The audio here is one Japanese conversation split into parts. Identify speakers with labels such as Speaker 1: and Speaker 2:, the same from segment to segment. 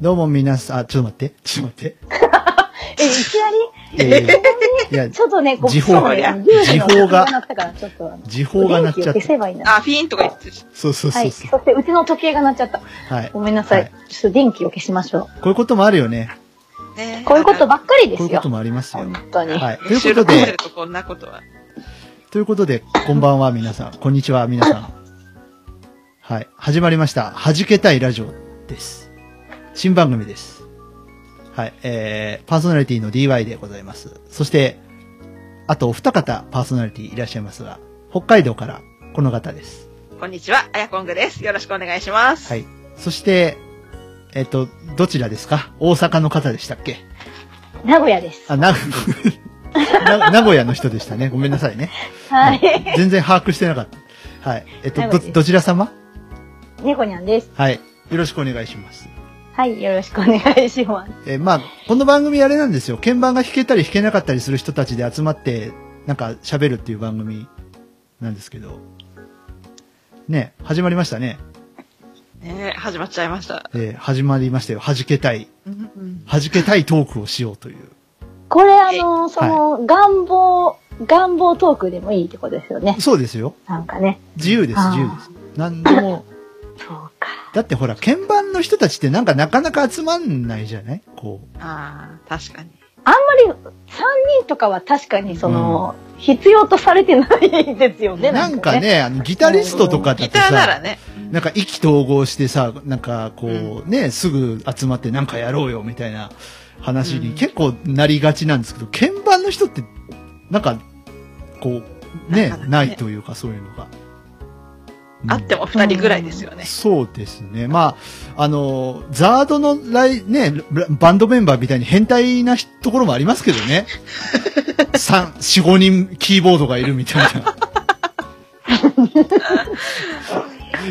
Speaker 1: どうもみなさん、あ、ちょっと待って、ちょっと待って。
Speaker 2: え、いきなり
Speaker 1: えー、いや、
Speaker 2: ちょっとね、こう、
Speaker 1: 時報
Speaker 2: そうね
Speaker 1: 時報が
Speaker 2: 有利な時報鳴ったから、ちょっとあの、
Speaker 1: 時報が鳴っちゃっ
Speaker 2: 電気を消せ
Speaker 1: た。
Speaker 2: ばいいんだ。
Speaker 3: あ、フィーンとか言ってた。
Speaker 1: そうそう
Speaker 2: は
Speaker 1: そう
Speaker 2: い。
Speaker 1: そう。
Speaker 2: そして、うちの時計が鳴っちゃった。
Speaker 1: はい。
Speaker 2: ごめんなさい。
Speaker 1: はい
Speaker 2: ちょっと電気を消しましょ
Speaker 1: こういうこともあるよね。
Speaker 3: ね
Speaker 2: う。こういうことばっかりで
Speaker 1: こういう
Speaker 2: す
Speaker 1: こ
Speaker 2: よ
Speaker 1: と。もありますよ。
Speaker 2: 本当に。
Speaker 1: はい。という
Speaker 3: 収
Speaker 1: こと
Speaker 3: 録して
Speaker 1: で
Speaker 3: る、とこんなことは。
Speaker 1: ということで、こんばんは皆さん。こんにちは皆さん。はい。始まりました。弾けたいラジオです。新番組です。はい。えー、パーソナリティの DY でございます。そして、あとお二方パーソナリティいらっしゃいますが、北海道からこの方です。
Speaker 3: こんにちは、あやこんぐです。よろしくお願いします。
Speaker 1: はい。そして、えっと、どちらですか大阪の方でしたっけ
Speaker 2: 名古屋です。
Speaker 1: あ、な、な名古屋の人でしたね。ごめんなさいね。
Speaker 2: はい。
Speaker 1: 全然把握してなかった。はい。えっと、
Speaker 2: 名
Speaker 1: ど、
Speaker 2: 古屋です
Speaker 1: どちら様
Speaker 2: 猫ニャンです。
Speaker 1: はい。よろしくお願いします。
Speaker 2: はい。よろしくお願いします。
Speaker 1: えーまあ、この番組あれなんですよ。鍵盤が弾けたり弾けなかったりする人たちで集まって、なんか喋るっていう番組なんですけど。ね、始まりましたね。
Speaker 3: ねえ始まっちゃいました。
Speaker 1: えー始まりましたよ。弾けたい。弾けたいトークをしようという。
Speaker 2: これ、あの、その、願望、願望トークでもいいってことですよね。
Speaker 1: そうですよ。
Speaker 2: なんかね。
Speaker 1: 自由です、
Speaker 2: あー
Speaker 1: 自由です。なんでも、
Speaker 2: そうか。
Speaker 1: だってほら、鍵盤の人たちってなんかなかなか集まんないじゃないこ
Speaker 3: ああ、確かに。
Speaker 2: あんまり、三人とかは確かに、その、必要とされてないですよ
Speaker 1: う。
Speaker 2: ね。
Speaker 1: なんか。ね、あの、ギタリストとかだ
Speaker 3: ギ
Speaker 1: と
Speaker 3: ターなら
Speaker 1: さ、
Speaker 3: ね。
Speaker 1: なんか意気投合してさ、なんかこ
Speaker 3: う
Speaker 1: う、ね、すぐ集まってなんかやろうよみたいな話
Speaker 3: う
Speaker 1: に
Speaker 3: ん
Speaker 1: 結構なりがちなんですけど、鍵盤の人って、なんか、こう、ね
Speaker 3: なかな、かね
Speaker 1: ないというかそういうのが。うん
Speaker 3: あっても二人ぐらいですよね。
Speaker 1: そうですね。まあ、あの、ザードのライ、ね、ラバンドメンバーみたいに変態なひところもありますけど ね。三、四、五人キーボードがいるみたい な。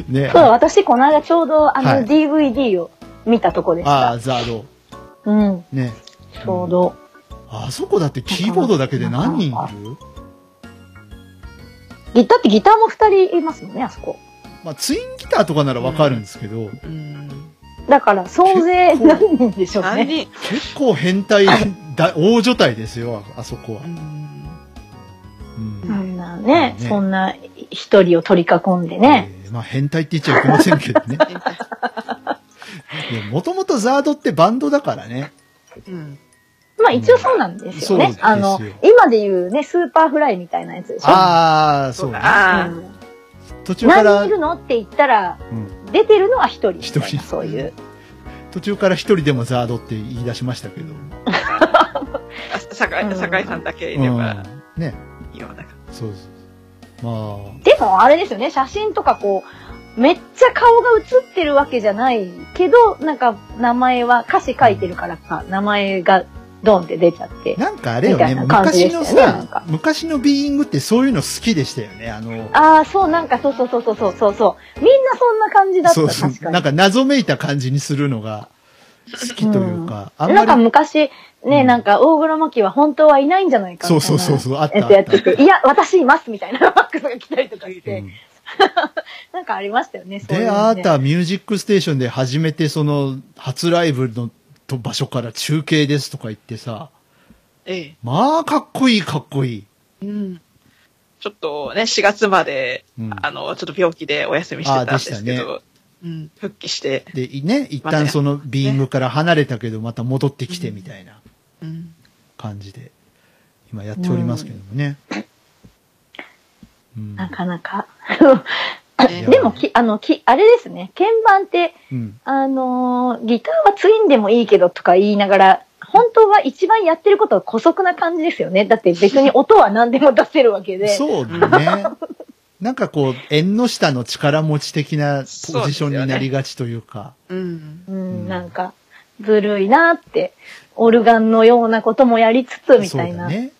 Speaker 1: ね
Speaker 2: そう、。私、この間ちょうど、あの、
Speaker 1: はい
Speaker 2: DVD を見たとこでし
Speaker 1: あ
Speaker 2: た。
Speaker 1: あ、ザード。
Speaker 2: うん、
Speaker 1: ね。
Speaker 2: ちょうど。
Speaker 1: あそこだってキーボードだけで何人いる
Speaker 2: ギターってギターも2人いますもんね、あそこ。
Speaker 1: まあ、ツインギターとかならわかるんですけど、
Speaker 3: うん。
Speaker 2: だから、総 勢何人でしょうね。
Speaker 3: 何人、
Speaker 1: 結構変態だ、大所帯ですよ、ああそこは
Speaker 3: う。ん。
Speaker 1: うん
Speaker 2: そんなね、
Speaker 1: ね
Speaker 2: そんな一人を取り囲んでね。
Speaker 1: えーまあ変態って言っちゃいけませんけどね。もともとザードってバンドだからね。
Speaker 3: うん。
Speaker 2: まあ一応そうなんですよ
Speaker 1: そうで
Speaker 2: ね。
Speaker 1: すよ
Speaker 2: あの、今で言うね、スーパーフライみたいなやつでしょ。
Speaker 1: ああ、そうね。
Speaker 3: ああ
Speaker 2: う
Speaker 3: ー、
Speaker 2: ん
Speaker 1: 途中か
Speaker 2: 何人
Speaker 1: ら
Speaker 2: い、るのって言ったら、
Speaker 1: うん
Speaker 2: 出てるのは一人みたいな。
Speaker 1: 一人
Speaker 2: そういう。
Speaker 1: 途中から一人でもザードって言い出しましたけど。
Speaker 3: あ酒
Speaker 2: う
Speaker 3: 井
Speaker 2: ん
Speaker 3: 酒井さんだけいうれ
Speaker 1: ん
Speaker 3: ば、
Speaker 1: ね、
Speaker 3: 言わなかっ
Speaker 1: そうです。ま
Speaker 2: でもあれですよね、写真とかこう、めっちゃ顔が写ってるわけじゃないけど、なんか名前は歌詞書いてるからか、名前がドンって出ちゃって
Speaker 1: あ、。なんかあれよね、
Speaker 2: みたいな感じ
Speaker 1: 昔
Speaker 2: でしたよ
Speaker 1: の
Speaker 2: ねなん
Speaker 1: さ
Speaker 2: か、
Speaker 1: 昔のビーイングってそういうの好きでしたよね。あの、
Speaker 2: ああ、そう、なんか、そうそうそうそうそうそうそう。みんなそんな感じだった、
Speaker 1: そうそう
Speaker 2: 確かに。
Speaker 1: なんか謎めいた感じにするのが好きというか、あん
Speaker 2: なんか
Speaker 1: まり、
Speaker 2: 昔、ね、
Speaker 1: うん
Speaker 2: なんか、大黒摩季は本当はいないんじゃないか
Speaker 1: そ
Speaker 2: み
Speaker 1: う
Speaker 2: たい
Speaker 1: そう
Speaker 2: な。
Speaker 1: そうそう、あった
Speaker 2: え
Speaker 1: あっ
Speaker 2: っと、
Speaker 1: た
Speaker 2: やってて、いや、私いますみたいな ファックスが来たりとかし
Speaker 1: う
Speaker 2: て、
Speaker 1: ん
Speaker 2: なんかありましたよね、そういう
Speaker 1: で、
Speaker 2: のね
Speaker 1: あなた、ミュージックステーションで初めてその、初ライブのと場所から中継ですとか言ってさ、
Speaker 3: た。え
Speaker 1: まあ、かっこいい、かっこいい。
Speaker 3: え。うん。ちょっとね、4月まで、
Speaker 1: うん
Speaker 3: あの、ちょっと病気でお休みしてたんですけ
Speaker 1: あー
Speaker 3: ど、うん。復帰して、
Speaker 1: で、いね、一旦そのビーイングから離れたけど、また戻ってきてみたいな
Speaker 3: うん。
Speaker 1: 感じで、今やっておりますけどもね。うん。
Speaker 2: なかなか。
Speaker 3: いや
Speaker 2: でも、き、あの、き、あれですね、鍵盤って、
Speaker 1: うん。
Speaker 2: あのーギターはツインでもいいけどとか言いながら、本当は一番やってることは古速な感じですよね。だって別に音は何でも出せるわけで。
Speaker 1: そうね。なんかこう、縁の下の力持ち的な
Speaker 3: そう
Speaker 1: ポ
Speaker 3: で
Speaker 1: ジ
Speaker 3: す
Speaker 1: ショ
Speaker 3: よ
Speaker 1: ン
Speaker 3: ね
Speaker 1: になりがちというか。
Speaker 3: うん。
Speaker 2: うん、なんか、ずるいなって、オルガンのようなこともやりつつ、みたいな。
Speaker 1: ね。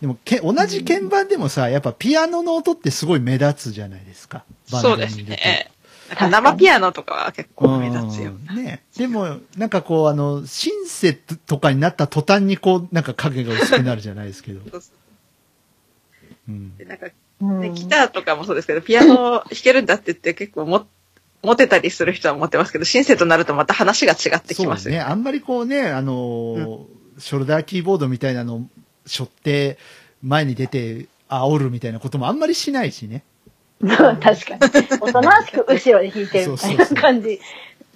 Speaker 1: でもけ、同じ鍵盤でもさ、やっぱピアノの音ってすごい目立つじゃないですか。バンド
Speaker 3: そう
Speaker 1: にい
Speaker 3: で
Speaker 1: ると
Speaker 3: すね。なんか生ピアノとかは結構目立つよ
Speaker 1: うん
Speaker 3: な。
Speaker 1: ね。でも、なんかこう、あの、シンセとかになった途端にこう、なんか影が薄くなるじゃないです けど。
Speaker 3: そうそ
Speaker 1: う
Speaker 3: う
Speaker 1: ん
Speaker 3: でなんか、ね
Speaker 2: うん
Speaker 3: ギターとかもそうですけど、ピアノを弾けるんだって言って結構も、持てたりする人は持ってますけど、シンセとなるとまた話が違ってきます
Speaker 1: そう
Speaker 3: よ
Speaker 1: ね。あんまりこうね、あのー、ショルダーキーボードみたいなのを背負って、前に出て、煽るみたいなこともあんまりしないし ね。
Speaker 2: そう確かに。おとなしく後ろで弾いてるみた
Speaker 1: そう
Speaker 2: いな
Speaker 1: そうそう
Speaker 2: 感じ。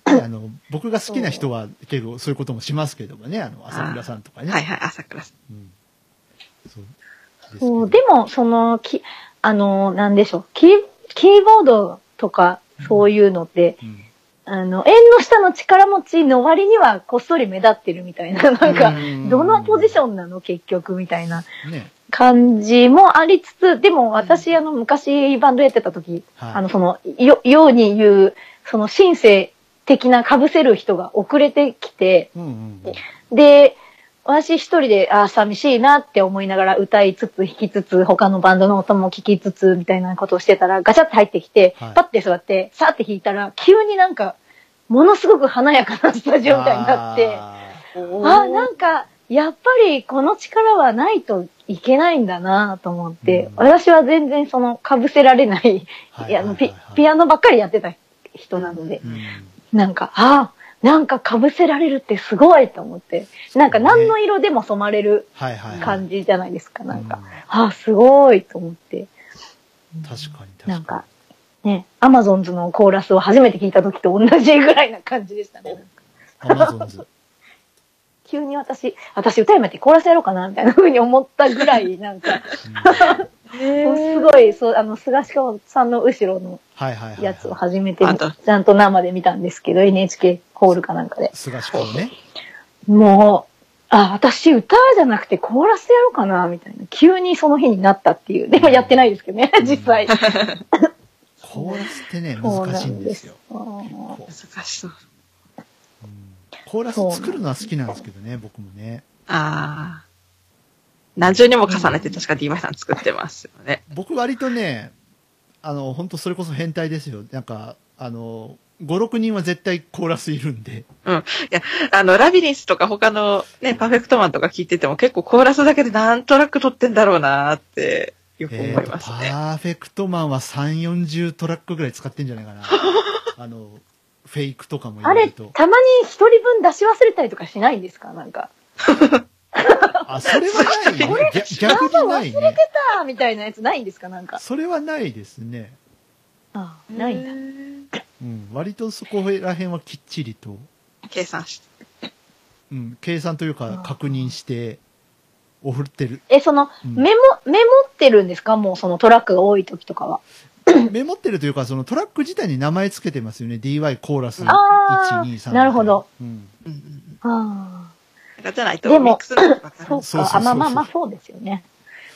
Speaker 1: あの、僕が好きな人は結構そういうこともしますけどもね、あの、朝倉さんとかね。
Speaker 3: はいはい、朝倉さん。
Speaker 1: うんそうですけど
Speaker 2: そうでも、その、き、あの、なんでしょう。キー、キーボードとか、そういうのって、
Speaker 1: うん
Speaker 2: あの、縁の下の力持ちの割には、こっそり目立ってるみたいな、 なんか、どのポジションなの結局、みたいな
Speaker 1: ね。
Speaker 2: 感じもありつつ、でも私、あの、昔バンドやってた時、
Speaker 1: はい
Speaker 2: あの、その、よ、ように言う、その、シンセ的な被せる人が遅れてきて、
Speaker 1: うんうんうん
Speaker 2: で、私一人で、ああ、寂しいなって思いながら歌いつつ、弾きつつ、他のバンドの音も聞きつつ、みたいなことをしてたら、ガチャって入ってきて、
Speaker 1: はい
Speaker 2: パッて座って、さーって弾いたら、急になんか、ものすごく華やかなスタジオみたいになって、あ
Speaker 1: あ
Speaker 3: おー
Speaker 2: あ、なんか、やっぱりこの力はないといけないんだなと思って、
Speaker 1: うん
Speaker 2: 私は全然その、被せられない、
Speaker 1: ーはい
Speaker 2: いやあのピ
Speaker 1: ア
Speaker 2: ピアノばっかりやってた人なので、なんか、ああ、なんか被せられるってすごいと思って。なんか何の色でも染まれる
Speaker 1: はいはいはい。
Speaker 2: 感じじゃないですか、なん
Speaker 1: う
Speaker 2: か。ああ、すごいと思って。
Speaker 1: 確かに確かに。
Speaker 2: なんか、ね、アマゾンズのコーラスを初めて聞いた時と同じぐらいな感じでしたね。
Speaker 1: アマゾンズ。
Speaker 2: 急に私、私歌やめてコーラスやろうかな、みたいな風に思ったぐら い、なんか、
Speaker 1: うんはい
Speaker 2: すごい、そう、あの、菅氏さんの後ろの
Speaker 1: はいはいはい。
Speaker 2: やつを初めて、
Speaker 3: あと
Speaker 2: ちゃんと生で見たんですけど、NHK ホールかなんかで。
Speaker 1: 菅氏君ね。
Speaker 2: もう、あ、私歌じゃなくてコーラスやろうかな、みたいな。急にその日になったっていう。でもやってないですけどね、
Speaker 1: ん
Speaker 2: 実際。
Speaker 1: コーラスってね、
Speaker 2: そう
Speaker 1: 難
Speaker 2: な
Speaker 1: しいん
Speaker 2: ん
Speaker 1: で
Speaker 2: ですす
Speaker 1: よ。
Speaker 2: よ。
Speaker 3: 難しそう。
Speaker 1: うんコーラス作るのは好きなんですけどね、僕もね。
Speaker 3: ああ。何重にも重ねて確か DY さん作ってますよね。
Speaker 1: 僕割とね、あの、本当それこそ変態ですよ。なんか、あの、5、6人は絶対コーラスいるんで。
Speaker 3: あの、ラビリンスとか他のね、パーフェクトマンとか聞いてても結構コーラスだけでなんとなく撮ってんだろうなーってよく
Speaker 1: え
Speaker 3: 思
Speaker 1: ー
Speaker 3: い
Speaker 1: と
Speaker 3: ます
Speaker 1: パ
Speaker 3: ね。
Speaker 1: ーフェクトマンは3、40トラックぐらい使ってんじゃないかな。あの、フェイクとかも
Speaker 2: あ
Speaker 1: 入れ
Speaker 2: れ、
Speaker 1: ると。
Speaker 2: たまに一人分出し忘れたりとかしないんですかなんか。
Speaker 1: あ、それはない ね
Speaker 3: そ
Speaker 1: 逆逆にないね。
Speaker 2: あーみたいなやつないんですかなんか。
Speaker 1: それはないですね。
Speaker 2: あーないんだ。
Speaker 3: だ。
Speaker 1: うん、割とそこら辺はきっちりと、
Speaker 3: 計算して。
Speaker 1: うん、計算というか確認して、おふってる、
Speaker 2: え、その、
Speaker 1: うん
Speaker 2: メモ、メモってるんですかもうそのトラックが多い時とかは。
Speaker 1: メモってるというか、そのトラック自体に名前つけてますよね。DY コーラス1、
Speaker 2: あー
Speaker 1: 2、3。
Speaker 2: なるほど。
Speaker 1: うん。
Speaker 3: うんうん
Speaker 2: あ
Speaker 3: うん。なんかじゃないと
Speaker 2: でも
Speaker 3: ミックスのばっ
Speaker 2: あ、
Speaker 3: か
Speaker 2: そう
Speaker 1: そうそうそう
Speaker 2: か。
Speaker 1: そう
Speaker 2: あ、まあまあまあ、そうですよね。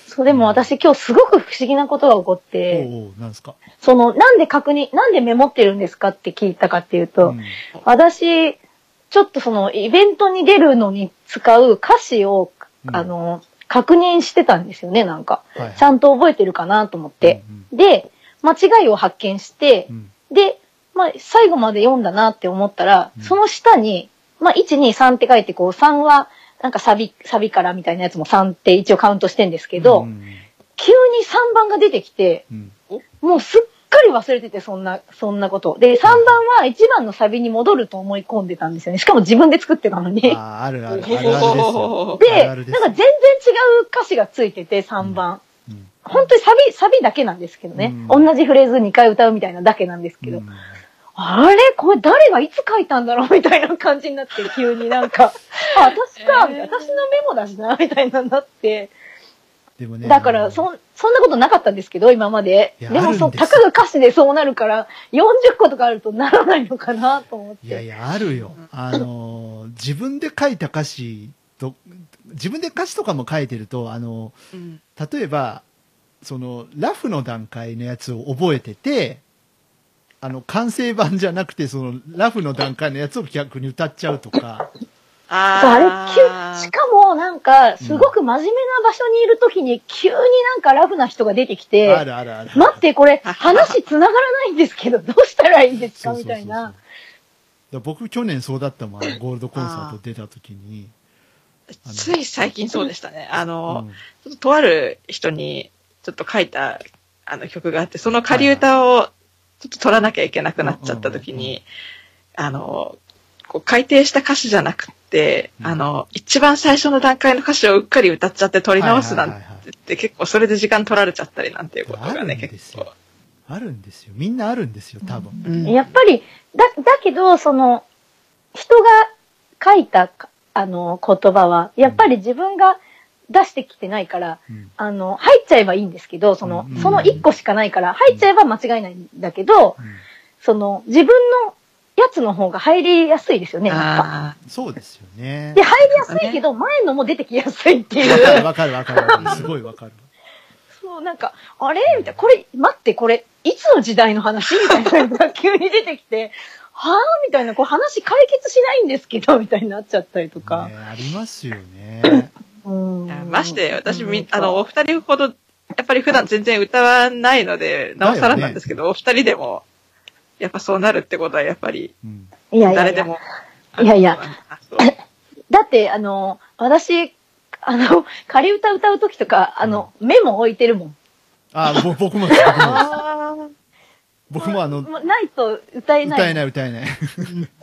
Speaker 2: そう、でも私今日すごく不思議なことが起こって、
Speaker 1: おうおうなんですか。
Speaker 2: その、なんで確認、なんでメモってるんですかって聞いたかっていうと、
Speaker 1: うん
Speaker 2: 私、ちょっとその、イベントに出るのに使う歌詞を、
Speaker 1: うん
Speaker 2: あの、確認してたんですよね、なんか。
Speaker 1: はいはい
Speaker 2: ちゃんと覚えてるかなと思って。
Speaker 1: うん
Speaker 2: で、間違いを発見して
Speaker 1: う、ん
Speaker 2: で、まあ、最後まで読んだなって思ったら
Speaker 1: う、ん
Speaker 2: その下に、まあ、1、2、3って書いて、こう、3は、なんかサビ、サビからみたいなやつも3って一応カウントしてんですけど、
Speaker 1: うん
Speaker 2: 急に3番が出てきて、
Speaker 1: うん
Speaker 2: もうすっかり忘れてて、そんな、そんなこと。で、3番は1番のサビに戻ると思い込んでたんですよね。しかも自分で作ってたのに。
Speaker 1: あ
Speaker 2: で、なんか
Speaker 1: ーあるある。あるあるで
Speaker 3: り。
Speaker 1: すよ。
Speaker 3: おー
Speaker 1: あるある
Speaker 2: 全
Speaker 1: で
Speaker 2: 然
Speaker 1: す
Speaker 2: 違う歌詞がついてて、3番。
Speaker 1: うん
Speaker 2: 本当にサビ、サビだけなんですけどね。
Speaker 1: うん
Speaker 2: 同じフレーズ2回歌うみたいなだけなんですけど。
Speaker 1: うん
Speaker 2: あれこれ誰がいつ書いたんだろうみたいな感じになって、急にな んか、あ、私か、
Speaker 3: えー
Speaker 2: 私のメモだしな、みたいなになって。
Speaker 1: でもね。
Speaker 2: だから、
Speaker 1: あの
Speaker 2: そん、そんなことなかったんですけど、今まで。
Speaker 1: い
Speaker 2: で
Speaker 1: やあるん
Speaker 2: も、
Speaker 1: です
Speaker 2: その、たかが歌詞でそうなるから、40個とかあるとならないのかなと思って。
Speaker 1: いやいや、あるよ。あのー、自分で書いた歌詞と、自分で歌詞とかも書いてると、あのー、
Speaker 3: うん
Speaker 1: 例えば、その、ラフの段階のやつを覚えてて、あの、完成版じゃなくて、その、ラフの段階のやつを逆に歌っちゃうとか、
Speaker 3: あ
Speaker 2: そう、あれ、急、しかも、なんか、すごく真面目な場所にいるときに、急になんかラフな人が出てきて、
Speaker 1: あるあるある。
Speaker 2: 待って、これ、話繋がらないんですけど、どうしたらいいんですかみ
Speaker 1: そ
Speaker 2: たい
Speaker 1: うそうそうそうだ
Speaker 2: な
Speaker 1: か。ら僕、去年そうだったもん、あのゴールドコンサート出た時に。
Speaker 3: つい最近そうでしたね。あの、
Speaker 1: うん
Speaker 3: ちょっととある人にちょっと書いたあの曲があって、その仮歌をちょっと取らなきゃいけなくなっちゃった時に、あの、こう改訂した歌詞じゃなくって、
Speaker 1: うん
Speaker 3: あの、一番最初の段階の歌詞をうっかり歌っちゃって取り直すなんて
Speaker 1: はいはいはいはい
Speaker 3: って結構それで時間取られちゃったりなんていうことがね、
Speaker 1: あるんです
Speaker 3: 結
Speaker 1: よ
Speaker 3: 構。
Speaker 1: あるんですよ。みんなあるんですよ、多分。
Speaker 3: うん
Speaker 2: やっぱり、だ、だけど、その、人が書いたか、あの、言葉は、やっぱり自分が出してきてないから、
Speaker 1: うん
Speaker 2: あの、入っちゃえばいいんですけど、その
Speaker 1: うん、
Speaker 2: その一個しかないから、入っちゃえば間違いないんだけど、
Speaker 1: うん
Speaker 2: その、自分のやつの方が入りやすいですよね、やっぱ。
Speaker 3: あ
Speaker 1: そうですよね
Speaker 2: で、。入りやすいけど、前のも出てきやすいって
Speaker 1: わ
Speaker 2: い
Speaker 1: か
Speaker 2: う。
Speaker 1: るわかるわか る。すごいわかる。
Speaker 2: そう、なんか、あれみたいな、これ、待って、これ、いつの時代の話みたいなのが急に出てきて、 はぁみたいな、こう話解決しないんですけど、みたいになっちゃったりとか
Speaker 1: ね。ありますよね。
Speaker 2: うん
Speaker 3: ーまして、私み、あ、の、
Speaker 2: な
Speaker 3: お
Speaker 2: んか
Speaker 3: 二人ほど、やっぱり普段全然歌わないので、なおさらなんですけど、お二人でも、やっぱそうなるってことは、やっぱり、
Speaker 1: うん
Speaker 2: いやいやいや
Speaker 3: 誰でも。
Speaker 2: いやいや
Speaker 3: あ。 そう
Speaker 2: だって、あの、私、あの、 仮歌歌うときとか、あの、メモ置いてるもん。
Speaker 1: あ、ぼ僕もです、僕もです
Speaker 3: あ
Speaker 1: 僕もあの、
Speaker 2: もうないと歌えない。
Speaker 1: 歌えない歌えない。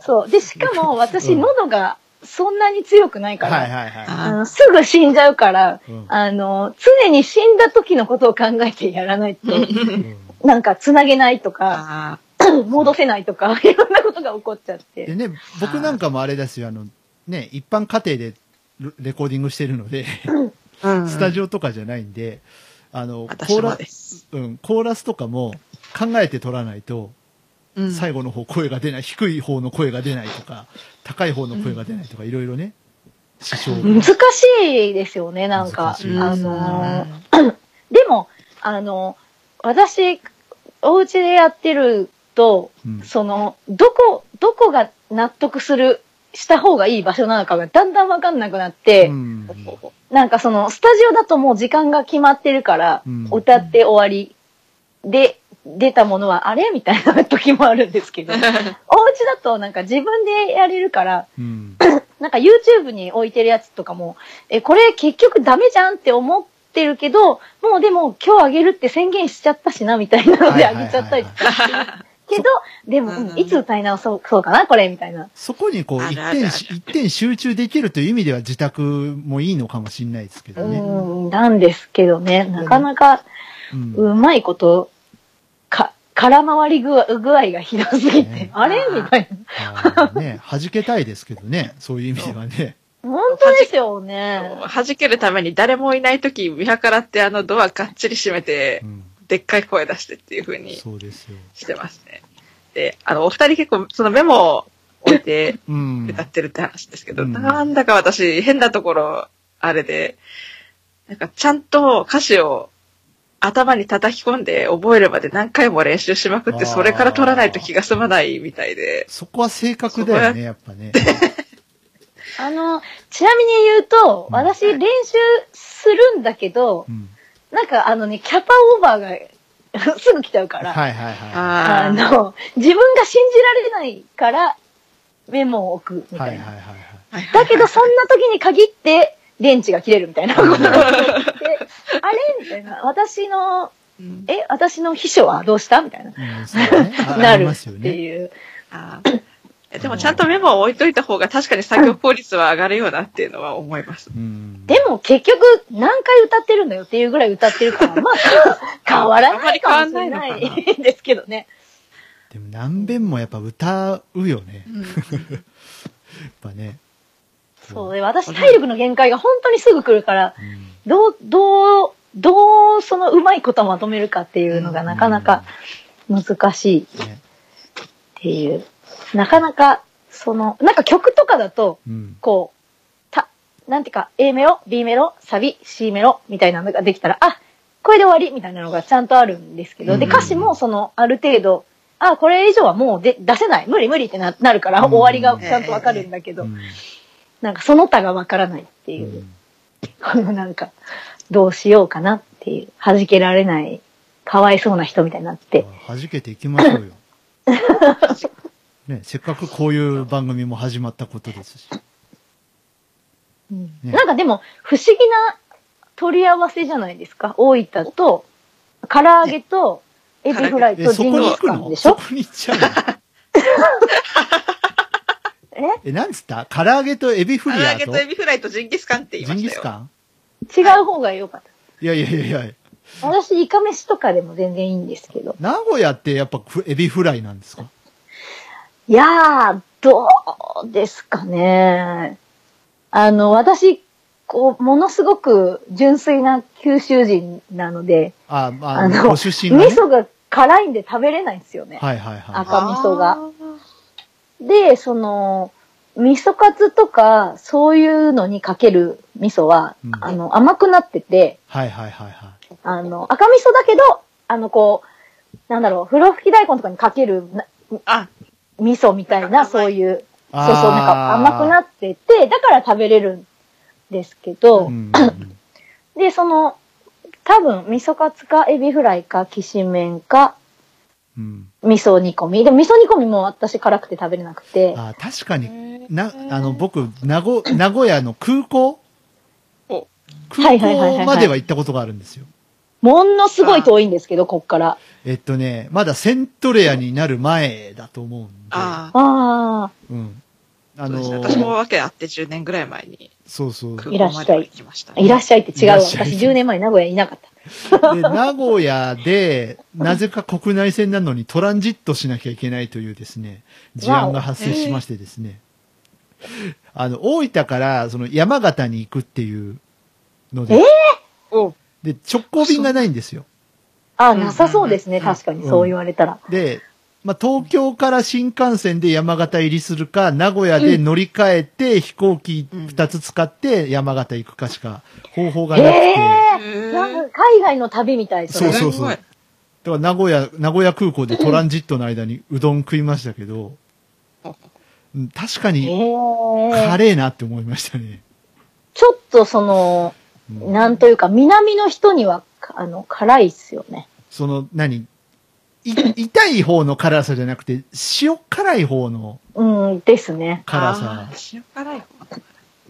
Speaker 2: そう。で、しかも私、
Speaker 1: うん
Speaker 2: 喉がそんなに強くないか
Speaker 1: はい
Speaker 2: ら、
Speaker 1: はいは
Speaker 2: あ
Speaker 3: あ
Speaker 2: のすぐ死んじゃうから、
Speaker 1: い。うん
Speaker 2: あの、常に死んだ時のことを考えてやらないと、
Speaker 1: うん
Speaker 2: なんか繋げないとか、
Speaker 3: あ
Speaker 2: 戻せないとか、いろんなことが起こっちゃっ
Speaker 1: で
Speaker 2: て。
Speaker 1: ね、僕なんかもあれですよ、あの、ね、一般家庭でレレコーディングしてるので、
Speaker 3: ー。
Speaker 1: スタジ
Speaker 3: オ。
Speaker 1: オとかじゃないんで、あの、コ
Speaker 3: 私
Speaker 1: ー
Speaker 3: も
Speaker 1: ラ
Speaker 3: で、す。
Speaker 1: うん、コーラスとかも考えて取らないと、
Speaker 3: うん
Speaker 1: 最後の方声が出ない、低い方の声が出ないとか、高い方の声が出ないとか、いろいろね、支障が
Speaker 2: 難しいですよね、なん
Speaker 1: 難
Speaker 2: か
Speaker 1: し。い
Speaker 2: あ
Speaker 3: う
Speaker 2: の
Speaker 3: ん
Speaker 2: でも、あの、私、お家でやってると、
Speaker 1: うん
Speaker 2: その、どこ、どこが納得する、した方がいい場所なのかがだんだんわかんなくなって、
Speaker 1: うん
Speaker 2: なんかその、スタジオだともう時間が決まってるから、
Speaker 1: うん
Speaker 2: 歌って終わりで、出たものはあれみたいな時もあるんです けど、お家だとなんか自分でやれるから、
Speaker 1: うん
Speaker 2: なんか YouTube に置いてるやつとかも、え、これ結局ダメじゃんって思ってるけど、もうでも今日あげるって宣言しちゃったしな、みたいなのであげちゃったりとか。けど、でも、うん
Speaker 3: うん
Speaker 2: いつ歌い直そうそうかな、これ、みたいな。
Speaker 1: そこにこう
Speaker 3: あ
Speaker 1: 一
Speaker 3: るある
Speaker 1: 点し、一点集中できるという意味では自宅もいいのかもしれないですけ
Speaker 2: う
Speaker 1: どね。
Speaker 2: ん、なんですけどね、なかなか
Speaker 1: うん
Speaker 2: うまいこと、か、空回り具合具合がひどすぎて
Speaker 1: ね、
Speaker 2: あれみたいな。
Speaker 1: あーね、弾けたいですけどね、そういう意味では ね。
Speaker 2: 本当ですよね。
Speaker 3: 弾けるために誰もいないとき、見計らってあのドアがっちり閉めて
Speaker 1: う、ん、
Speaker 3: でっかい声出してっていう風に
Speaker 1: そうですよ。
Speaker 3: してますね。で、あの、お二人結構そのメモを置いて
Speaker 1: うん。
Speaker 3: 歌ってるって話ですけど、
Speaker 1: うん
Speaker 3: なんだか私変なところあれで、なんかちゃんと歌詞を頭に叩き込んで覚えるまで何回も練習しまくって、それから取らないと気が済まないみたいで、
Speaker 1: そこは正確だよね、やっぱね。
Speaker 2: あの、ちなみに言うと、
Speaker 1: うん
Speaker 2: 私練習するんだけど
Speaker 1: う、ん、
Speaker 2: なんかあのね、キャパオーバーが すぐ来ちゃうから、
Speaker 1: はいはいは
Speaker 2: あ
Speaker 3: あー
Speaker 2: の、自分が信じられないからメモを置く
Speaker 1: い。
Speaker 2: み
Speaker 1: は
Speaker 2: た
Speaker 1: いはい
Speaker 2: いな。
Speaker 1: はいはい。
Speaker 2: だけど、そんな時に限って、電池が切れるみたいなことが起こって、あれみたいな。私の、
Speaker 3: うん
Speaker 2: え、私の秘書はどうしたみたいな。
Speaker 1: うんそうね あ
Speaker 2: な
Speaker 1: あり
Speaker 2: る
Speaker 1: ま
Speaker 2: っ
Speaker 1: す
Speaker 2: て
Speaker 1: よね。
Speaker 2: いう。
Speaker 3: あーえでもちゃんとメモを置いといた方が確かに作業効率は上がるよなっていうのは思います。
Speaker 1: うん
Speaker 2: でも結局、何回歌ってるのよっていうぐらい歌ってるから、まあ、変わらないかもしれな
Speaker 3: あんまり変わんない
Speaker 2: ですけどね。
Speaker 1: でも何遍もやっぱ歌うよね。
Speaker 3: うん
Speaker 1: やっぱね。
Speaker 2: そうで、私体力の限界が本当にすぐ来るから、
Speaker 1: うん
Speaker 2: どう、どう、どう、そのうまいことまとめるかっていうのがなかなか難しいっ
Speaker 1: ね
Speaker 2: ていう。なかなか、その、なんか曲とかだと、
Speaker 1: うん。
Speaker 2: こう、た、なんていうか、A メロ、B メロ、サビ、C メロみたいなのができたら、あ、これで終わりみたいなのがちゃんとあるんですけど、で、
Speaker 1: うん
Speaker 2: 歌詞もその、ある程度、あ、これ以上はもうで出せない。無理無理ってななるから、
Speaker 1: うん
Speaker 2: 終わりがちゃんとわかるんだけど、
Speaker 1: うん
Speaker 2: なんかその他がわからないって
Speaker 1: う
Speaker 2: いう、
Speaker 1: ん
Speaker 2: この なんか、どうしようかなっていう、弾けられない、かわいそうな人みたいになって、
Speaker 1: 弾けていきまし ょうよ。ね、せっかくこういう番組も始まったことですし。
Speaker 2: うん
Speaker 1: ね
Speaker 2: なんかでも、不思議な取り合わせじゃないですか。大分と、唐揚げと、エビフライ
Speaker 1: え、
Speaker 2: と
Speaker 1: そ
Speaker 2: ジ
Speaker 1: こ
Speaker 2: ン
Speaker 1: に
Speaker 2: ギ
Speaker 1: 行
Speaker 2: ス
Speaker 1: く
Speaker 2: カン
Speaker 1: の
Speaker 2: でしょ
Speaker 1: そこに行っちゃうの
Speaker 2: え
Speaker 1: え、なんつった唐揚げとエビフ
Speaker 3: 唐
Speaker 1: リア
Speaker 3: 揚
Speaker 1: と
Speaker 3: げとエビフライとジンギスカンって言い
Speaker 1: ジ
Speaker 3: ま
Speaker 1: ンギ
Speaker 3: し
Speaker 1: ス
Speaker 3: たよ。
Speaker 1: カン
Speaker 2: 違う方が良かっ
Speaker 1: いやいやいやいや。
Speaker 2: た。私、イカ飯とかでも全然いいんですけど。
Speaker 1: 名古屋ってやっぱふエビフライなんですか
Speaker 2: いやー、どうですかね。あの、私、こう、ものすごく純粋な九州人なので、
Speaker 1: あ、まあ、
Speaker 2: あの
Speaker 1: ご出身が
Speaker 2: 味
Speaker 1: ね。
Speaker 2: 噌が辛いんで食べれないんですよね。
Speaker 1: はいはいはい。
Speaker 2: 赤味噌が
Speaker 3: あー。
Speaker 2: で、その、味噌カツとか、そういうのにかける味噌は、
Speaker 1: うん
Speaker 2: あの、甘くなってて、
Speaker 1: はいはいはいは
Speaker 2: あの、赤味噌だけど、あの、こう、なんだろう、風呂吹き大根とかにかけるな
Speaker 3: あ、
Speaker 2: 味噌みたいな、そうい
Speaker 1: い。
Speaker 2: う、そうそう、なんか甘くな
Speaker 1: っ
Speaker 2: ってて、だから食べれるんですけど、
Speaker 1: うんうん
Speaker 2: で、その、多分、味噌カツか、エビフライか、きしめんか、
Speaker 1: うん。
Speaker 2: 味噌煮込み。でも、味噌煮込みも私辛くて食べれなくて、
Speaker 1: あ、確かにな、あの、僕、名古名古屋の空港
Speaker 3: お
Speaker 1: 空
Speaker 2: いはいはいはいは
Speaker 1: 港
Speaker 2: い
Speaker 1: までは行ったことがあるんですよ。
Speaker 2: ものすごい遠いんですけど、こっから。
Speaker 1: えっとね、まだセントレアになる前だと思うんで。
Speaker 3: ああ。
Speaker 2: ああ、
Speaker 1: うん。あ
Speaker 3: そう
Speaker 1: の
Speaker 3: ですね
Speaker 1: ー
Speaker 3: 私もわけあって10年ぐらい前に
Speaker 1: そう そう。で、
Speaker 3: 空港までは行きました。
Speaker 2: いらっしゃいって違うわ。
Speaker 1: いらっしゃい
Speaker 2: 私10年前名古屋いなかった。
Speaker 1: 名古屋で、なぜか国内線なのにトランジットしなきゃいけないというですね、事案が発生しましてですね。あの、大分から、その山形に行くっていうので、
Speaker 3: お
Speaker 1: で、直行便がないんですよ。
Speaker 2: ああ、
Speaker 3: うん
Speaker 2: なさそうですね。
Speaker 3: うん
Speaker 2: 確かに、そう言われたら。
Speaker 1: で、まあ、東京から新幹線で山形入りするか、名古屋で乗り換えて飛行機2つ使って山形行くかしか方法が
Speaker 2: え
Speaker 1: なくて、
Speaker 2: えー、な
Speaker 3: え
Speaker 2: んか海外の旅みたい、そ
Speaker 1: そう
Speaker 2: れ。
Speaker 1: そうそう。だから名古屋、名古屋空港でトランジットの間にうどん食いましたけど、うん確か
Speaker 2: ええ
Speaker 1: にカ
Speaker 2: ー、
Speaker 1: レーなって思いましたね。
Speaker 2: ちょっとその、
Speaker 1: うん
Speaker 2: なんというか、南の人には、あの、辛いっすよね。
Speaker 1: その、何い痛い方の辛さじゃなくて、塩辛い方の
Speaker 2: うん、ですね。
Speaker 1: 辛さ
Speaker 3: あー塩辛い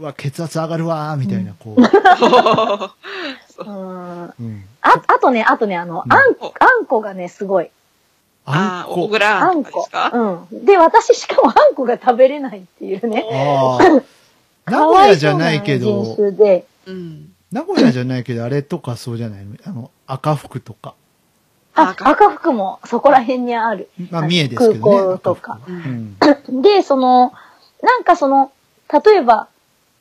Speaker 1: は血圧上がるわーみたいな、こ
Speaker 3: 方。
Speaker 2: うん。あ、
Speaker 1: う。うん
Speaker 2: あとね、あとね、あの、
Speaker 1: うん
Speaker 2: あん、あんこがね、すごい。
Speaker 1: あ
Speaker 3: あ
Speaker 1: ん
Speaker 3: あ、小
Speaker 1: こ。
Speaker 3: 倉
Speaker 2: あ
Speaker 3: あ
Speaker 2: ん
Speaker 3: んとかで
Speaker 2: こ
Speaker 3: すか。
Speaker 2: うん。で、私しかもあんこが食べれないっていうね。
Speaker 1: あ あ。名古屋じゃないけ
Speaker 2: かわい
Speaker 1: ど
Speaker 2: そう、な人種で。
Speaker 3: うん。
Speaker 1: 名古屋じゃないけど、あれとかそうじゃないのあの、赤服とか。
Speaker 2: あ、
Speaker 3: 赤
Speaker 2: 赤服もそこら辺にある。
Speaker 1: まあ、三重ですけどね。
Speaker 2: 空港とか
Speaker 1: 赤服はうん。
Speaker 2: で、その、なんかその、例えば、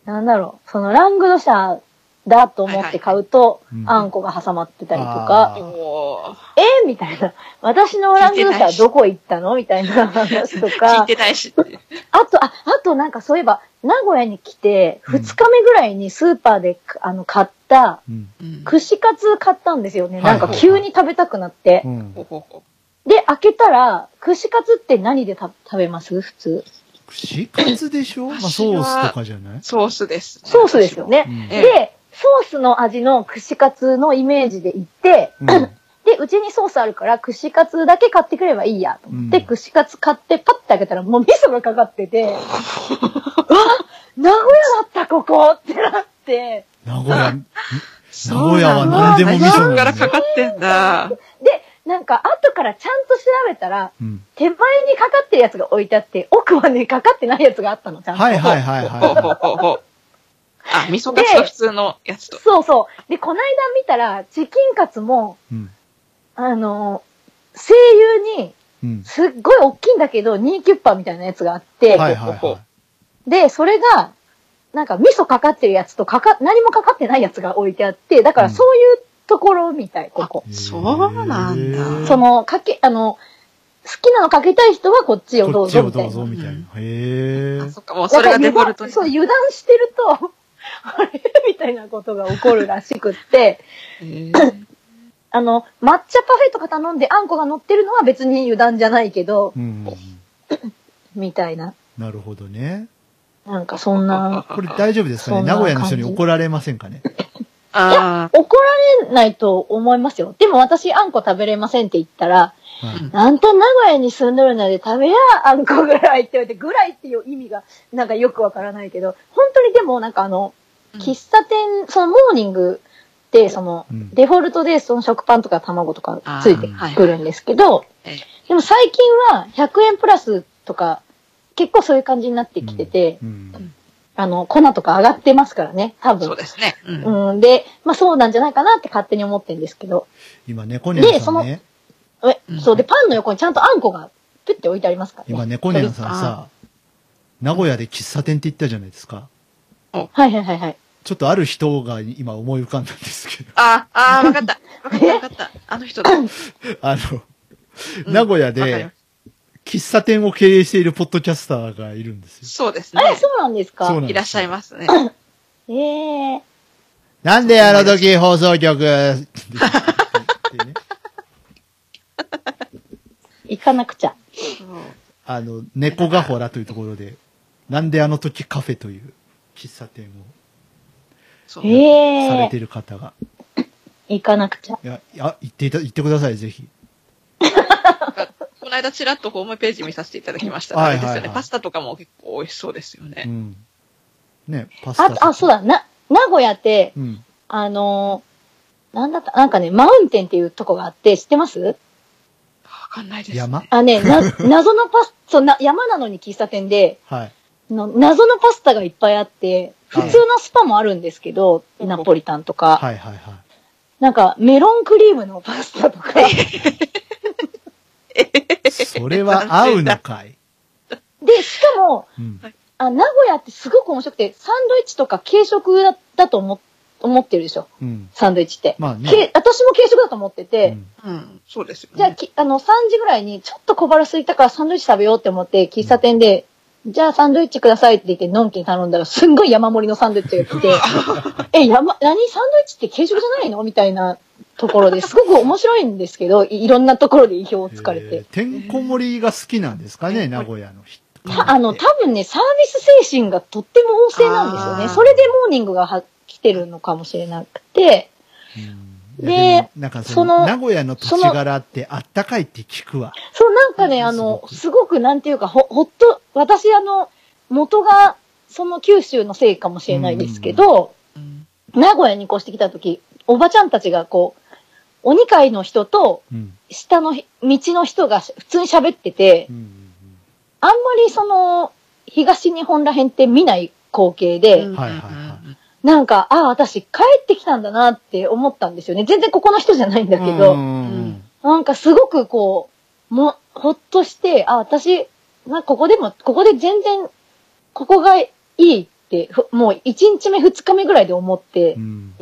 Speaker 2: なんだろう、そのラングドシャだと思って買うと、
Speaker 1: はいはいうん
Speaker 2: あんこが挟まってたりと
Speaker 1: あ
Speaker 2: か、
Speaker 3: おー
Speaker 2: えーみたいな、私のラングドシャどこ行ったのみたいな話と
Speaker 3: 聞い
Speaker 2: か、
Speaker 3: てないしって。
Speaker 2: あと、あ、あとなんかそういえば、名古屋に来て、
Speaker 1: うん
Speaker 2: 2日目ぐらいにスーパーで、あの、買った、
Speaker 1: うん。
Speaker 3: うん
Speaker 2: 串カツ買ったんですよね。
Speaker 1: はいは
Speaker 2: ないん
Speaker 1: はい
Speaker 2: か急に食べたくなって
Speaker 1: う。ん
Speaker 3: ほうほうほ
Speaker 2: で、開けたら、串カツって何でた食べます普通。
Speaker 1: 串カツでしょまあ、ソースとかじゃないう
Speaker 3: ソースです。
Speaker 2: ソースですよ。ね。
Speaker 1: うん
Speaker 3: ええ
Speaker 2: で、ソースの味の串カツのイメージで行って、
Speaker 1: うん。
Speaker 2: で、うちにソースあるから、串カツだけ買ってくればいいや、と思って、
Speaker 1: うん
Speaker 2: 串カツ買って、パッて開けたら、もう味噌がかかっ てて、うわ名古屋だった、ここってなって、
Speaker 1: 名古屋、
Speaker 3: 名
Speaker 1: 名古屋は何でも味噌なんだ
Speaker 3: 最初からかかってんだ。
Speaker 2: で、なんか、後からちゃんと調べたら、
Speaker 1: うん。
Speaker 2: 手前にかかってるやつが置いてあって、奥はね、かかってないやつがあったの、ちゃんと。
Speaker 1: はいはいはい
Speaker 3: ほうほう
Speaker 1: は
Speaker 3: ほうほう。あ、味噌カツと普通のやつと。
Speaker 2: そうそう。で、こないだ見たら、チキンカツも、
Speaker 1: い。うん。
Speaker 2: あの、声優に、
Speaker 1: うん。
Speaker 2: すっごい大きいんだけど、ニーキュッパーみたいなやつがあって、
Speaker 1: はいはいは
Speaker 2: で、それが、なんか味噌かかってるやつとかか、何もかかってないやつが置いてあって、だからそういうところみたい、ここ。
Speaker 1: い。
Speaker 3: そうなんだ
Speaker 1: へえ
Speaker 2: その、かけ、あの、好きなのかけたい人はこっちをど
Speaker 1: こ
Speaker 2: う
Speaker 1: っち
Speaker 2: ぞ
Speaker 1: を
Speaker 2: みた
Speaker 1: ど
Speaker 2: いう
Speaker 1: ぞ
Speaker 2: な。
Speaker 1: みたいな。へ
Speaker 3: あ、
Speaker 1: え。
Speaker 3: そっか、もうそれがデフォルト
Speaker 2: だ
Speaker 3: に。
Speaker 2: から油断そう、油断してる と、あれみたいなことが起こるらしくって、
Speaker 3: へー
Speaker 2: あの、抹茶パフェとか頼んであんこが乗ってるのは別に油断じゃないけど、
Speaker 1: うん。
Speaker 2: みたいな。
Speaker 1: なるほどね。
Speaker 2: なんかそんな、
Speaker 1: これ大丈夫ですかね
Speaker 2: そんな
Speaker 1: 名古屋の人に
Speaker 2: 感じ
Speaker 1: 怒られませんかね
Speaker 3: あ
Speaker 2: 怒られないと思いますよ。でも私あんこ食べれませんって言ったら、
Speaker 1: はい
Speaker 2: あんた名古屋に住んどるなで食べや、あんこぐらいって言われて、ぐらいっていう意味が、なんかよくわからないけど、本当にでもなんかあの、
Speaker 3: うん
Speaker 2: 喫茶店、そのモーニングで、その、
Speaker 1: うん
Speaker 2: デフォルトでその食パンとか卵とかついて
Speaker 3: あー
Speaker 2: くるんですけど、
Speaker 3: ええ
Speaker 2: でも最近は100円プラスとか、結構そういう感じになってきてて、
Speaker 1: うん
Speaker 2: あの、粉とか上がってますからね、多
Speaker 3: あ、そう
Speaker 2: 分。
Speaker 3: ですね。うん。
Speaker 2: うん、で、まあそうなんじゃないかなって勝手に思ってるんですけど、
Speaker 1: 今、猫ニャンさんね、
Speaker 2: え
Speaker 3: うん
Speaker 2: そうで、パンの横にちゃんとあんこが、プって置いてありますからね。
Speaker 1: 今、猫ニャンさん
Speaker 3: あ
Speaker 1: さ、名古屋で喫茶店って言ったじゃないですか。
Speaker 2: はいはいはいはい。
Speaker 1: ちょっとある人が今思い浮かんだんですけど、
Speaker 3: ああ、わかった。わかった、わかった。あの人だ。うん
Speaker 1: あの、名古屋
Speaker 3: わかり
Speaker 1: で
Speaker 3: まし
Speaker 1: 喫茶店を経営しているポッドキャスターがいるんです
Speaker 3: た
Speaker 1: よ。
Speaker 3: そうですね。
Speaker 2: あれ、そうなんです
Speaker 1: そうな
Speaker 2: か
Speaker 1: んです
Speaker 3: いらっしゃいます ね。
Speaker 2: ええ
Speaker 1: なんであの時放送局って言ってね
Speaker 2: 行かなくちゃ。
Speaker 3: そう
Speaker 1: あの、猫がほらというところで、なんであの時カフェという喫茶店
Speaker 3: そう
Speaker 2: え
Speaker 1: をされ
Speaker 2: え
Speaker 1: ている方が。
Speaker 2: 行かなくちゃ。
Speaker 1: いや、いや、行っていた、行ってください、ぜひ。
Speaker 3: この間ちらっとホームページ見させていただきました。
Speaker 1: は
Speaker 3: あ
Speaker 1: いはい
Speaker 3: れで
Speaker 1: はい
Speaker 3: すよね。パスタとかも結構美味しそうですよ
Speaker 1: う
Speaker 3: ね。
Speaker 1: ん。ね、パスタ
Speaker 2: あ
Speaker 1: と
Speaker 2: と、
Speaker 1: か。
Speaker 2: あ、そうだ、な、名古屋って、
Speaker 1: うん。
Speaker 2: あのーなんだった、なんかね、マウンテンっていうとこがあって、知ってます
Speaker 3: わかんないです。
Speaker 1: 山
Speaker 2: あ、ね、な、謎のパス、そう、な、山なのに喫茶店で、
Speaker 1: はい。
Speaker 2: の謎のパスタがいっぱいあって、普通のスパもあるんですけど、
Speaker 3: はい
Speaker 2: ナポリタンとか、
Speaker 1: はいはいはい。
Speaker 2: なんかメロンクリームのパスタ とか、
Speaker 1: それは合うのかい。
Speaker 2: で、しかも、
Speaker 1: うん。
Speaker 2: あ、名古屋ってすごく面白くて、サンドイッチとか軽食だだと思思ってるでしょ
Speaker 1: うん。
Speaker 2: サンドイッチって。
Speaker 1: まあね
Speaker 2: け私も軽食だと思って
Speaker 1: う
Speaker 2: て、
Speaker 1: ん。
Speaker 3: うん。そうですよね。
Speaker 2: じゃあき、あの、3時ぐらいに、ちょっと小腹空いたからサンドイッチ食べようって思って、喫茶店で、じゃあサンドイッチくださいって言って、のんきに頼んだら、すんごい山盛りのサンドイッチが来て、 え、山、何サンドイッチって軽食じゃないのみたいなところですごく面白いんですけど、いいろんなところで意表をつかれ
Speaker 1: えー
Speaker 2: て。
Speaker 1: てんこ盛りが好きなんですかね、名古屋の人。
Speaker 2: たあの、多分ね、サービス精神がとっても旺盛なんですよ
Speaker 3: あ
Speaker 2: ね。
Speaker 3: ー
Speaker 2: それでモーニングがは来てるのかもしれなくて、
Speaker 1: うん、
Speaker 2: で
Speaker 1: いやもなんかその、
Speaker 2: その
Speaker 1: 名古屋の土地柄ってあったかいって聞くわ。
Speaker 2: そう、なんか
Speaker 1: う
Speaker 2: ね、
Speaker 1: ん
Speaker 2: あ
Speaker 1: す
Speaker 2: の
Speaker 1: ご、く
Speaker 2: すごくなんていうか、ほ、ほっと、私あの、元が、その九州のせいかもしれないですけど、
Speaker 3: うん
Speaker 2: 名古屋に越してきた時、おばちゃんたちがこう、鬼会の人と、
Speaker 1: うん。
Speaker 2: 下のひ道の人がし普通に喋ってて
Speaker 1: う、ん。
Speaker 2: あんまりその、東日本ら辺って見ない光景で、
Speaker 3: うん
Speaker 1: はいはいは
Speaker 2: なんか、ああ、私帰ってきたんだなって思ったんですよね。全然ここの人じゃないんだけど、
Speaker 1: うん
Speaker 3: うん
Speaker 2: なんかすごくこう、も、ほっとして、あ、私、まあ、ここでも、ここで全然、ここがいいって、ふもう1日目2日目ぐらいで思って
Speaker 1: う、ん。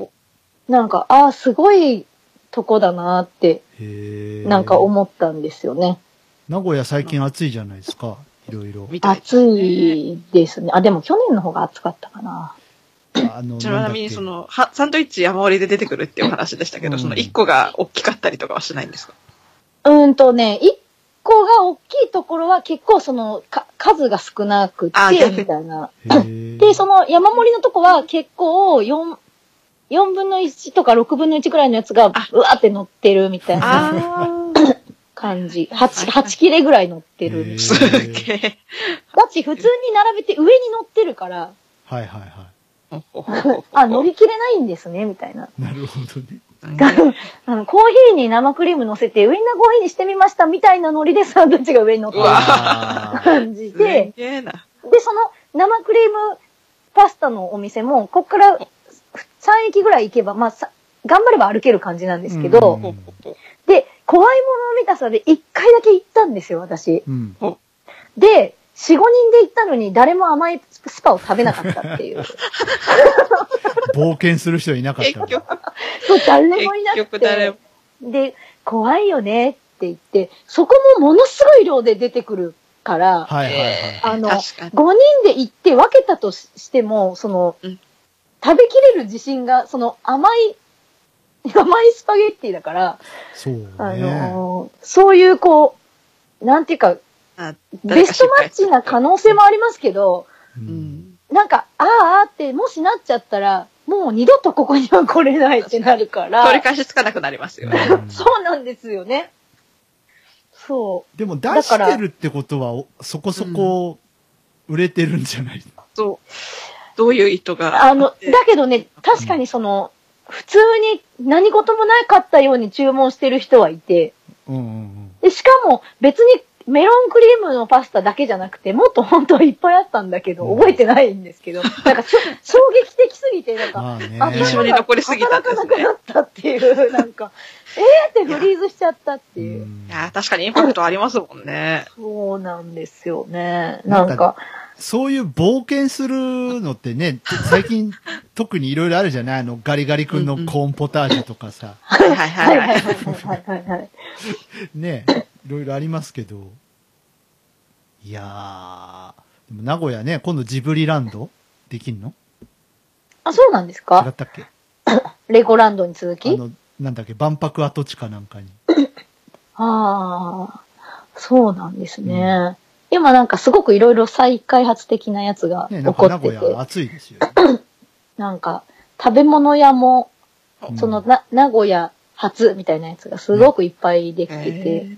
Speaker 2: なんか、あ、すごいとこだなって、
Speaker 1: へえ。
Speaker 2: なんか思ったんですよね。
Speaker 1: 名古屋最近暑いじゃないですか。いろいろ。
Speaker 3: みたいです
Speaker 2: 暑
Speaker 3: ね
Speaker 2: いですね。あ、でも去年の方が暑かったかな。
Speaker 1: あの
Speaker 3: ち
Speaker 1: んだ
Speaker 3: な
Speaker 1: っけ
Speaker 3: みに、その、は、サンドイッチ山盛りで出てくるっていうお話でしたけど、その一個が大きかったりとかはしないんですか
Speaker 2: うーんとね、1個が大きいところは結構その、か数が少なく
Speaker 3: あ
Speaker 2: て、
Speaker 3: 逆に
Speaker 2: みたいな。
Speaker 1: へえ
Speaker 2: で、その山盛りのとこは結構4、4分の1とか6分の1ぐらいのやつが、う
Speaker 3: あ
Speaker 2: わーって乗ってるみたいな
Speaker 3: ああ、
Speaker 2: 感じ。
Speaker 3: はい
Speaker 2: 8、
Speaker 3: はい
Speaker 2: 八切れぐらい乗ってるみたい
Speaker 1: へ
Speaker 2: な
Speaker 1: ー。
Speaker 3: すげえ。
Speaker 2: だって普通に並べて上に乗ってるから、
Speaker 1: はいはいは
Speaker 2: あ、乗り切れないんですね、みたいな。
Speaker 1: い。なるほどね。
Speaker 2: あの、コーヒーに生クリーム乗せて、ウインナーコーヒーにしてみました、みたいなノリでサンドイッチが上に乗ってる
Speaker 3: うわ
Speaker 1: あ
Speaker 2: 感じ
Speaker 3: す
Speaker 2: で、
Speaker 3: げえな。
Speaker 2: で、その生クリームパスタのお店も、こっから3駅ぐらい行けば、まあ、さ頑張れば歩ける感じなんですけど、
Speaker 1: うん
Speaker 3: ほうほうほう
Speaker 2: で、怖いもの見たさで一回だけ行ったんですよ、私。
Speaker 1: ーうん。
Speaker 2: で、四五人で行ったのに誰も甘いスパを食べなかったって いう。
Speaker 1: 冒険する人いなかっ
Speaker 3: 結
Speaker 1: たの。
Speaker 3: 局、
Speaker 2: そう、誰もいな
Speaker 3: 結
Speaker 2: く
Speaker 3: 局誰も
Speaker 2: て。。で、怖いよねって言って、そこもものすごい量で出てくるから、
Speaker 1: はいはいはい。
Speaker 3: えー
Speaker 2: あの
Speaker 3: 確かに。
Speaker 2: 五人で行って分けたとししても、その、
Speaker 3: うん
Speaker 2: 食べきれる自信が、その甘い甘いスパゲッティだから、
Speaker 1: そうね。
Speaker 2: あのーそういうこう、なんていうか、
Speaker 3: あ
Speaker 2: ベストマッチな可能性もありますけど、
Speaker 1: う
Speaker 3: うんん。
Speaker 2: なんか、あーあーって、もしなっちゃったら、もう二度とここには来れないってなるから。
Speaker 3: 取り返しつかなくなりますよね。
Speaker 1: うん
Speaker 2: そうなんですよね。そ
Speaker 1: でも出
Speaker 2: だ
Speaker 1: し
Speaker 2: から
Speaker 1: てるってことは、おそこそこ売れてるんじゃない、
Speaker 3: そう。どういう意図
Speaker 2: う。
Speaker 3: が
Speaker 2: あの、だ
Speaker 3: って
Speaker 2: けどね、確かにその、普通に何事もなかったように注文してる人はいて、
Speaker 1: うん、うんうん
Speaker 2: でしかも別にメロンクリームのパスタだけじゃなくて、もっと本当はいっぱいあったんだけど、
Speaker 1: うん
Speaker 2: 覚えてないんですけど、 なんかちょ衝撃的すぎて、なんか、
Speaker 1: まあね。
Speaker 2: 頭が
Speaker 3: 印象に残りすぎたんですね
Speaker 2: 働かなくなったっていう、なんか、えーってフリーズしちゃったって
Speaker 1: う
Speaker 2: いう。
Speaker 1: ん
Speaker 3: いやー確かにインパクトありますもんね。
Speaker 2: そうなんですよね。
Speaker 1: な
Speaker 2: なん
Speaker 1: か
Speaker 2: んか、
Speaker 1: そういう冒険するのってね、最近 特にいろいろあるじゃないあの、ガリガリ君のコーンポタージュとかさ、
Speaker 3: はいはい
Speaker 2: は
Speaker 3: はいい
Speaker 2: はいは
Speaker 3: は
Speaker 2: い
Speaker 3: い。
Speaker 2: はいはいはい。
Speaker 1: ね、いろいろありますけど。いやー、でも名古屋ね、今度ジブリランドできんの
Speaker 2: あ、そうなんです
Speaker 1: 違っ
Speaker 2: か
Speaker 1: たっけ
Speaker 2: レゴランドに続
Speaker 1: あ
Speaker 2: き
Speaker 1: の、なんだっけ、万博跡地かなんかに。
Speaker 2: ああ、そうなんですね。今なんかすごくいろいろ再開発的なやつが
Speaker 1: ね、
Speaker 2: 起
Speaker 1: なん
Speaker 2: こ
Speaker 1: か名
Speaker 2: って
Speaker 1: 古
Speaker 2: て、
Speaker 1: 屋暑いですよね、
Speaker 2: なんか食べ物屋も、
Speaker 1: うん
Speaker 2: そのな、名古屋発みたいなやつがすごくいっぱいできてて、
Speaker 3: え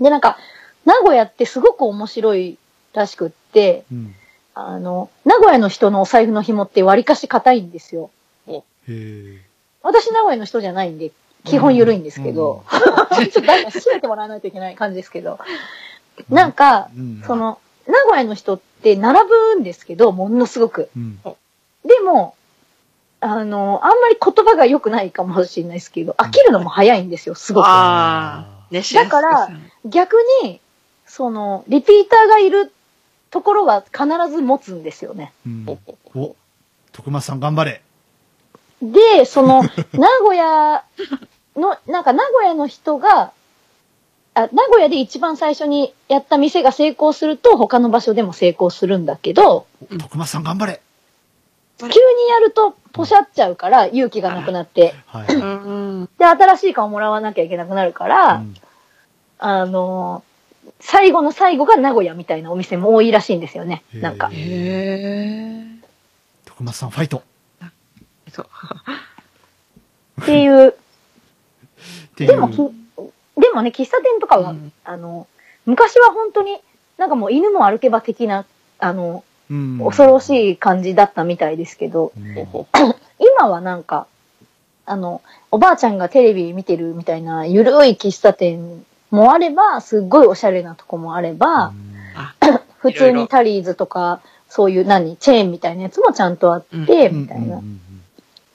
Speaker 2: でなんか名古屋ってすごく面白いらしくって、
Speaker 1: うん。
Speaker 2: あの、名古屋の人のお財布の紐って割かし硬いんですよ。
Speaker 1: へー
Speaker 2: 私名古屋の人じゃないんで、 基本緩いんですけど、 ちょっと誰か閉めてもらわないといけない感じですけど。
Speaker 1: うん
Speaker 2: なんか、
Speaker 1: うん
Speaker 2: そ、の、名古屋の人って並ぶんですけど、ものすごく。
Speaker 1: うん。
Speaker 2: でも、あの、あんまり言葉が良くないかもしれないですけど、飽きるのも早いんですよ、すごく。
Speaker 3: ああ、熱心で
Speaker 2: だ
Speaker 3: す
Speaker 2: から逆に、その、リピーターがいるところは必ず持つんですよね。
Speaker 1: うん
Speaker 3: ほほほ
Speaker 1: お、徳松さん頑張れ。
Speaker 2: で、その、名古屋の、なんか名古屋の人が、あ名古屋で一番最初にやった店が成功すると他の場所でも成功するんだけど、
Speaker 1: お徳松さん頑張れ。
Speaker 2: 急にやるとポシャっちゃうから勇気がなくなって、
Speaker 1: はい。
Speaker 3: う
Speaker 1: うん
Speaker 3: ん
Speaker 2: で、新しい顔もらわなきゃいけなくなるから、あのー最後の最後が名古屋みたいなお店も多いらしいんですよね。なんか
Speaker 3: うん。。へ
Speaker 1: 徳松さんファイト。
Speaker 3: え。そう。
Speaker 2: っていう、
Speaker 1: っていう
Speaker 2: でもき、でもね、喫茶店とかは、
Speaker 3: うん
Speaker 2: あの、昔は本当になんかもう犬も歩けば的な、あの、
Speaker 1: うん
Speaker 2: 恐ろしい感じだったみたいですけど、
Speaker 1: うん
Speaker 3: ほほ
Speaker 2: 今はなんか、あの、おばあちゃんがテレビ見てるみたいなゆるい喫茶店もあれば、すっごいおしゃれなとこもあれば、普通にタリーズとか、そういう何、チェーンみたいなやつもちゃんとあっ
Speaker 3: うん
Speaker 2: て、
Speaker 1: うん
Speaker 2: みたい
Speaker 1: うんう
Speaker 2: なん
Speaker 1: うん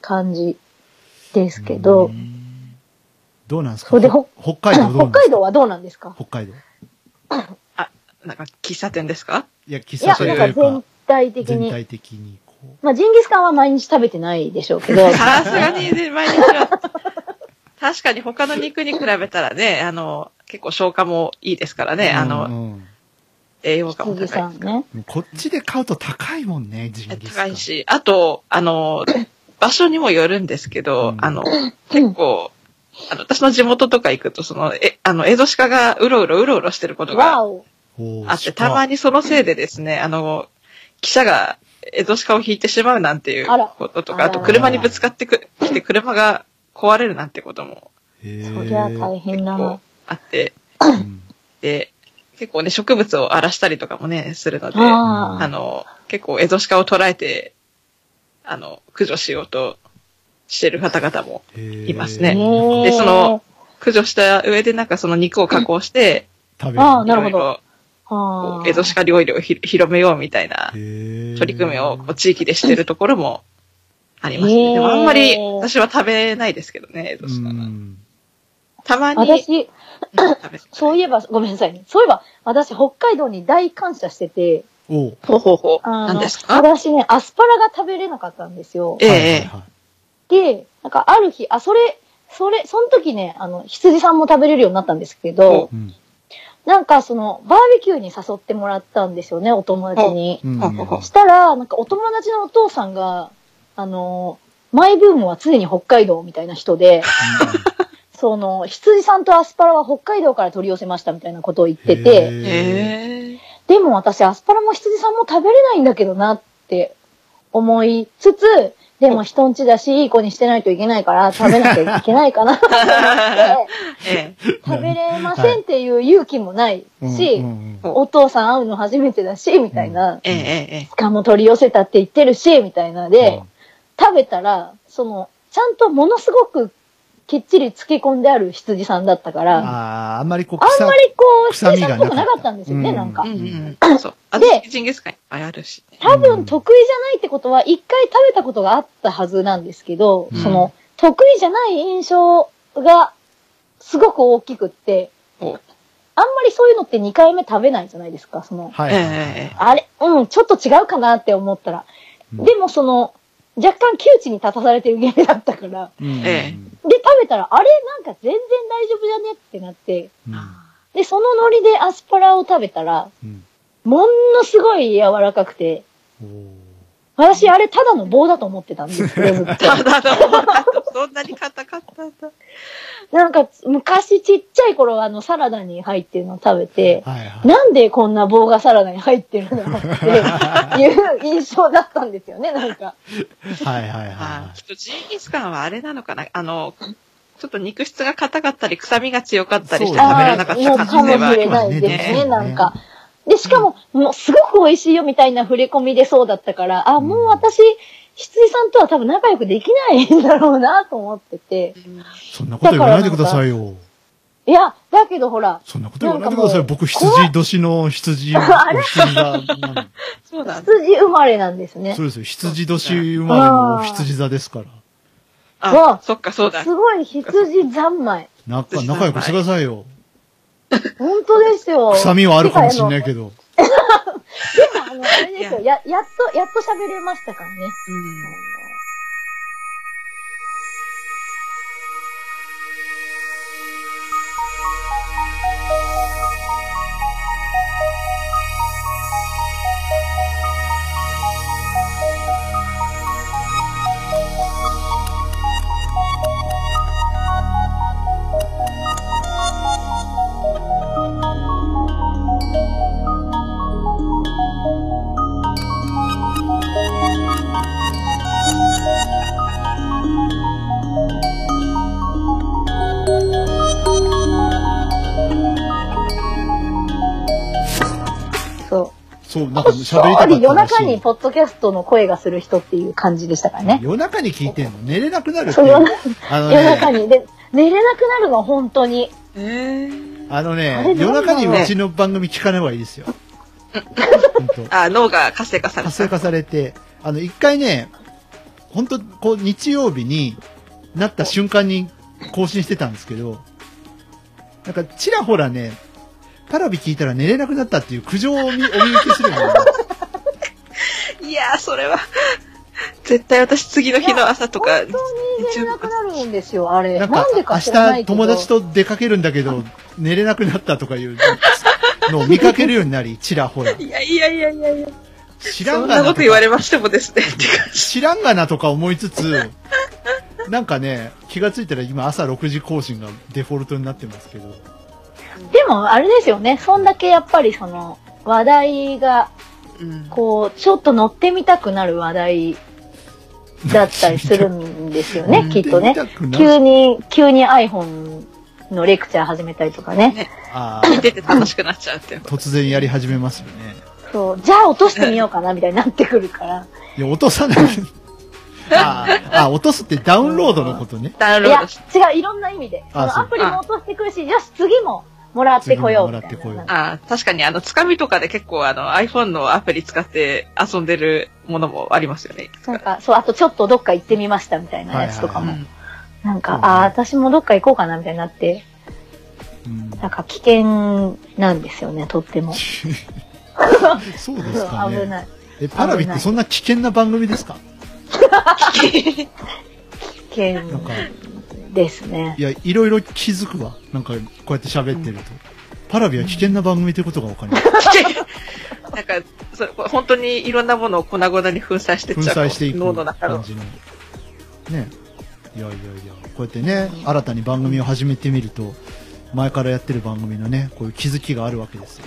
Speaker 2: 感じですけど、
Speaker 1: どうなんですか
Speaker 2: それでほ
Speaker 1: 北海道どうなんです
Speaker 2: 北
Speaker 1: か
Speaker 2: 海道はどうなんですか
Speaker 1: 北海道。
Speaker 3: なんか喫茶店ですか
Speaker 1: いや、喫
Speaker 2: いや、
Speaker 1: 茶
Speaker 2: な
Speaker 1: 店とい
Speaker 2: んか
Speaker 1: うか
Speaker 2: 全、体的
Speaker 1: 全
Speaker 2: に。
Speaker 1: 体的にこう。
Speaker 2: まあ、ジンギスカンは毎日食べてないでしょうけ ど、
Speaker 3: さすがにね毎日は。確かに他の肉に比べたらね、あの、結構消化もいいですからね、あ
Speaker 1: う
Speaker 3: の、
Speaker 1: んうん
Speaker 3: 栄養価も
Speaker 2: 羊さ
Speaker 3: 高い。
Speaker 2: んね。
Speaker 1: もうこっちで買うと高いもんね、ジンギスカ
Speaker 3: 高
Speaker 1: ン。
Speaker 3: いし、あと、あの、場所にもよるんですけど、
Speaker 1: うん
Speaker 3: あの、結構、あの、私の地元とか行くと、その、え、あの、エゾシカがうろうろうろうろしてることが
Speaker 2: わお。
Speaker 1: おー。
Speaker 3: あって、たま
Speaker 1: に。
Speaker 3: にそのせいでですね、あの、記者がエゾシカを引いてしまうなんていう
Speaker 2: あら
Speaker 3: ことと
Speaker 2: あら
Speaker 3: か、あと車にぶつかってくきて車が壊れるなんてことも
Speaker 1: へー
Speaker 2: そりゃ大変
Speaker 3: 結
Speaker 2: だな
Speaker 3: 構。あって、
Speaker 1: うん
Speaker 3: で、結構ね、植物を荒らしたりとかもね、するので、あ
Speaker 2: ああ。
Speaker 3: の、結構エゾシカを捉えて、あの、駆除しようとしてる方々も、
Speaker 1: へー
Speaker 3: いますね
Speaker 2: ねえ
Speaker 3: でその、駆除した上でなんかその肉を加工して、
Speaker 1: 食べる。
Speaker 2: あー
Speaker 3: い
Speaker 2: なる
Speaker 3: ろ
Speaker 2: ほ
Speaker 3: いろ
Speaker 2: どあ
Speaker 3: こ
Speaker 2: あ
Speaker 3: うエゾシカ料理をひ広めようみたいな
Speaker 1: 取
Speaker 3: 取り組みをこう地域でしてるところもあります
Speaker 2: へー
Speaker 3: ね。でもあんまり私は食べないですけどね、エゾシカがたまに食
Speaker 2: 私、
Speaker 3: べ
Speaker 2: そういえば、ごめんなさいね。そういえば、私、北海道に大感謝してて、
Speaker 1: おう
Speaker 3: ほうほうほう。
Speaker 2: あ
Speaker 3: 何
Speaker 2: の
Speaker 3: です、か
Speaker 2: 私ね、アスパラが食べれなかったんですよ。
Speaker 3: ええ
Speaker 1: はいはいはい
Speaker 2: で、なんかある日、あ、それ、それ、その時ね、あの、羊さんも食べれるようになったんですけど
Speaker 3: お、
Speaker 1: うん
Speaker 2: なんかその、バーベキューに誘ってもらったんですよね、お友達に。
Speaker 1: うん
Speaker 3: ほうほうほう
Speaker 2: したら、なんかお友達のお父さんが、あの、マイブームは常に北海道みたいな人で、その、羊さんとアスパラは北海道から取り寄せましたみたいなことを言ってて、
Speaker 1: へー
Speaker 3: へえ。
Speaker 2: でも私アスパラも羊さんも食べれないんだけどなって思いつつ、でも人んちだし、いい子にしてないといけないから食べなきゃいけないかな って思って、
Speaker 3: ええ。
Speaker 2: 食べれませんっていう勇気もないし、
Speaker 1: うんうん
Speaker 3: うん
Speaker 2: お父さん会うの初めてだし、みたいな。
Speaker 3: えええ
Speaker 2: しかも取り寄せたって言ってるし、みたいなで、
Speaker 1: うん
Speaker 2: 食べたら、その、ちゃんとものすごくきっちり漬け込んである羊さんだったから、あ
Speaker 1: ああ、あんまりこう、
Speaker 2: んまりこう、
Speaker 1: 臭み
Speaker 2: 羊
Speaker 1: がなん
Speaker 2: さ
Speaker 1: か
Speaker 2: っぽ
Speaker 1: った
Speaker 2: くなかったんですよね、
Speaker 1: うん
Speaker 2: なんか
Speaker 3: え。。うんうん。そう。あ
Speaker 2: で
Speaker 3: ジンギスカンいっぱいあるしね。
Speaker 2: 多分得意じゃないってことは、一回食べたことがあったはずなんですけど、
Speaker 1: うん
Speaker 2: その、得意じゃない印象が、すごく大きくって、
Speaker 3: お
Speaker 2: あんまりそういうのって2回目食べないじゃないですか、その、
Speaker 1: はいはいはいはい。
Speaker 3: ええ
Speaker 2: あれ、うん、ちょっと違うかなって思ったら。
Speaker 1: うん
Speaker 2: でもその、若干窮地に立たされてるゲームだったから。
Speaker 1: うん
Speaker 3: え
Speaker 2: で、食べたら、あれなんか全然大丈夫じゃねってなって。
Speaker 1: うん
Speaker 2: で、そのノリでアスパラを食べたら、
Speaker 1: うん
Speaker 2: ものすごい柔らかくて、
Speaker 1: おー
Speaker 2: 私あれただの棒だと思ってたんですけど、ずっと。
Speaker 3: ただの、そんなに硬かったんだ。
Speaker 2: なんか昔ちっちゃい頃あのサラダに入ってるの食べて、
Speaker 1: はいはい。
Speaker 2: なんでこんな棒がサラダに入ってるんだろうっていう印象だったんですよね、なんか。
Speaker 1: はいはいはい
Speaker 3: あ
Speaker 1: は
Speaker 3: ーきっとジンギスカンはあれなのかなあの、ちょっと肉質が硬かったり、臭みが強かったりして
Speaker 1: そうだ
Speaker 3: 食べ
Speaker 1: ね
Speaker 3: れなかっ
Speaker 2: もう
Speaker 3: た
Speaker 2: か
Speaker 3: 感
Speaker 2: もし
Speaker 3: じではあ
Speaker 2: れ
Speaker 3: りま
Speaker 2: な
Speaker 3: す
Speaker 2: い
Speaker 3: ね。
Speaker 2: ですね、
Speaker 1: ね
Speaker 2: なんか。で、しかも、もうすごく美味しいよみたいな触れ込みでそうだったから、あ、もう私、羊さんとは多分仲良くできないんだろうなと思ってて。
Speaker 1: い。そんなこと言わないでくださいよ。
Speaker 2: いや、だけどほら、
Speaker 1: そんなこと言わないでください
Speaker 2: な
Speaker 1: よ。
Speaker 2: んかもう
Speaker 1: 僕、羊年の羊を、羊 座なの。
Speaker 3: そうなんだ。
Speaker 2: 羊生まれなんですね
Speaker 1: そう。ですよ。羊年生まれの羊座ですから。
Speaker 3: あ
Speaker 2: わ、
Speaker 3: そっか、そうだ。
Speaker 2: すごい羊三昧。
Speaker 1: 仲、仲良くしてくださいよ。
Speaker 2: 本当ですよ。
Speaker 1: 臭みはあるかもしれないけど。
Speaker 2: てかあの。でも、あの、あれですよ。や、やっと、やっと喋れましたからね。そう。
Speaker 1: そう、なん
Speaker 2: こ
Speaker 1: か
Speaker 2: っ
Speaker 1: 喋り
Speaker 2: そ
Speaker 1: たかったらし
Speaker 2: り
Speaker 1: い
Speaker 2: 夜中にポッドキャストの声がする人っていう感じでしたからね。
Speaker 1: 夜中に聞いてんの寝れなくなるって
Speaker 2: そ
Speaker 1: いうう
Speaker 2: 夜。
Speaker 1: あの
Speaker 2: 夜中
Speaker 1: ね、
Speaker 2: に。で、寝れなくなるの、本当に。
Speaker 3: うん。えー
Speaker 1: あの
Speaker 2: あ
Speaker 1: ね
Speaker 2: れ、
Speaker 1: 夜中に
Speaker 2: なんだろ
Speaker 1: う
Speaker 3: う
Speaker 1: ちの番組聞かない方がいいですよ。 本当
Speaker 3: あ、脳が活性化され
Speaker 1: 活性
Speaker 3: た。
Speaker 1: 化されて、あの、一回ね、本当こう、日曜日になった瞬間に更新してたんですけど、なんか、ちらほらね、パラビ聞いたら寝れなくなったっていう苦情をお見お見受けするの よ。
Speaker 3: いやー、それは。絶対私次の日の朝とか、
Speaker 2: 本当に寝れなくなるんですよ、あれ。
Speaker 1: なん
Speaker 2: な
Speaker 1: か
Speaker 2: んで、か知らな
Speaker 1: 明日
Speaker 2: いけど。
Speaker 1: 友達と出かけるんだけど、寝れなくなったとかいうのを見かけるようになり、ちらほら。
Speaker 3: いやいやいやいやいや。
Speaker 1: 知ら
Speaker 3: そ
Speaker 1: ん
Speaker 3: ん
Speaker 1: が
Speaker 3: な
Speaker 1: な
Speaker 3: ことと
Speaker 1: か
Speaker 3: 言われましてもですね、って感じ。
Speaker 1: 知らんがなとか思いつつ、なんかね、気がついたら今朝6時更新がデフォルトになってますけど。
Speaker 2: でも、あれですよね。そんだけやっぱりその、話題が、
Speaker 3: うん
Speaker 2: こう、ちょっと乗ってみたくなる話題だったりするんですよね、きっとね。急
Speaker 1: 急
Speaker 2: に、急に iPhone のレクチャー始めたりとかね。
Speaker 1: あ
Speaker 3: 聞い
Speaker 1: ー
Speaker 3: てて楽しくなっちゃうっていう。
Speaker 1: 突然やり始めますよね。
Speaker 2: そう。じゃあ落としてみようかな、みたいになってくるから。
Speaker 1: いや、落と さない。あーあ、落とすってダウンロードのことね。
Speaker 3: ダウン
Speaker 2: い
Speaker 3: ロー
Speaker 2: や
Speaker 3: ドし、
Speaker 2: 違う、いろんな意味で。そ
Speaker 1: あ
Speaker 2: の
Speaker 1: そう
Speaker 2: アプリも落としてくるし、よし、次ももらってこようみたいな。
Speaker 1: 次ももらって
Speaker 3: あー確かにあの、つかみとかで結構あの、iPhone のアプリ使って遊んでるものもありますよね。いくつか
Speaker 2: なんか、そう、あとちょっとどっか行ってみましたみたいなやつとか
Speaker 1: う
Speaker 2: も。
Speaker 1: は
Speaker 2: なんか、
Speaker 1: そうね
Speaker 2: ああ、私もどっか行こうかなみたいになって、
Speaker 1: うん
Speaker 2: なんか危険なんですよね、とっても。
Speaker 1: そう
Speaker 2: う
Speaker 1: ですか
Speaker 2: ん危
Speaker 1: ね。
Speaker 2: ない。
Speaker 1: え、パラビってそんな危険な番組ですか
Speaker 2: 危
Speaker 1: なんか
Speaker 2: 険、ですね
Speaker 1: い。や、いろいろ気づくわ。なんか、こうやって喋ってると。パラビは危険な番組ということが分かります。
Speaker 3: なんか、そう本当にいろんなものを粉々に粉砕して っ
Speaker 1: 粉
Speaker 3: ちゃう。
Speaker 1: 砕していく
Speaker 3: 脳の中
Speaker 1: 感
Speaker 3: の。
Speaker 1: じの。ねいやいやいやこうやってね新たに番組を始めてみると前からやってる番組のねこういう気づきがあるわけですよ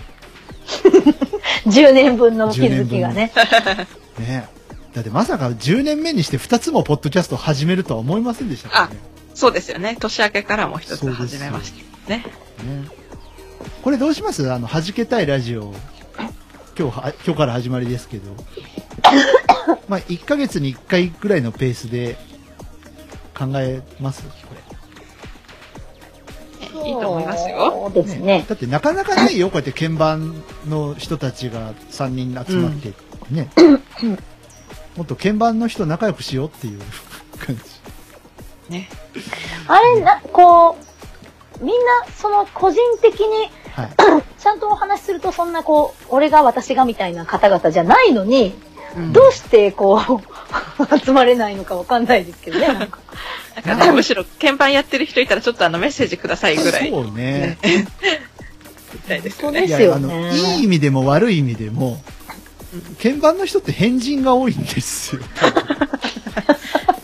Speaker 2: 10年分の気づきがね。
Speaker 1: ねだってまさか10年目にして2つもポッドキャストを始めるとは思いませんでしたからね
Speaker 3: そうですよね。年明けからも一つ始めました。ね。
Speaker 1: ねこれどうしますあの弾けたいラジオ今日は今日から始まりですけ どまあ1ヶ月に1回ぐらいのペースで考えますこ
Speaker 3: いいと思いますよ。
Speaker 2: そうで
Speaker 1: れ、
Speaker 2: すね。
Speaker 1: だってなかなかないよこうやって鍵盤の人たちが3人集まって、ねもっと鍵盤の人仲良くしようっていう感じ
Speaker 3: ね。
Speaker 2: あれ、な、こう、みんな、その、個人的に、
Speaker 1: はい
Speaker 2: ちゃんとお話しすると、そんな、こう、俺が私がみたいな方々じゃないのに、
Speaker 3: うん
Speaker 2: どうして、こう、 集まれないのかわかんないですけどね。なんか
Speaker 3: なんかね、むしろ鍵盤やってる人いたらちょっとあのメッセージくださいぐらいみ
Speaker 1: そうね
Speaker 3: たいです
Speaker 2: そ
Speaker 3: よ
Speaker 2: う
Speaker 3: ね。
Speaker 2: ですよ
Speaker 1: いやあのいい
Speaker 2: ね。
Speaker 1: 意味でも悪い意味でも、鍵盤の人って変人が多いんですよ。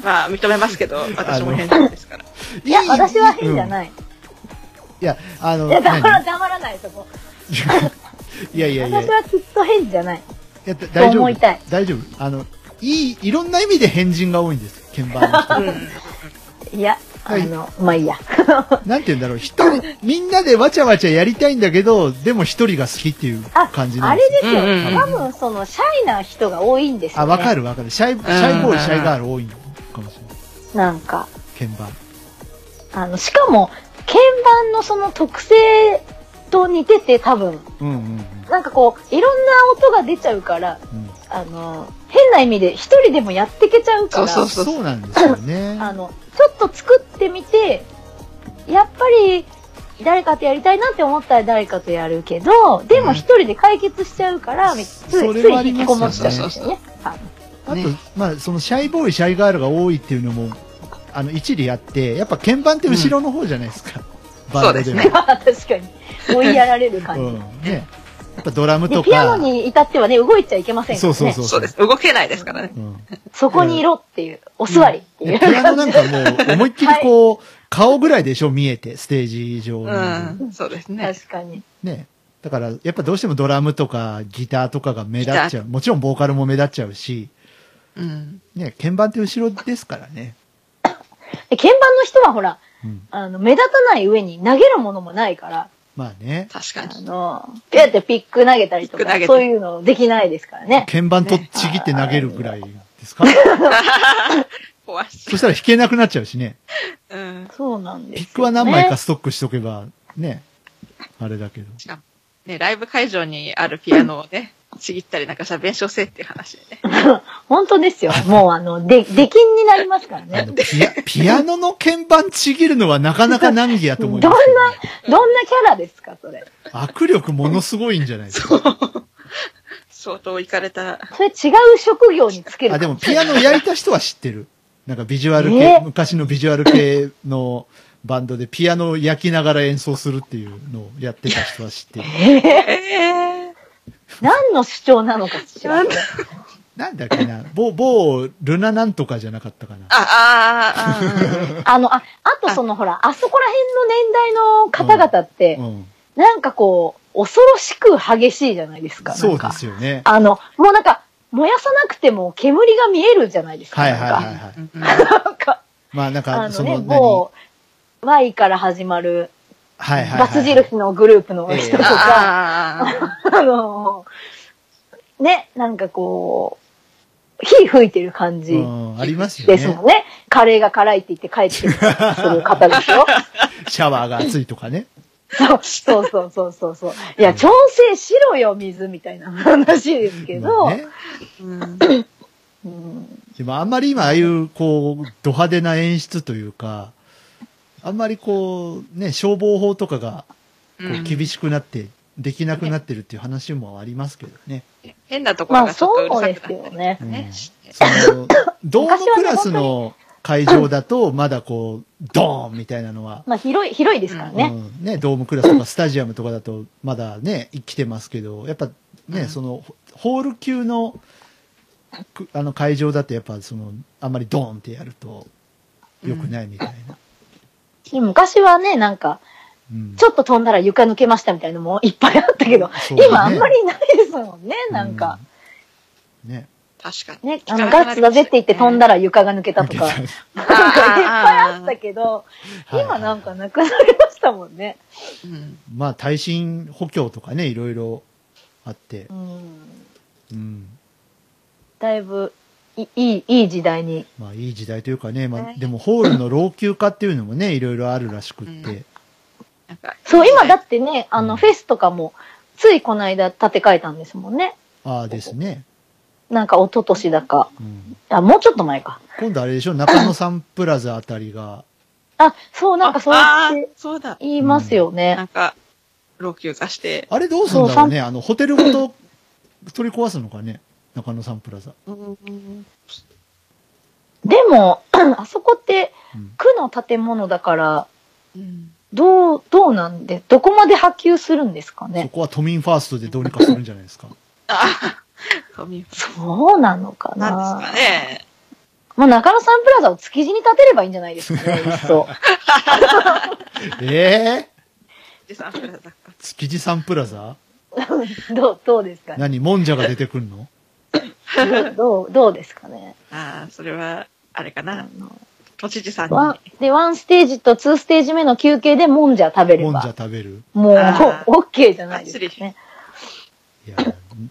Speaker 3: まあ認めますけど、私も変なんですから。
Speaker 2: いや、私は変じゃ
Speaker 1: い。
Speaker 2: ない。
Speaker 1: うんいや、あの、
Speaker 2: いや、だから
Speaker 1: 何
Speaker 2: 黙らない、そこ。
Speaker 1: いやいやいや、い
Speaker 2: 私はずっと変じゃない。
Speaker 1: やだ大丈
Speaker 2: 思いたい
Speaker 1: 夫。大丈夫。あの、いい、いろんな意味で変人が多いんです、鍵盤の人。
Speaker 2: いや、あ
Speaker 1: はい
Speaker 2: の、まあいいや。
Speaker 1: なんて言うんだろう、一人、みんなでわちゃわちゃやりたいんだけど、でも一人が好きっていう
Speaker 2: あ、
Speaker 1: 感じな
Speaker 2: あ
Speaker 1: んです
Speaker 2: れ
Speaker 1: よ
Speaker 2: ですよ。
Speaker 3: うんうんうん
Speaker 2: 多分、その、シャイな人が多いんですよ、ね。
Speaker 1: あ、わかるわかる。シャイ、シャイボーイ、シャイガール多いのかもしれない。
Speaker 2: なんか、
Speaker 1: 鍵盤。
Speaker 2: あの、しかも、鍵盤のその特性と似てて、多分、
Speaker 1: うんうん
Speaker 2: なんかこう、いろんな音が出ちゃうから、
Speaker 1: うんうん。
Speaker 2: あの、変な意味で一人でもやってけちゃうから、
Speaker 3: そうそう
Speaker 1: そうなんですよね。
Speaker 2: あの、ちょっと作ってみて、やっぱり、誰かとやりたいなって思ったら誰かとやるけど、でも一人で解決しちゃうから、
Speaker 1: うん
Speaker 2: みつい
Speaker 1: そ
Speaker 2: つ
Speaker 1: れはい
Speaker 2: 引きこもっちゃうん
Speaker 3: あり
Speaker 2: で
Speaker 3: ますす
Speaker 2: よ
Speaker 3: よ
Speaker 2: ね
Speaker 3: ね。
Speaker 2: はい
Speaker 1: あと、
Speaker 3: ね
Speaker 1: まあ、そのシャイボーイ、シャイガールが多いっていうのも、あの、一理あって、やっぱ鍵盤って後ろの方じゃないですか。バンド
Speaker 3: そうです
Speaker 1: も
Speaker 3: ね
Speaker 2: 確かに。追いやられる感じ。
Speaker 1: うん。ね。やっぱドラム
Speaker 2: で
Speaker 1: と
Speaker 2: ピア
Speaker 1: か。
Speaker 2: ノに至ってはね、動いちゃいけませんから
Speaker 1: そう
Speaker 2: ね。
Speaker 1: そうそう。
Speaker 3: そうです。動けないですからね。
Speaker 1: うん。
Speaker 2: そこにいろっていう、お座りっていう
Speaker 1: でピアノなんかもう、思いっきりこう、顔ぐらいでしょ、見えて、ステージ上に。
Speaker 3: うん、そうですね。
Speaker 2: 確かに。
Speaker 1: ね。だから、やっぱどうしてもドラムとかギターとかが目立っちゃう。もちろんボーカルも目立っちゃうし、
Speaker 3: うん。
Speaker 1: ね、鍵盤って後ろですからね。
Speaker 2: え鍵盤の人はほら、
Speaker 1: うん。
Speaker 2: あの、目立たない上に投げるものもないから、
Speaker 1: まあね。
Speaker 3: 確か
Speaker 2: あ
Speaker 3: に。
Speaker 2: の、ピュってピック投げたりと
Speaker 3: ピック投
Speaker 2: か
Speaker 3: げ、て
Speaker 2: そういうのできないですからね。
Speaker 1: 鍵盤とちぎって投げるぐらいですか
Speaker 3: 壊 し
Speaker 1: そしたら弾けなくなっちゃうしね。
Speaker 3: うん。
Speaker 2: そうなんで
Speaker 1: ピ
Speaker 2: す、ね。
Speaker 1: ックは何枚かストックしとけば、ね、あれだけど。
Speaker 3: しかも、ね、ライブ会場にあるピアノをね、ちぎったりなんかしたら弁償せっていう話でね。
Speaker 2: 本当ですよ。もうあの、で、出禁になりますから
Speaker 1: あ
Speaker 2: ね
Speaker 1: の。ピア、ピアノの鍵盤ちぎるのはなかなか難儀やと
Speaker 2: ど
Speaker 1: 思
Speaker 2: ん
Speaker 1: い
Speaker 2: な
Speaker 1: ます、、
Speaker 2: どんなキャラですか、それ。
Speaker 1: 握力ものすごいんじゃないですか。
Speaker 3: 相当いか れた。
Speaker 2: それ違う職業につける。
Speaker 1: あ、でもピアノやりた人は知ってる。なんかビジュアル系、
Speaker 2: え
Speaker 1: 昔のビジュアル系のバンドでピアノを焼きながら演奏するっていうのをやってた人は知ってる。
Speaker 3: ええ
Speaker 2: 何の主張なのかしら。それ
Speaker 1: なんだっけな、某、某、ルナなんとかじゃなかったかな。
Speaker 3: あ、あーあー、あ
Speaker 2: あの、あ、あとそのほら、あそこら辺の年代の方々って、
Speaker 1: うん。
Speaker 2: なんかこう、恐ろしく激しいじゃないですか。な
Speaker 1: そ
Speaker 2: ん
Speaker 1: う
Speaker 2: か
Speaker 1: ですよね。
Speaker 2: あの、もうなんか、燃やさなくても煙が見えるじゃないですか。
Speaker 1: はいはいはい
Speaker 2: なんか
Speaker 1: はい。
Speaker 3: ー
Speaker 2: なんか、
Speaker 1: まあなん
Speaker 2: あ
Speaker 1: か、
Speaker 2: の
Speaker 1: そ
Speaker 2: ね、
Speaker 1: の、
Speaker 2: 某、Y から始まる、
Speaker 1: はいはいはい。
Speaker 2: バツ印のグループの人とか、
Speaker 3: あ ー。
Speaker 2: あの、ね、なんかこう、火吹いてる感じ
Speaker 1: うん、ありますよね。
Speaker 2: ですもんね。カレーが辛いって言って帰ってくるする方でし ょ。
Speaker 1: シャワーが熱いとかね。
Speaker 2: そうそうそうそうそうそう。いや、調整しろよ、水みたいな話ですけど。
Speaker 1: まあね
Speaker 3: うん
Speaker 2: うん
Speaker 1: でもあんまり今、ああいう、こう、ド派手な演出というか、あんまりこう、ね、消防法とかがこ
Speaker 3: う
Speaker 1: うん厳しくなって、できなくなってるっていう話もありますけどね。
Speaker 3: 変なとこ
Speaker 2: ま
Speaker 3: ろ
Speaker 2: あ、
Speaker 3: がちょっと
Speaker 2: そう
Speaker 3: うる
Speaker 2: です
Speaker 3: さくなっ
Speaker 2: よ
Speaker 3: たり
Speaker 2: ね
Speaker 1: う。
Speaker 3: ね
Speaker 1: ん、
Speaker 3: して
Speaker 1: そ の、ドームクラスの会場だと、まだこう、ドーンみたいなのは、
Speaker 2: まあ、広い、広いですからね。
Speaker 1: うん、ね、ドームクラスとかスタジアムとかだと、まだね、生きてますけど、やっぱね、
Speaker 3: うん
Speaker 1: その、ホール級の、くあの会場だとやっぱその、あんまりドーンってやると、良くないみたいな。
Speaker 2: でも昔はね、なんか、
Speaker 1: うん
Speaker 2: ちょっと飛んだら床抜けましたみたいなのもいっぱいあったけど、
Speaker 1: そうだね
Speaker 2: 今あんまりないですもんね、なんか。
Speaker 1: ね。
Speaker 3: 確かに。
Speaker 2: ね、あの、ガッツだぜって言って飛んだら床が抜け たとか、なんかいっぱいあったけど、
Speaker 1: はい
Speaker 2: 今なんかなくなりましたもんね。
Speaker 3: うん
Speaker 1: まあ、耐震補強とかね、いろいろあって
Speaker 2: う。ん。
Speaker 1: うん。
Speaker 2: だいぶ、いいい、いい時代に。
Speaker 1: まあ、いい時代というかね、ま
Speaker 3: は
Speaker 1: あ、
Speaker 3: い
Speaker 1: でもホールの老朽化っていうのもね、いろいろあるらしくっ
Speaker 3: う
Speaker 1: て。
Speaker 3: なんか
Speaker 2: そう、今だってね、あ
Speaker 1: う
Speaker 2: の、
Speaker 1: ん
Speaker 2: フェスとかも、ついこの間建て替えたんですもんね。
Speaker 1: ああですね。
Speaker 2: なんか、一昨年だか。
Speaker 1: うん。
Speaker 2: あ、もうちょっと前か。
Speaker 1: 今度あれでしょ、中野サンプラザあたりが、
Speaker 2: あ、そう、なんかそうや
Speaker 3: あ
Speaker 2: って
Speaker 3: あそうだ。
Speaker 2: 言いますよ
Speaker 3: な
Speaker 2: ね。
Speaker 3: んか、老朽化して。
Speaker 1: あれどうすんだろうね。あの、ホテルごと取り壊すのかね。中野サンプラザ。
Speaker 3: うん
Speaker 2: でも、 あそこって、
Speaker 1: うん。
Speaker 2: 区の建物だから、
Speaker 3: うん
Speaker 2: どう、どうなんで、どこまで波及するんですか
Speaker 1: そ
Speaker 2: ね。
Speaker 1: こは都民ファーストでどうにかするんじゃないですか。
Speaker 3: あそうなんです
Speaker 2: そうなのかな。
Speaker 3: かね。
Speaker 2: まあ、中野サンプラザを築地に建てればいいんじゃないですかね、いっそ。
Speaker 1: ええ
Speaker 3: おじさんプラザか
Speaker 1: 築地サンプラザ
Speaker 2: どう、どうですかね。
Speaker 1: 何もんじゃが出てくんの
Speaker 2: どうどう、どうですかね。
Speaker 3: ああ、それは、あれか
Speaker 2: あ
Speaker 3: な。
Speaker 2: の
Speaker 3: 都知事さんに。
Speaker 2: ワンで、ワンステージとツーステージ目の休憩でもんじゃ食べれ
Speaker 1: もんじゃ
Speaker 2: ば、
Speaker 1: 食べる
Speaker 2: もう
Speaker 3: あー、
Speaker 2: オッケーじゃないですかね。
Speaker 1: いや、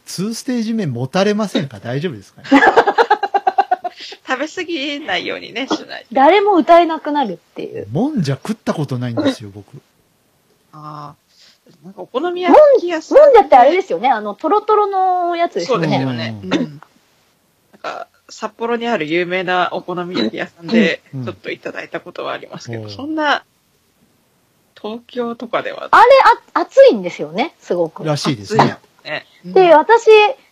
Speaker 1: 2ステージ目持たれませんか大丈夫ですかね
Speaker 3: 食べ過ぎないようにね、しない。
Speaker 2: 誰も歌えなくなるっていう。
Speaker 1: もんじゃ食ったことないんです よ、僕。
Speaker 3: ああ。なんかお好み焼き屋さん
Speaker 2: もんじゃってあれですよね、あの、トロトロのやつです
Speaker 3: そう
Speaker 2: よ
Speaker 3: です
Speaker 2: ね。
Speaker 3: よね。
Speaker 1: う
Speaker 3: うんん。なんか、札幌にある有名なお好み焼き屋さんで、
Speaker 1: うん
Speaker 3: ちょっといただいたことはありますけど、
Speaker 1: うん
Speaker 3: そんな、東京とかでは
Speaker 2: あれあ、暑いんですよね、すごく。
Speaker 1: ら
Speaker 2: で、
Speaker 1: しいです
Speaker 3: 暑い
Speaker 1: ね
Speaker 3: よ。ね。うん
Speaker 2: 私、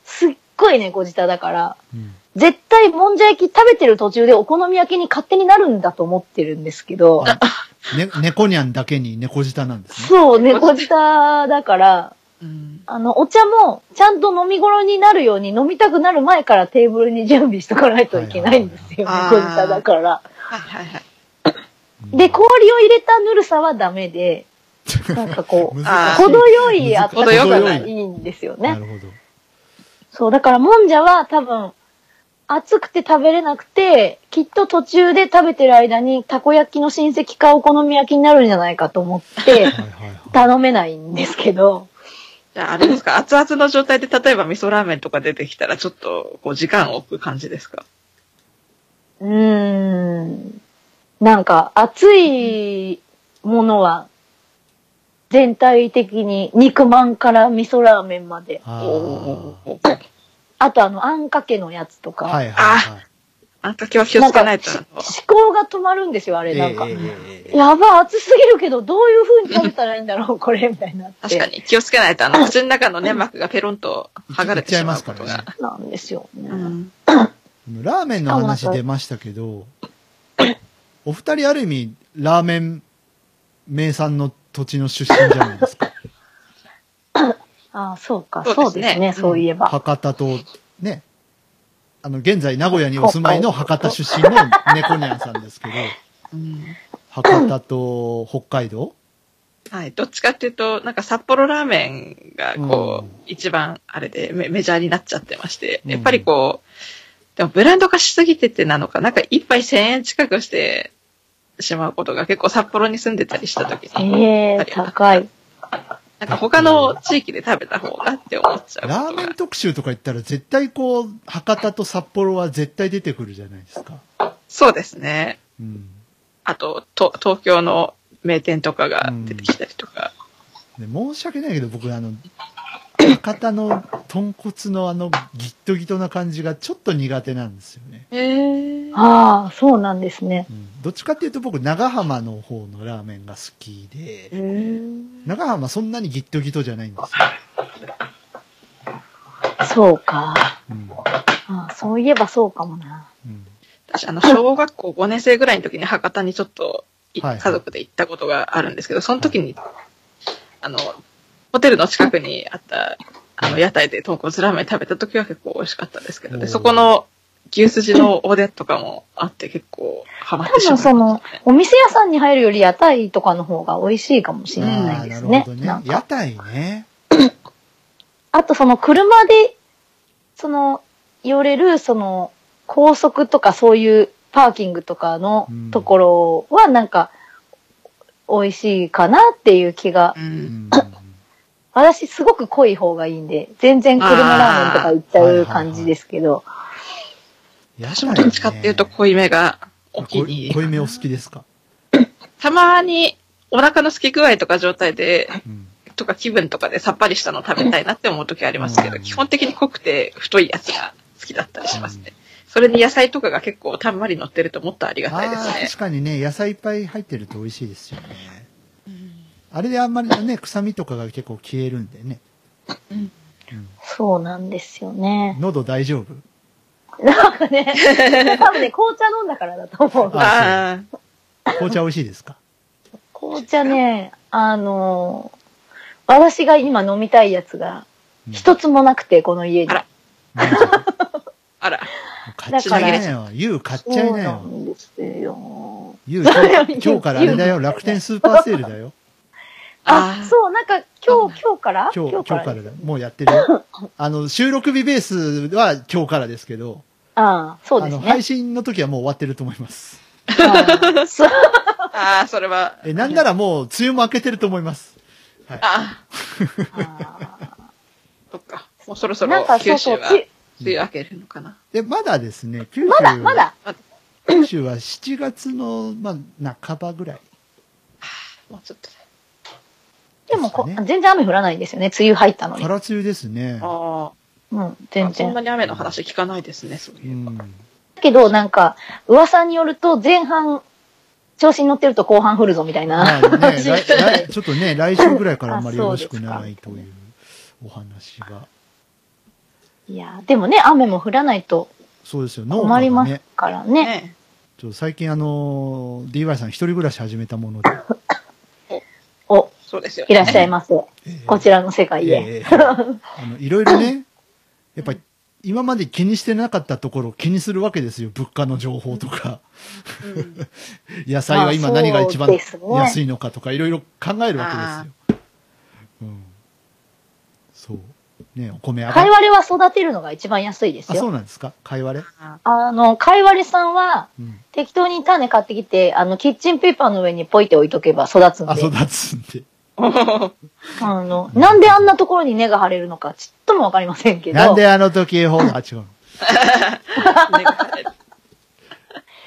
Speaker 2: すっごいね、ご自宅だから、
Speaker 1: うん
Speaker 2: 絶対もんじゃ焼き食べてる途中でお好み焼きに勝手になるんだと思ってるんですけど、
Speaker 1: あ ね、猫にゃんだけに猫舌なんですね。
Speaker 2: そう、猫舌だから、
Speaker 3: うん
Speaker 2: あの、お茶も、ちゃんと飲み頃になるように飲みたくなる前からテーブルに準備しとかないといけないんですよ、
Speaker 3: は
Speaker 2: 猫
Speaker 3: いはいはい
Speaker 2: 舌だから。
Speaker 3: はいはいはい。
Speaker 1: うん
Speaker 2: で、氷を入れたぬるさはダメで、なんかこ う、
Speaker 1: 難しい
Speaker 2: 程よいあったか
Speaker 3: 程
Speaker 2: さ
Speaker 3: よく
Speaker 2: が
Speaker 3: ない
Speaker 2: いんです よ
Speaker 1: な
Speaker 2: ね。
Speaker 1: るほど。
Speaker 2: そう、だからもんじゃは多分、暑くて食べれなくて、きっと途中で食べてる間にたこ焼きの親戚かお好み焼きになるんじゃないかと思 って、
Speaker 1: はいはいはい。
Speaker 2: 頼めないんですけど、
Speaker 3: じゃあ、あれですか、熱々の状態で、例えば味噌ラーメンとか出てきたら、ちょっと、こう、時間を置く感じですか
Speaker 2: うーん、なんか暑いものは、全体的に肉まんから味噌ラーメンまで。
Speaker 1: あ
Speaker 3: お
Speaker 1: ー
Speaker 3: ー
Speaker 2: あとあの、あんかけのやつとか。
Speaker 1: はいはいはい。
Speaker 3: あんかけは気をつけないと。あの
Speaker 2: 思考が止まるんですよ、あれ、なんか。
Speaker 1: ええええええ
Speaker 2: やば、熱すぎるけど、どういう風に食べたらいいんだろう、こ れ、みたいになって。
Speaker 3: 確かに気をつけないと、あの、口の中の粘膜がペロンと剥がれてしまうこと
Speaker 1: いっちゃいます
Speaker 3: が。
Speaker 2: なんですよね。
Speaker 3: うん
Speaker 1: ラーメンの話出ましたけど、お二人ある意味、ラーメン名産の土地の出身じゃないですか。
Speaker 2: ああ、そうか、そ
Speaker 3: そうう
Speaker 2: で
Speaker 3: ですすね
Speaker 2: ね、 そういえば。
Speaker 1: 博多と、ね。あの、現在名古屋にお住まいの博多出身の猫ニャンさんですけど、
Speaker 3: うん
Speaker 1: 博多と北海道
Speaker 3: はい。どっちかっていうと、なんか札幌ラーメンが、こう、一番、あれでメ、メジャーになっちゃってまして、
Speaker 1: うん
Speaker 3: やっぱりこう、でもブランド化しすぎててなのか、なんか一杯1000円近くしてしまうことが結構札幌に住んでたりした時
Speaker 2: え
Speaker 3: に、
Speaker 2: え高い。
Speaker 3: なんか他の地域で食べた方がって思っちゃう
Speaker 1: ラ
Speaker 3: こ
Speaker 1: ー
Speaker 3: と
Speaker 1: メン
Speaker 3: が。
Speaker 1: 特集とか言ったら絶対こう、博多と札幌は絶対出てくるじゃないですか。
Speaker 3: そうですね。
Speaker 1: うん。
Speaker 3: あと、と東京の名店とかが出てきたりとか。
Speaker 1: で申し訳ないけど僕あの博多の豚骨のあのギットギトな感じがちょっと苦手なんですよね、
Speaker 3: へえ
Speaker 2: ああ、そうなんですね。
Speaker 1: うん、どっちかっていうと僕長浜の方のラーメンが好きで長浜そんなにギットギトじゃないんです
Speaker 2: そうか。
Speaker 1: よ、うん
Speaker 2: ああそういえばそうかもな。
Speaker 1: うん、
Speaker 3: 私、あの、小学校5年生ぐらいの時に博多にちょっとい、
Speaker 1: はいはい
Speaker 3: 家族で行ったことがあるんですけど、その時に、あの、ホテルの近くにあった、あの、屋台で豚骨ラーメン食べた時は結構美味しかったですけど、
Speaker 1: おー
Speaker 3: で、そこの牛すじのおでんとかもあって結構ハマってし
Speaker 2: 多分
Speaker 3: まう。
Speaker 2: その、お店屋さんに入るより屋台とかの方が美味しいかもしれないですね。
Speaker 1: あー
Speaker 2: な
Speaker 1: なるほど
Speaker 2: ん
Speaker 1: ね。屋
Speaker 2: か。
Speaker 1: 台ね。
Speaker 2: あとその車で、その、寄れる、その、高速とかそういうパーキングとかの
Speaker 1: うん
Speaker 2: ところはなんか、美味しいかなっていう気が
Speaker 3: う。。
Speaker 1: うんん
Speaker 2: 私すごく濃い方がいいんで、全然車ラーメンとか行っちゃう感じですけど。
Speaker 1: 屋
Speaker 3: 私もどっちかっていうと濃いめがお気に入り
Speaker 1: 濃いめお好きですか、
Speaker 3: たまにお腹の空き具合とか状態で、
Speaker 1: うん
Speaker 3: とか気分とかでさっぱりしたの食べたいなって思う時ありますけど、
Speaker 1: うん
Speaker 3: 基本的に濃くて太いやつが好きだったりしますね。それに野菜とかが結構たんまり乗ってるともっとありがたいで
Speaker 1: ああー、確
Speaker 3: す
Speaker 1: かにね、野菜いっぱい入ってると美味しいですよね。あれであんまりね、臭みとかが結構消えるんでね。
Speaker 3: ね。
Speaker 2: そうなんですよね。
Speaker 1: 喉大丈夫
Speaker 2: なんかね、 多分ね、紅茶飲んだからだと思う。
Speaker 3: ああ、
Speaker 1: 紅茶美味しいですか
Speaker 2: 紅茶ね、あのー私が今飲みたいやつが一
Speaker 1: つ。
Speaker 2: つもなくて、この家に
Speaker 3: あ。ら
Speaker 1: うんもう
Speaker 3: あら。
Speaker 1: 買っちゃいなよ。ゆう買っちゃい
Speaker 2: そ
Speaker 1: な
Speaker 2: うな
Speaker 1: よ。
Speaker 2: んですよ。
Speaker 1: ゆう、今日今日からあれだよ。楽天スーパーセールだよ。
Speaker 3: あ
Speaker 2: あ
Speaker 3: ー
Speaker 2: そう、なんか今日、今日から
Speaker 1: 今日、今日から
Speaker 2: です
Speaker 1: だよ。もうやってるよ。あの、収録日ベースは今日からですけど、
Speaker 2: ああ、そう
Speaker 1: あ
Speaker 2: です
Speaker 1: の、
Speaker 2: ね
Speaker 1: 配。信の時はもう終わってると思います。
Speaker 2: ああそう
Speaker 3: ああ、それは。
Speaker 1: え、なんならもう梅雨も明けてると思います。
Speaker 3: あ
Speaker 2: あ
Speaker 3: あ、そっか。もうそろそ
Speaker 2: あ
Speaker 3: ろ
Speaker 2: なんかそ
Speaker 3: 九
Speaker 2: う
Speaker 3: 州
Speaker 2: そう、
Speaker 3: は
Speaker 2: ち
Speaker 3: 梅雨明けるのかな。
Speaker 1: で、まだですね、九州
Speaker 2: まだ、まだ、
Speaker 1: 九州は7月の、まあ、半ばぐらい。
Speaker 3: もうちょっとね。
Speaker 2: でもこ
Speaker 1: ですかね
Speaker 2: 全然雨降らないんですよね。梅雨入ったのに
Speaker 1: か。ら梅雨ですね。
Speaker 3: あ
Speaker 2: うん、
Speaker 3: ーあ、
Speaker 2: 全
Speaker 3: そん
Speaker 2: 然。
Speaker 3: な
Speaker 2: だ
Speaker 3: に雨の話聞かないですね、そう
Speaker 1: う
Speaker 3: いえば。
Speaker 1: ん。
Speaker 2: けど、なんか、噂によると、前半、調子に乗ってると後半降るぞみたい
Speaker 1: ま
Speaker 2: な。
Speaker 1: あね、来来ちょっとね、来週ぐらいからあんまりよろしくないというお話が。
Speaker 2: いや、でもね、雨も降らないと
Speaker 1: そうですよ、脳
Speaker 2: 困り
Speaker 1: が
Speaker 2: ます
Speaker 1: ね。
Speaker 2: からね。
Speaker 3: ね
Speaker 1: ちょっと最近あの、DY さん一人暮らし始めたもので。
Speaker 2: お、
Speaker 3: そうですよ、ね。
Speaker 2: いらっしゃいませ。 こちらの世界へ。
Speaker 1: ええ あの、いろいろね、やっぱり今まで気にしてなかったところを気にするわけですよ、物価の情報とか。
Speaker 3: うん
Speaker 1: 野菜は今
Speaker 2: まあ
Speaker 1: 何が一番
Speaker 2: そうですね
Speaker 1: 安いのかとかいろいろ考えるわけですよ。うん、そう。ねお米上が
Speaker 2: かい
Speaker 1: っ
Speaker 2: われは育てるのが一番安いです
Speaker 1: あ、そう
Speaker 2: よ。
Speaker 1: なんですかかいわれ、
Speaker 3: あ
Speaker 2: あの、かいわれさんは、
Speaker 1: うん、
Speaker 2: 適当に種買ってきて、あの、キッチンペーパーの上にポイって置いとけば育つん
Speaker 1: あ、
Speaker 2: で。
Speaker 1: 育つんで。
Speaker 3: ー
Speaker 2: あの、なんであんなところに根が張れるのか、ちっともわかりませんけど。
Speaker 1: なんであの時ほど、あ、違う。
Speaker 3: ね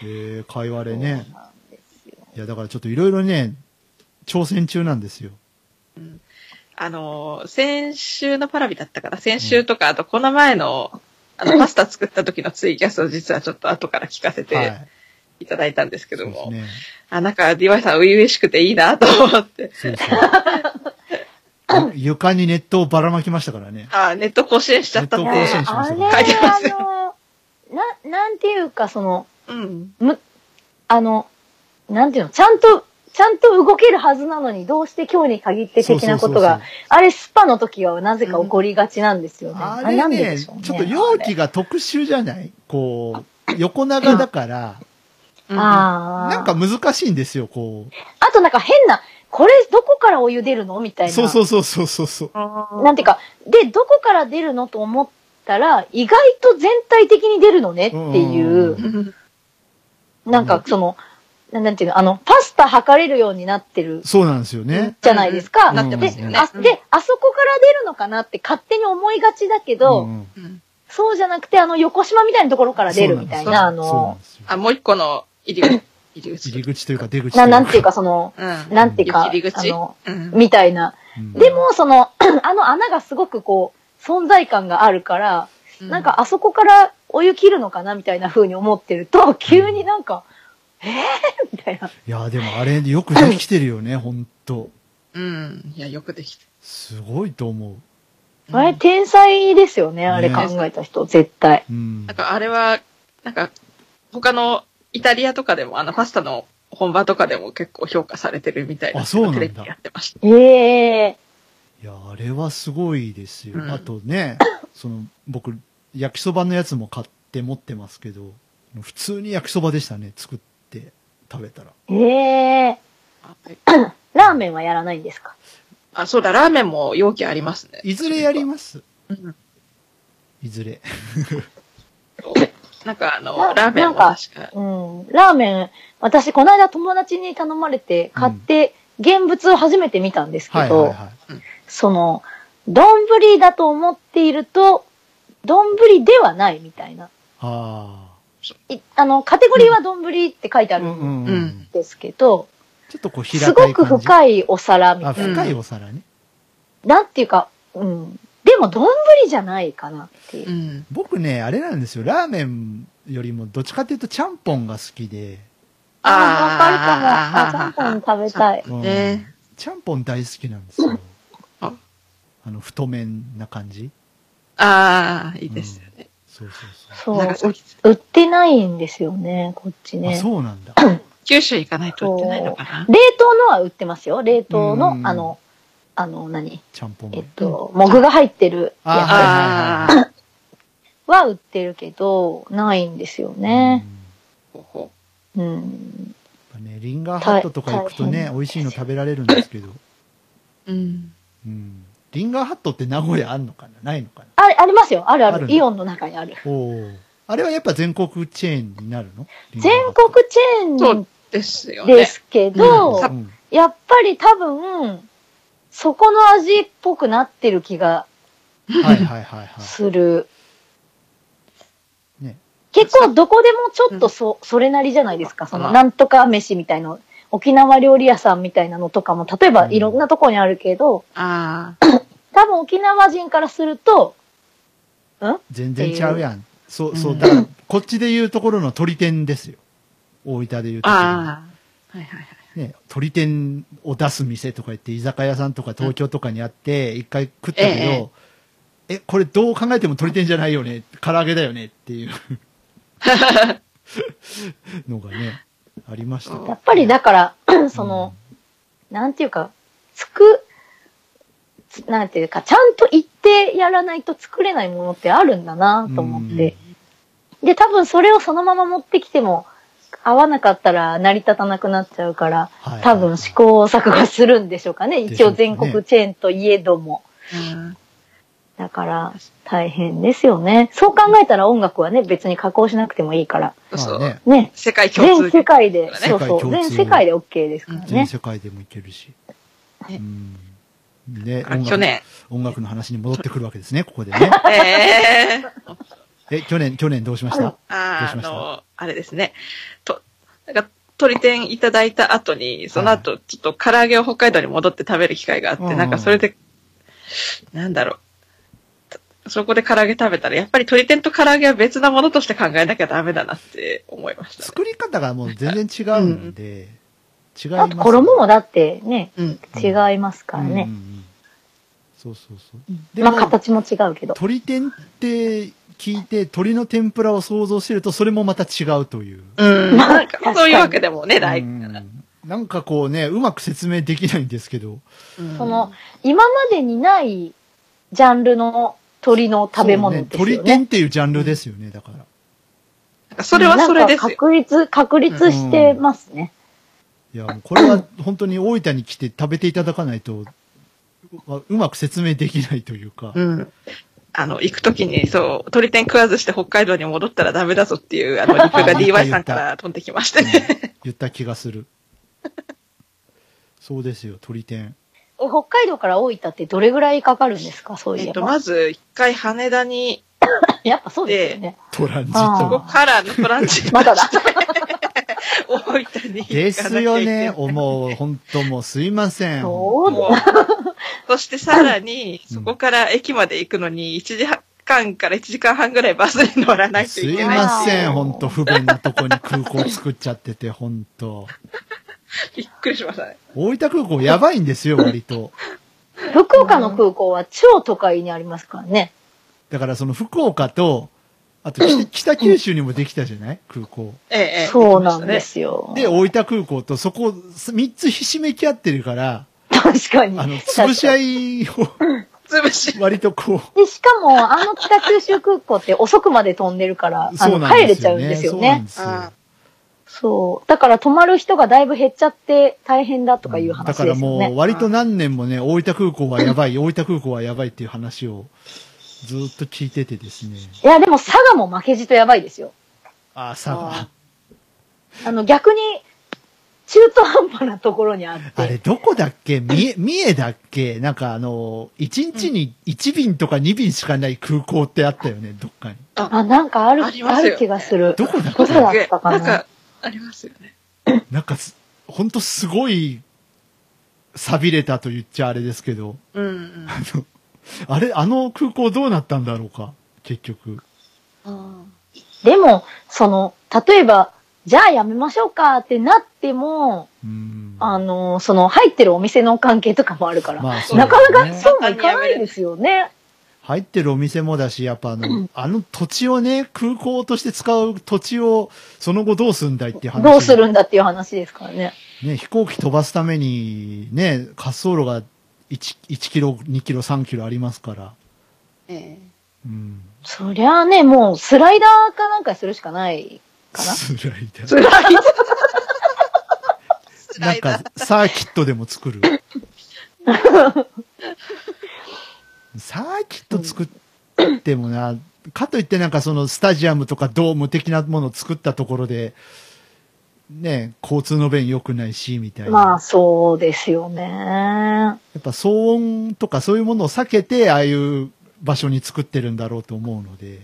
Speaker 1: えー、かいわれね
Speaker 2: そう。なんですよ
Speaker 1: いや、だからちょっといろいろね、挑戦中なんですよ。
Speaker 3: あのー、先週のパラビだったから、先週とか、あとこの前の、あの、パスタ作った時のツイキャスを実はちょっと後から聞かせ
Speaker 1: は
Speaker 3: て
Speaker 1: い。
Speaker 3: いただいたんですけ
Speaker 1: そう
Speaker 3: ど
Speaker 1: で
Speaker 3: も、
Speaker 1: すね。
Speaker 3: あ、なんか DY さん初々しくていいなと思って、
Speaker 1: そう そう。ゆ床に熱湯をばらまきましたから ね。
Speaker 3: あ、ネット甲子園しちゃったん
Speaker 1: ネット甲子園
Speaker 3: で
Speaker 1: し、ま
Speaker 2: あ
Speaker 1: した
Speaker 2: れ、
Speaker 1: ね
Speaker 3: 書いてます
Speaker 2: あの、な、なんていうか、その、
Speaker 3: うん。
Speaker 2: あの、なんていうの、ちゃんと、ちゃんと動けるはずなのに、どうして今日に限って
Speaker 1: そう
Speaker 2: 的
Speaker 1: そう
Speaker 2: な
Speaker 1: そ
Speaker 2: こ
Speaker 1: うそう
Speaker 2: とが、あれスパの時はなぜか起こりがちなんですよね。
Speaker 1: あ
Speaker 2: れ
Speaker 1: れ
Speaker 2: なんで
Speaker 1: ね
Speaker 2: でしょうね
Speaker 1: ちょっと容器が特殊じゃないこう、横長だから、
Speaker 3: うん
Speaker 2: あ
Speaker 1: なん
Speaker 2: あ
Speaker 1: か。難しいんですよ、こう。
Speaker 2: あとなんか変な、これどこからお湯出るのみたいな。
Speaker 1: そうそうそうそうそうそう。
Speaker 2: なんていうか、で、どこから出るのと思ったら、意外と全体的に出るのねっていう、
Speaker 3: うん
Speaker 2: なんかその、ななんていうの、あの、パスタ測れるようになってる
Speaker 1: そうなんですよね。
Speaker 2: じゃないですか。
Speaker 3: なってますよね
Speaker 2: で。あ、で、あそこから出るのかなって勝手に思いがちだけど、
Speaker 1: うんうん
Speaker 3: うん
Speaker 2: そうじゃなくて、あの、横島みたいなところから出るみたいな、
Speaker 1: そうな
Speaker 2: あ
Speaker 1: ん
Speaker 2: の、
Speaker 1: ですよ
Speaker 3: あ、もう一個の入り口。入り口。
Speaker 1: 入り口というか出口とい
Speaker 2: な
Speaker 1: う
Speaker 2: なんていうか、その、
Speaker 3: うん。
Speaker 2: なんていうか、あ
Speaker 3: 入り口
Speaker 2: の、
Speaker 3: うん
Speaker 2: みたいな。
Speaker 1: うん
Speaker 2: でも、その、 あの穴がすごくこう、存在感があるから、なん、かあそこからお湯切るのかなみたいな風に思ってると、急になんか、えー、みたいな。
Speaker 1: いや、でもあれよくできてるよね、ほんと。
Speaker 3: うん。いや、よくでき
Speaker 1: すごいと思う。
Speaker 3: た。
Speaker 2: あれ、天才ですよね、あれ考えた人、絶対。
Speaker 1: うん
Speaker 3: なん。かあれは、なんか、他のイタリアとかでも、あの、パスタの本場とかでも結構評価されてるみたいな。
Speaker 1: あそうなんだ
Speaker 3: テレビやってました。
Speaker 2: ええ
Speaker 1: いや、あれはすごいですよ
Speaker 3: う。ん
Speaker 1: あとね、その、僕、焼きそばのやつも買っって持ってますけど、普通に焼きそばでしたね、作って食べたら。
Speaker 2: ええ
Speaker 3: はい
Speaker 2: ラーメンはやらないんですか
Speaker 3: あ、そうだ、ラーメンも容器ありますね。
Speaker 1: いずれやります
Speaker 3: うん。
Speaker 1: いずれ。
Speaker 3: なんかあの
Speaker 2: な、
Speaker 3: ラーメンも
Speaker 2: なんか
Speaker 3: 確か、
Speaker 2: うん。ラーメン、私、この間友達に頼まれて買って、現物を初めて見たんですけ
Speaker 1: はい
Speaker 2: ど、
Speaker 1: はいはい。
Speaker 2: その、丼だと思っていると、丼ではないみたいな。
Speaker 1: あ
Speaker 2: いあの、カテゴリーは丼って書いて
Speaker 1: あ。
Speaker 2: あ
Speaker 1: う
Speaker 2: る
Speaker 1: んうんんう
Speaker 3: うんん。
Speaker 2: ですけど、
Speaker 1: ちょっとこう平た
Speaker 2: す
Speaker 1: い感
Speaker 2: ご
Speaker 1: じ。い。
Speaker 2: く深いお皿みた
Speaker 1: あ、
Speaker 2: いな。
Speaker 1: 深いお皿ね。
Speaker 2: なんていうか、うん。でも、丼じゃないかなっていうう。
Speaker 3: ん。
Speaker 1: 僕ね、あれなんですよ。ラーメンよりもどっちかっていうとちゃんぽんが好きで。
Speaker 2: ああ、わかるかも。あ、ちゃんぽん食べたい。
Speaker 1: うん
Speaker 3: ね
Speaker 1: ちゃんぽん大好きなんですよ。
Speaker 3: あ
Speaker 1: あの、太麺な感じ。
Speaker 3: ああ、いいですよね。
Speaker 1: そうそうそう。
Speaker 2: そう、
Speaker 3: 長
Speaker 2: う
Speaker 3: 崎
Speaker 2: 売ってないんですよね、こっち
Speaker 1: あ、
Speaker 2: ね。
Speaker 1: そうなんだ。
Speaker 3: 九州行かないと売ってないのかな。
Speaker 2: 冷凍のは売ってますよ。冷凍
Speaker 1: う
Speaker 2: の、
Speaker 1: ん
Speaker 2: あの、あの、何
Speaker 1: ちゃんぽん
Speaker 2: えっ
Speaker 1: 麺。
Speaker 2: と、もぐが入ってるや
Speaker 1: あ
Speaker 3: ああ、
Speaker 2: つは売ってるけど、ないんですよね。
Speaker 3: ほうほ
Speaker 2: うん。
Speaker 1: うん。やっぱね、リンガーハットとか行くと
Speaker 2: 大
Speaker 1: ね、
Speaker 2: 変
Speaker 1: 美味しいの食べられるんですけど。
Speaker 3: う。うん。
Speaker 1: うん。リンガーハットって名古屋あんのかなないのかな
Speaker 2: あれ、ありますよ。あるあ
Speaker 1: ある
Speaker 2: る。
Speaker 1: ね
Speaker 2: イオンの中にある。
Speaker 1: おお。あれはやっぱ全国チェーンになるの
Speaker 2: 全国チェ
Speaker 3: そ
Speaker 2: ー
Speaker 3: うですよ
Speaker 2: ンで
Speaker 3: ね。
Speaker 2: すけ
Speaker 1: リン
Speaker 2: ど
Speaker 1: ガーハッ、トうん
Speaker 2: やっぱり多分、そこの味っぽくなってる気が
Speaker 1: はいはいはいはい。
Speaker 2: する。
Speaker 1: ね
Speaker 2: 結構どこでもちょっとそ、それなりじゃないですか。そ
Speaker 3: ま
Speaker 2: の、
Speaker 3: あ
Speaker 2: なんとか飯みたいな、沖縄料理屋さんみたいなのとかも、例えば
Speaker 1: うん
Speaker 2: いろんなとこにあるけど、
Speaker 3: あ
Speaker 2: 多分沖縄人からすると、
Speaker 1: 全然ちゃうやん。そうそうう。
Speaker 3: ん
Speaker 1: だから、こっちで言うところの鳥天ですよ。大分で言う
Speaker 3: あ、
Speaker 1: ところの。
Speaker 3: ああ。はいはいはい。
Speaker 1: ね、鳥天を出す店とか言って、居酒屋さんとか東京とかにあって、一回食ったけど、え、これどう考えても鳥天じゃないよね。唐揚げだよねって いうのがね、ありましたね。
Speaker 2: やっぱりだから、その、なんていうか、作、つなんていうか、ちゃんと言ってやらないと作れないものってあるんだなと思って。で、多分それをそのまま持ってきても、合わなかったら成り立たなくなっちゃうから、
Speaker 1: はい
Speaker 2: 多分試行錯誤するんでしょうかね。
Speaker 1: でしょうね
Speaker 2: 一応全国チェーンといえども。
Speaker 3: うん
Speaker 2: だから、大変ですよね。そう考えたら音楽はね、別に加工しなくてもいいから。
Speaker 3: そうそ
Speaker 1: まあ
Speaker 3: う。
Speaker 1: ね、
Speaker 2: ね。
Speaker 3: 世界共
Speaker 2: 全
Speaker 3: 通
Speaker 2: 世界で、
Speaker 3: ね
Speaker 2: そ
Speaker 1: 世
Speaker 2: うそう。
Speaker 1: 界共
Speaker 2: 全
Speaker 1: 通
Speaker 2: 世界で OK ですから
Speaker 1: 全
Speaker 2: ね。
Speaker 1: 世界でもいけるし。
Speaker 3: ね
Speaker 1: うんで、
Speaker 3: あ
Speaker 1: 音
Speaker 3: 去
Speaker 1: 楽
Speaker 3: 年。
Speaker 1: 音楽の話に戻ってくるわけですね、ここでね。
Speaker 3: ええ。
Speaker 1: え、去年、去年どうしました
Speaker 3: あ
Speaker 1: どうしま
Speaker 3: ー
Speaker 1: した
Speaker 3: あの、あれですね。と、なんか、鳥天いただいた後に、その後、ちょっと唐揚げを北海道に戻って食べる機会があって、
Speaker 1: うん
Speaker 3: なんかそれで、なんだろう。そこで唐揚げ食べたら、やっぱり鳥天と唐揚げは別なものとして考えなきゃダメだなって思いました、ね。
Speaker 1: 作り方がもう全然違うんで、違いま
Speaker 2: あ
Speaker 1: す、
Speaker 2: と衣もだってね、
Speaker 3: うん。
Speaker 2: 違いますから
Speaker 1: うんう
Speaker 2: ね。
Speaker 1: んうんそうそうそう。
Speaker 2: まあ
Speaker 1: も
Speaker 2: 形も違うけど。
Speaker 1: 鳥天って聞いて、鳥の天ぷらを想像してると、それもまた違うという。
Speaker 3: うん。
Speaker 2: まあ
Speaker 3: なん
Speaker 2: 確か
Speaker 3: か、
Speaker 2: に
Speaker 3: そういうわけでもね、ない。
Speaker 1: う
Speaker 3: うん
Speaker 1: んなんかこうね、うまく説明できないんですけど。
Speaker 2: その、今までにないジャンルの鳥の食べ物ですよね。
Speaker 1: そう鳥天っていうジャンルですよね、だから。
Speaker 3: なんかそれはそれです
Speaker 2: なんか
Speaker 3: よ。
Speaker 2: 確立、確立してますね。
Speaker 1: いや、もうこれは本当に大分に来て食べていただかないと、ううまく説明できないというか。
Speaker 3: うん。あの、行くときに、そう、鳥天食わずして北海道に戻ったらダメだぞっていう、あの、リプが DY さんから飛んできましたね。
Speaker 1: 言った気がす る。そうですよ、鳥天。
Speaker 2: え北海道から大分ってどれぐらいかかるんですかそうい
Speaker 3: え
Speaker 2: え
Speaker 3: っと、
Speaker 2: ば。
Speaker 3: まず、一回羽田に、
Speaker 2: やっぱそうですよね。
Speaker 1: トランジ
Speaker 2: あ
Speaker 1: ッ
Speaker 3: ここ
Speaker 1: ト。
Speaker 2: ー
Speaker 3: からのトラン ジット
Speaker 2: まだだ。
Speaker 3: 大分に行かなきゃいけない。
Speaker 1: ですよね、思う。本当もうすいません。
Speaker 2: そうだ
Speaker 3: もうそしてさらに、そこから駅まで行くのに、1時間から1時間半ぐらいバスに乗らないと
Speaker 1: す
Speaker 3: い
Speaker 1: い
Speaker 3: け
Speaker 2: ま
Speaker 3: ない。
Speaker 1: ませ
Speaker 2: は
Speaker 1: ん、
Speaker 2: い
Speaker 1: 本当不便なとこに空港作っちゃってて、本当
Speaker 3: びっくりしましたね。
Speaker 1: 大分空港やばいんですよ、割と。
Speaker 2: 福岡の空港は超都会にありますからね。
Speaker 1: だからその福岡と、あと北北九州にもできたじゃない空港。
Speaker 3: ええええ、
Speaker 2: そうなんで
Speaker 3: 行
Speaker 2: すよ。
Speaker 1: で、大分空港とそこ3つひしめき合ってるから、
Speaker 2: 確かに。
Speaker 1: あの、潰し合
Speaker 2: い。
Speaker 1: いを
Speaker 3: 潰し。
Speaker 1: 割とこう、
Speaker 2: で、しかも、あの北九州空港って遅くまで飛んでるから、あ
Speaker 1: そうな
Speaker 2: の、
Speaker 1: ん
Speaker 2: 帰
Speaker 1: で
Speaker 2: れ
Speaker 1: す
Speaker 2: ちゃ
Speaker 1: よ
Speaker 2: うんで
Speaker 1: ね。
Speaker 2: すよ
Speaker 1: そうなん
Speaker 2: ね
Speaker 1: で。す
Speaker 3: う
Speaker 1: よ。
Speaker 3: ん。
Speaker 2: そう。だから泊まる人がだいぶ減っちゃって大変だとかいう
Speaker 1: だ
Speaker 2: 話
Speaker 1: か
Speaker 2: で
Speaker 1: ら
Speaker 2: すよ
Speaker 1: もう、
Speaker 2: ね。
Speaker 1: 割と何年もね、大分空港はやばい、 大分空港はやばいっていう話をずっと聞いててですね。
Speaker 2: いや、でも佐賀も負けじとやばいですよ。
Speaker 1: ああ、佐賀
Speaker 3: あ。
Speaker 2: あの、逆に、中途半端なところにあっ
Speaker 1: あれ、
Speaker 2: て。
Speaker 1: どこだっけ三重、三重だっけなんかあの、1日に1便とか2便しかない空港ってあったよね、どっかに。
Speaker 2: あ、なんかある、
Speaker 3: あり
Speaker 2: あ
Speaker 3: ますよね
Speaker 2: る気がする。
Speaker 1: どこだっ
Speaker 2: どこだ
Speaker 1: け
Speaker 2: っったかな
Speaker 3: なんか、ありますよね。
Speaker 1: なんかす、ほんとすごい、錆びれたと言っちゃあれですけど、
Speaker 3: うん うん。
Speaker 1: あのあれ、あの空港どうなったんだろうか、結局。
Speaker 2: でも、その、例えば、じゃあやめましょうかってなっても、
Speaker 1: うん。
Speaker 2: あの、その入ってるお店の関係とかもあるから、
Speaker 1: まあそう
Speaker 2: なか
Speaker 1: だ
Speaker 2: な
Speaker 1: ね
Speaker 2: かそうもいかないですよね。
Speaker 1: 入ってるお店もだし、やっぱあの、あの土地をね、空港として使う土地を、その後どうすんだいっていう話。
Speaker 2: どうするんだっていう話ですからね。
Speaker 1: ね、飛行機飛ばすために、ね、滑走路が 1, 1キロ、2キロ、3キロありますから。
Speaker 3: ええ
Speaker 1: うん。
Speaker 2: そりゃあね、もうスライダーかなんかするしかないかな。
Speaker 1: スライダー。
Speaker 3: 辛い。
Speaker 1: な
Speaker 3: 辛
Speaker 1: ん
Speaker 3: いな
Speaker 1: か。、サーキットでも作 る。サーキット作ってもな、かといってなんかそのスタジアムとかドーム的なものを作ったところで、ね、交通の便良くないし、みたいな。
Speaker 2: まあそうですよね。
Speaker 1: やっぱ騒音とかそういうものを避けて、ああいう場所に作ってるんだろうと思うので。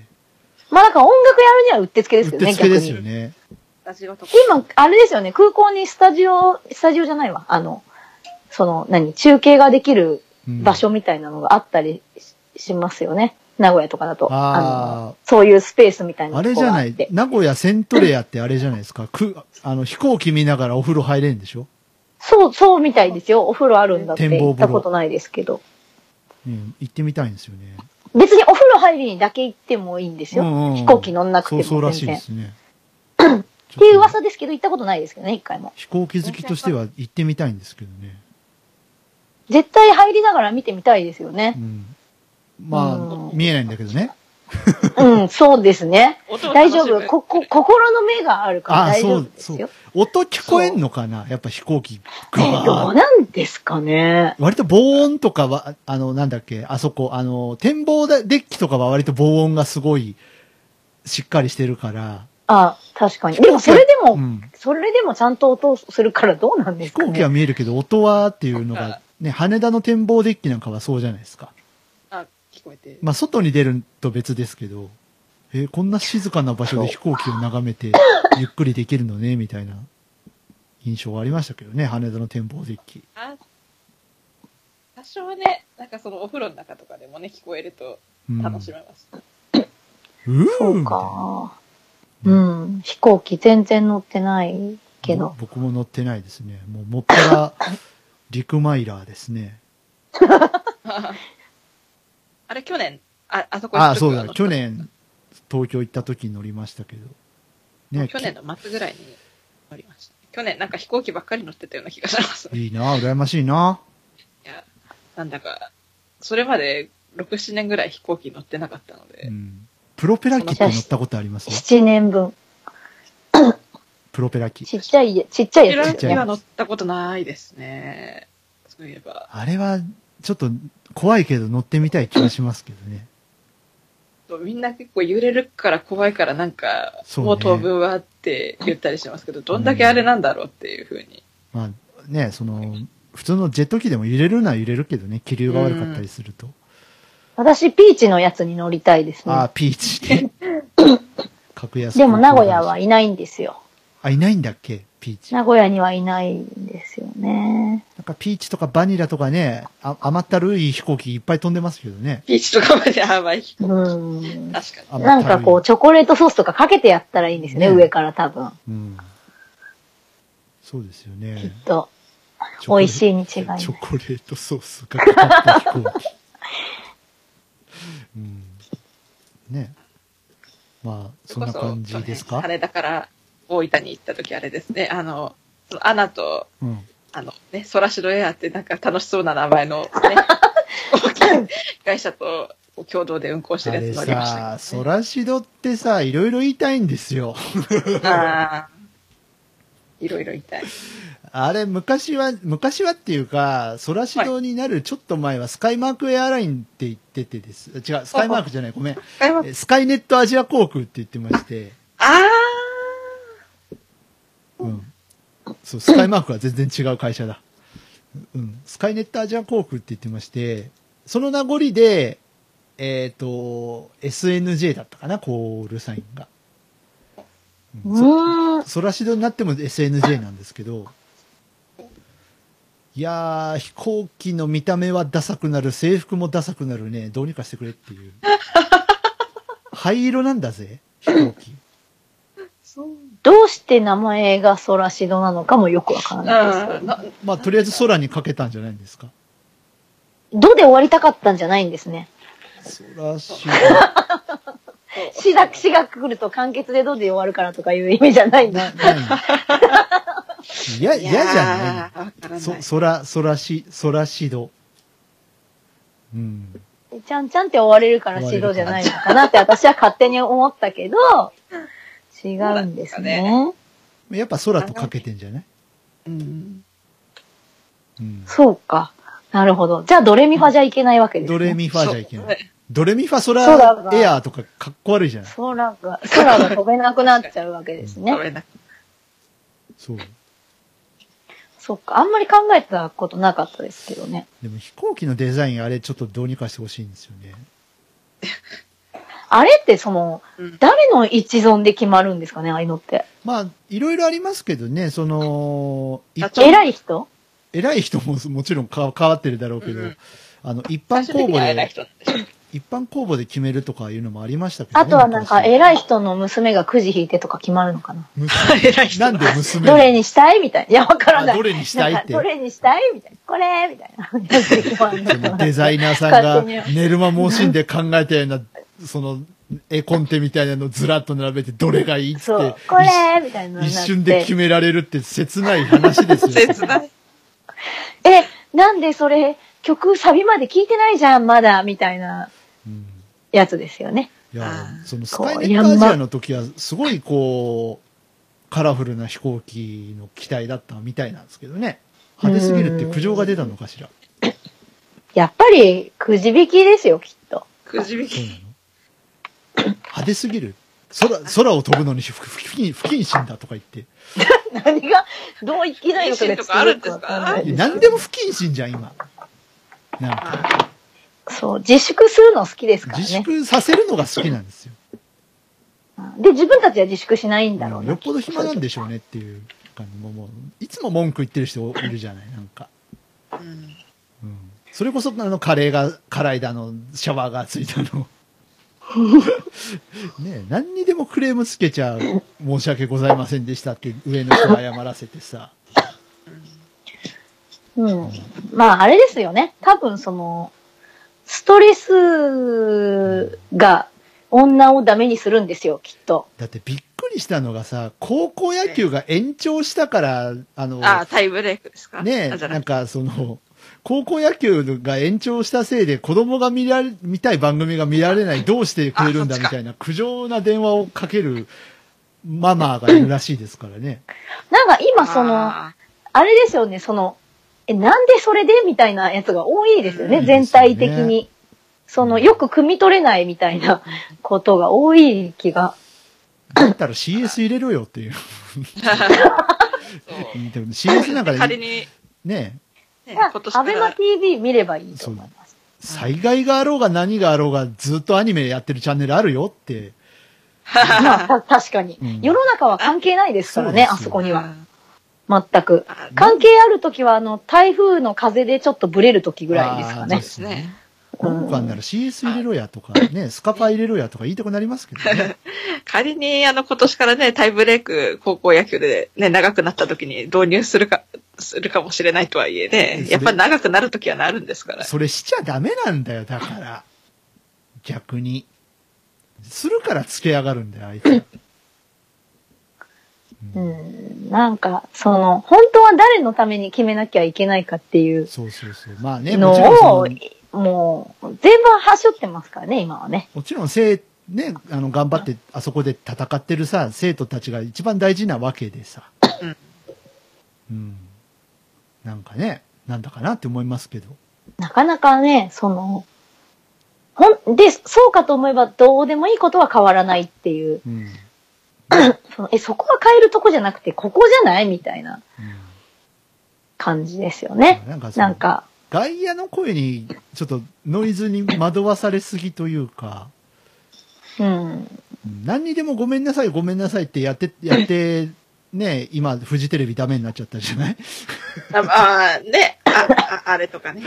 Speaker 2: まあなんか音楽やるにはうってつけです
Speaker 1: う
Speaker 2: よ
Speaker 1: って
Speaker 2: ね、
Speaker 1: つけ
Speaker 2: 逆
Speaker 1: ですよ
Speaker 2: に。
Speaker 1: ね。
Speaker 3: 味がとか
Speaker 2: 今、あれですよね、空港にスタジオ、スタジオじゃないわ。あの、その、何、中継ができる
Speaker 1: うん
Speaker 2: 場所みたいなのがあったりししますよね。名古屋とかだと。
Speaker 1: あー
Speaker 2: のそういうスペースみたいな
Speaker 1: あ
Speaker 2: と
Speaker 1: れ
Speaker 2: こ
Speaker 1: じ
Speaker 2: ろ
Speaker 1: ゃ
Speaker 2: があ
Speaker 1: な
Speaker 2: っ
Speaker 1: い
Speaker 2: て。、
Speaker 1: 名古屋セントレアってあれじゃないですか。くあの飛行機見ながらお風呂入れんでしょ、
Speaker 2: そう、そうみたいですよ。お風呂あるんだって
Speaker 1: 展望
Speaker 2: 行っ
Speaker 1: 風呂
Speaker 2: たことないですけど。
Speaker 1: うん、行ってみたいんですよね。
Speaker 2: 別にお風呂入りにだけ行ってもいいんですよ。
Speaker 1: うんうんうん
Speaker 2: 飛行機乗んなくて
Speaker 1: そ
Speaker 2: も
Speaker 1: うそうらしい
Speaker 2: 全然。
Speaker 1: で
Speaker 2: っ
Speaker 1: すね。って
Speaker 2: いう噂ですけど、行ったことないですけどね、一回も。
Speaker 1: 飛行機好きとしては行ってみたいんですけどね。
Speaker 2: 絶対入りながら見てみたいですよ
Speaker 1: う
Speaker 2: ね。
Speaker 1: ん、まあ、
Speaker 2: うん
Speaker 1: 見えないんだけどね。
Speaker 2: うん、そうですね。
Speaker 3: 音を楽
Speaker 2: 大
Speaker 3: しむ
Speaker 2: 丈夫。こ、こ、心の目があるから
Speaker 1: あ
Speaker 2: 大丈
Speaker 1: そ
Speaker 2: 夫
Speaker 1: う、
Speaker 2: です
Speaker 1: そ
Speaker 2: よ
Speaker 1: う。。音聞こえんのかなやっぱ飛行機。
Speaker 2: えーどうなんですかね。
Speaker 1: 割と防音とかは、あの、なんだっけ、あそこ、あの、展望デッキとかは割と防音がすごい、しっかりしてるから、
Speaker 2: あ、確かに。でも、それでも、
Speaker 1: うん
Speaker 2: それでもちゃんと音をするからどうなんで
Speaker 1: 飛
Speaker 2: すか
Speaker 1: 行機は
Speaker 2: ね。
Speaker 1: 見えるけど、音はっていうのが、ね、羽田の展望デッキなんかはそうじゃないですか。
Speaker 3: あ、聞こえて。
Speaker 1: まあ、外に出ると別ですけど、えーこんな静かな場所で飛行機を眺めて、 ゆっくりできるのね、みたいな印象はありましたけどね、羽田の展望デッキ。
Speaker 3: あ多少ね、なんかそのお風呂の中とかでもね、聞こえると
Speaker 1: うん、
Speaker 3: 楽しめます。
Speaker 1: うーん
Speaker 2: そうか。うん。飛行機全然乗ってないけど
Speaker 1: ぼ。僕も乗ってないですね。もう、もっぱら、リクマイラーですね。
Speaker 3: あれ、去年、あ、あそこ
Speaker 1: ああ、
Speaker 3: ちょ
Speaker 1: そ
Speaker 3: っ
Speaker 1: う
Speaker 3: と
Speaker 1: だ。
Speaker 3: の
Speaker 1: 去年、東京行った時に乗りましたけど。ね、
Speaker 3: 去年の末ぐらいに乗りました。去年なんか飛行機ばっかり乗ってたような気がしますね。
Speaker 1: いいな、羨ましいな。
Speaker 3: いや、なんだか、それまで6、7年ぐらい飛行機乗ってなかったの
Speaker 1: う
Speaker 3: で、
Speaker 1: ん。プロペラ機って乗ったことあります
Speaker 2: 7年分。
Speaker 1: プロペラ機。
Speaker 2: ちっちゃい、ちっちゃいや
Speaker 3: ピラ
Speaker 2: つ
Speaker 3: ン
Speaker 2: です
Speaker 3: キ
Speaker 1: ちっちゃい
Speaker 2: ね
Speaker 3: は乗ったことないですね。そういえば、
Speaker 1: あれは、ちょっと怖いけど乗ってみたい気がしますけどね。
Speaker 3: みんな結構揺れるから怖いからなんか、
Speaker 1: そうね
Speaker 3: もう当分はって言ったりしますけど、どんだけあれなんだろうっていうふうに。
Speaker 1: まあ、ね、その、普通のジェット機でも揺れるのは揺れるけどね、気流が悪かったりすると。
Speaker 2: 私、ピーチのやつに乗りたいです
Speaker 1: ああ、
Speaker 2: ね。
Speaker 1: ピーチ で。格安
Speaker 2: でも、名古屋はいないんですよ。
Speaker 1: あ、いないんだっけピーチ。
Speaker 2: 名古屋にはいないんですよね。
Speaker 1: なんかピーチとかバニラとかね、あ甘ったるい飛行機いっぱい飛んでますけどね。
Speaker 3: ビーチとかまで甘い飛 行
Speaker 2: うん。
Speaker 3: 確かに。
Speaker 1: 甘
Speaker 2: な
Speaker 1: っ
Speaker 2: ん
Speaker 1: たるい
Speaker 2: かこう、チョコレートソースとかかけてやったらいいんですよね、
Speaker 1: ね
Speaker 2: 上から多分。
Speaker 1: うん。そうですよ
Speaker 2: きっ
Speaker 1: ね。
Speaker 2: と、
Speaker 1: チョコ
Speaker 2: 美
Speaker 1: レ
Speaker 2: 味しいに違いない
Speaker 1: チ。ョコレートソースがかかった飛行機。うん。ね。まあ、そんな感じです
Speaker 3: それこそ去
Speaker 1: か
Speaker 3: 年羽田から大分に行った時あれですね、あの、そのアナと、
Speaker 1: うん。
Speaker 3: あのね、ソラシドエアってなんか楽しそうな名前のね、会社と共同で運行して
Speaker 1: あ
Speaker 3: るや
Speaker 1: れ
Speaker 3: つもありましたけど
Speaker 1: さ、ソラシドってさ、いろいろ言いたいんですよ。
Speaker 3: ああ。いろいろ痛い。
Speaker 1: あれ、昔は、昔はっていうか、ソラシドになるちょっと前は、スカイマークエアラインって言っててです。違う、スカイマークじゃない、ごめん。
Speaker 3: あ
Speaker 1: えスカイネットアジア航空って言ってまして、
Speaker 3: あ
Speaker 1: うん。そう、スカイマークは全然違う会社だ。うん。スカイネットアジア航空って言ってまして、その名残で、えっ、と、SNJ だったかな、コールサインが。うんそう
Speaker 2: ーん。
Speaker 1: ソラシドになっても SNJ なんですけど、いやー、飛行機の見た目はダサくなる、制服もダサくなるね、どうにかしてくれっていう。灰色なんだぜ、飛行機。
Speaker 2: どうして名前がソラシドなのかもよくわからない。
Speaker 3: あ。うん。な
Speaker 1: まあ、とりあえず空にかけたんじゃないんですか。
Speaker 2: どで終わりたかったんじゃないんですね。
Speaker 1: ソラシ
Speaker 2: しだくしが来ると完結でどで終わるからとかいう意味じゃない
Speaker 1: ド。
Speaker 2: んだ。
Speaker 1: な、ないの。いや、
Speaker 3: い
Speaker 1: 嫌
Speaker 3: や
Speaker 1: じゃ
Speaker 3: ーわか
Speaker 1: な。
Speaker 3: らないい。
Speaker 1: そ、空、空し、空シド。うん。
Speaker 2: ちゃんちゃんって終われるからシドじゃないのかなって私は勝手に思ったけど、違うんですね。
Speaker 1: やっぱ空とかけてんじゃない
Speaker 3: うん。
Speaker 1: うん。
Speaker 2: そうか。なるほど。じゃあドレミファじゃいけないわけです、ね。
Speaker 1: ドレミファじゃいけ
Speaker 3: そ
Speaker 1: な
Speaker 3: う
Speaker 1: い。ドレミファソ
Speaker 2: ソラ
Speaker 1: ラ
Speaker 2: が
Speaker 1: エアーとかかっこ悪いじゃない
Speaker 2: 空が、空が飛べなくなっちゃうわけです
Speaker 3: ご
Speaker 2: ね。
Speaker 3: めんな
Speaker 1: そう。
Speaker 2: そっか。あんまり考えたことなかったですけどね。
Speaker 1: でも飛行機のデザインあれちょっとどうにかしてほしいんですよね。
Speaker 2: あれってその、
Speaker 3: うん
Speaker 2: 誰の一存で決まるんですかね、ああいうのって。
Speaker 1: まあ、いろいろありますけどね、その、一
Speaker 3: 社長
Speaker 1: 般、
Speaker 2: 偉い人
Speaker 1: 偉い人も もちろんか変わってるだろうけど、
Speaker 3: うんうん
Speaker 1: あの、一般
Speaker 3: 最終
Speaker 1: 公
Speaker 3: 的に会え
Speaker 1: 募
Speaker 3: ない
Speaker 1: で、
Speaker 3: 人なんでしょ。
Speaker 1: 一般公募で決めるとかいうのもありましたけど、ね、
Speaker 2: あとはなんか、
Speaker 1: 昔
Speaker 2: 偉い人の娘がくじ引いてとか決まるのかな。
Speaker 1: 娘
Speaker 3: 偉い人
Speaker 1: なんで娘
Speaker 2: どれにしたいみたいな。いや、わからな
Speaker 1: あ
Speaker 2: い。
Speaker 1: どれにしたい
Speaker 2: な
Speaker 1: っ
Speaker 2: んか
Speaker 1: て
Speaker 2: ど。れにしたいみたいな。これみたいな。決まるの
Speaker 1: そ
Speaker 2: か
Speaker 1: の
Speaker 2: な
Speaker 1: デザイナーさんが
Speaker 2: 勝手
Speaker 1: 寝る間盲信で考えたような、その、絵コンテみたいなのをずらっと並べて、どれがいいっつ
Speaker 2: そ
Speaker 1: って
Speaker 2: う。、これみたいなのになって。
Speaker 1: 一瞬で決められるって切ない話ですよ。
Speaker 3: 切ない。
Speaker 2: え、なんでそれ、曲サビまで聞いてないじゃん、まだ、みたいな
Speaker 1: うん
Speaker 2: やつですよね。
Speaker 1: いや
Speaker 3: あ、ー
Speaker 1: そのス
Speaker 2: こう
Speaker 1: カイネットアジアの時は、すごいこう、カラフルな飛行機の機体だったみたいなんですけどね。派手すぎるって苦情が出たのかしら。
Speaker 2: やっぱり、くじ引きですよ、きっと。
Speaker 3: くじ引
Speaker 1: そうな
Speaker 3: き。
Speaker 1: の派手すぎる。空、空を飛ぶのに不不不謹不謹慎だとか言って。
Speaker 2: 何が、どういきなりのかがちょっよくわんない
Speaker 3: え
Speaker 2: です
Speaker 1: 何でも不謹慎じゃん、今。なんか、
Speaker 3: あ
Speaker 2: そう、自粛するの好きですから
Speaker 1: 自
Speaker 2: ね。
Speaker 1: 粛させるのが好きなんですよ。
Speaker 2: で、自分たちは自粛し ないんだろう
Speaker 1: うん
Speaker 2: な。
Speaker 1: よっぽど暇なんでしょうねっていう感じも、もう、いつも文句言ってる人いるじゃない、なんか。
Speaker 3: ーうん
Speaker 1: うんそれこそあのカレーが辛いだのシャワーがついた のねえ何にでもクレームつけちゃう申し訳ございませんでしたって上の人が謝らせてさ
Speaker 2: うん。まあ、あれですよね。多分、その、ストレスが女をダメにするんですよ、きっと。
Speaker 1: だってびっくりしたのがさ高校野球が延長したからあの
Speaker 3: あー、タイブレイクですか
Speaker 1: ね
Speaker 3: あじ
Speaker 1: え
Speaker 3: ゃな
Speaker 1: なん
Speaker 3: い
Speaker 1: かその高校野球が延長したせいで子供が見られ、見たい番組が見られない、どうしてくれるんだ
Speaker 3: あそ
Speaker 1: み
Speaker 3: っちか
Speaker 1: たいな苦情な電話をかけるママがいるらしいですからね。
Speaker 2: なんか今、その、
Speaker 3: あ
Speaker 2: あれですよね、その、え、なんでそれでみたいなやつが多いですよね、
Speaker 1: うん
Speaker 2: 全体的
Speaker 1: ですよ
Speaker 2: に。その、よく汲み取れないみたいなことが多い気が。
Speaker 1: だったら CS 入れろよって いう。
Speaker 3: ーそう
Speaker 1: でも CS なんか
Speaker 3: 仮
Speaker 1: ね、
Speaker 3: に、
Speaker 1: ね、
Speaker 2: ま
Speaker 3: ね、今
Speaker 2: あ
Speaker 3: 年
Speaker 2: ア
Speaker 3: か
Speaker 2: ベマ
Speaker 3: ら
Speaker 2: TV 見ればいいと思います。
Speaker 1: 災害があろうが何があろうがずっとアニメやってるチャンネルあるよって。
Speaker 2: まあ、た確かに、
Speaker 1: うん
Speaker 2: 世の中は関係ないですから
Speaker 1: そ
Speaker 2: ね、
Speaker 1: う
Speaker 2: あ
Speaker 1: ですよ
Speaker 2: そこに は。
Speaker 3: あ
Speaker 2: 全く。
Speaker 3: ー
Speaker 2: 関係あるときは、あの、台風の風でちょっとブレるときぐらいですか
Speaker 1: あー
Speaker 2: ね
Speaker 1: で。す
Speaker 3: ですね。
Speaker 1: 今回なら CS 入れろやとか、ね、スカパー入れろやとか言いたくなりますけどね。
Speaker 3: 仮に、あの、今年からね、タイブレイク、高校野球でね、長くなった時に導入するか、するかもしれないとはいえ
Speaker 1: うん
Speaker 3: ね
Speaker 1: そ、れ
Speaker 3: やっぱり長くなる時はなるんですか ら。
Speaker 1: それしちゃダメなんだよ、だから。逆に。するからつけ上がるんだよ、あいつら。
Speaker 2: う
Speaker 1: うん
Speaker 2: ん、なんか、その、本当は誰のために決めなきゃいけないかっていう
Speaker 1: そうそうそう。まあね、もちろんそ
Speaker 2: のを
Speaker 1: の、
Speaker 2: もう、全部はしょってますからね、今はね。
Speaker 1: もちろん生、ね、あの、頑張って、あそこで戦ってるさ、生徒たちが一番大事なわけでさ。
Speaker 3: うん
Speaker 1: うん。なんかね、なんだかなって思いますけど。
Speaker 2: なかなかね、その、ほん、で、そうかと思えばどうでもいいことは変わらないっていう。
Speaker 1: うん。うん
Speaker 2: そのえ、そこは変えるとこじゃなくて、ここじゃないみたいな感じですよね。
Speaker 1: なんかその
Speaker 2: なんか、
Speaker 1: 外野の声に、ちょっとノイズに惑わされすぎというか、
Speaker 2: うん。
Speaker 1: うん何にでもごめんなさい、ごめんなさいって やって、やって、ね、今、フジテレビダメになっちゃったじゃない
Speaker 3: ああ、ね、あ、ああれとかね。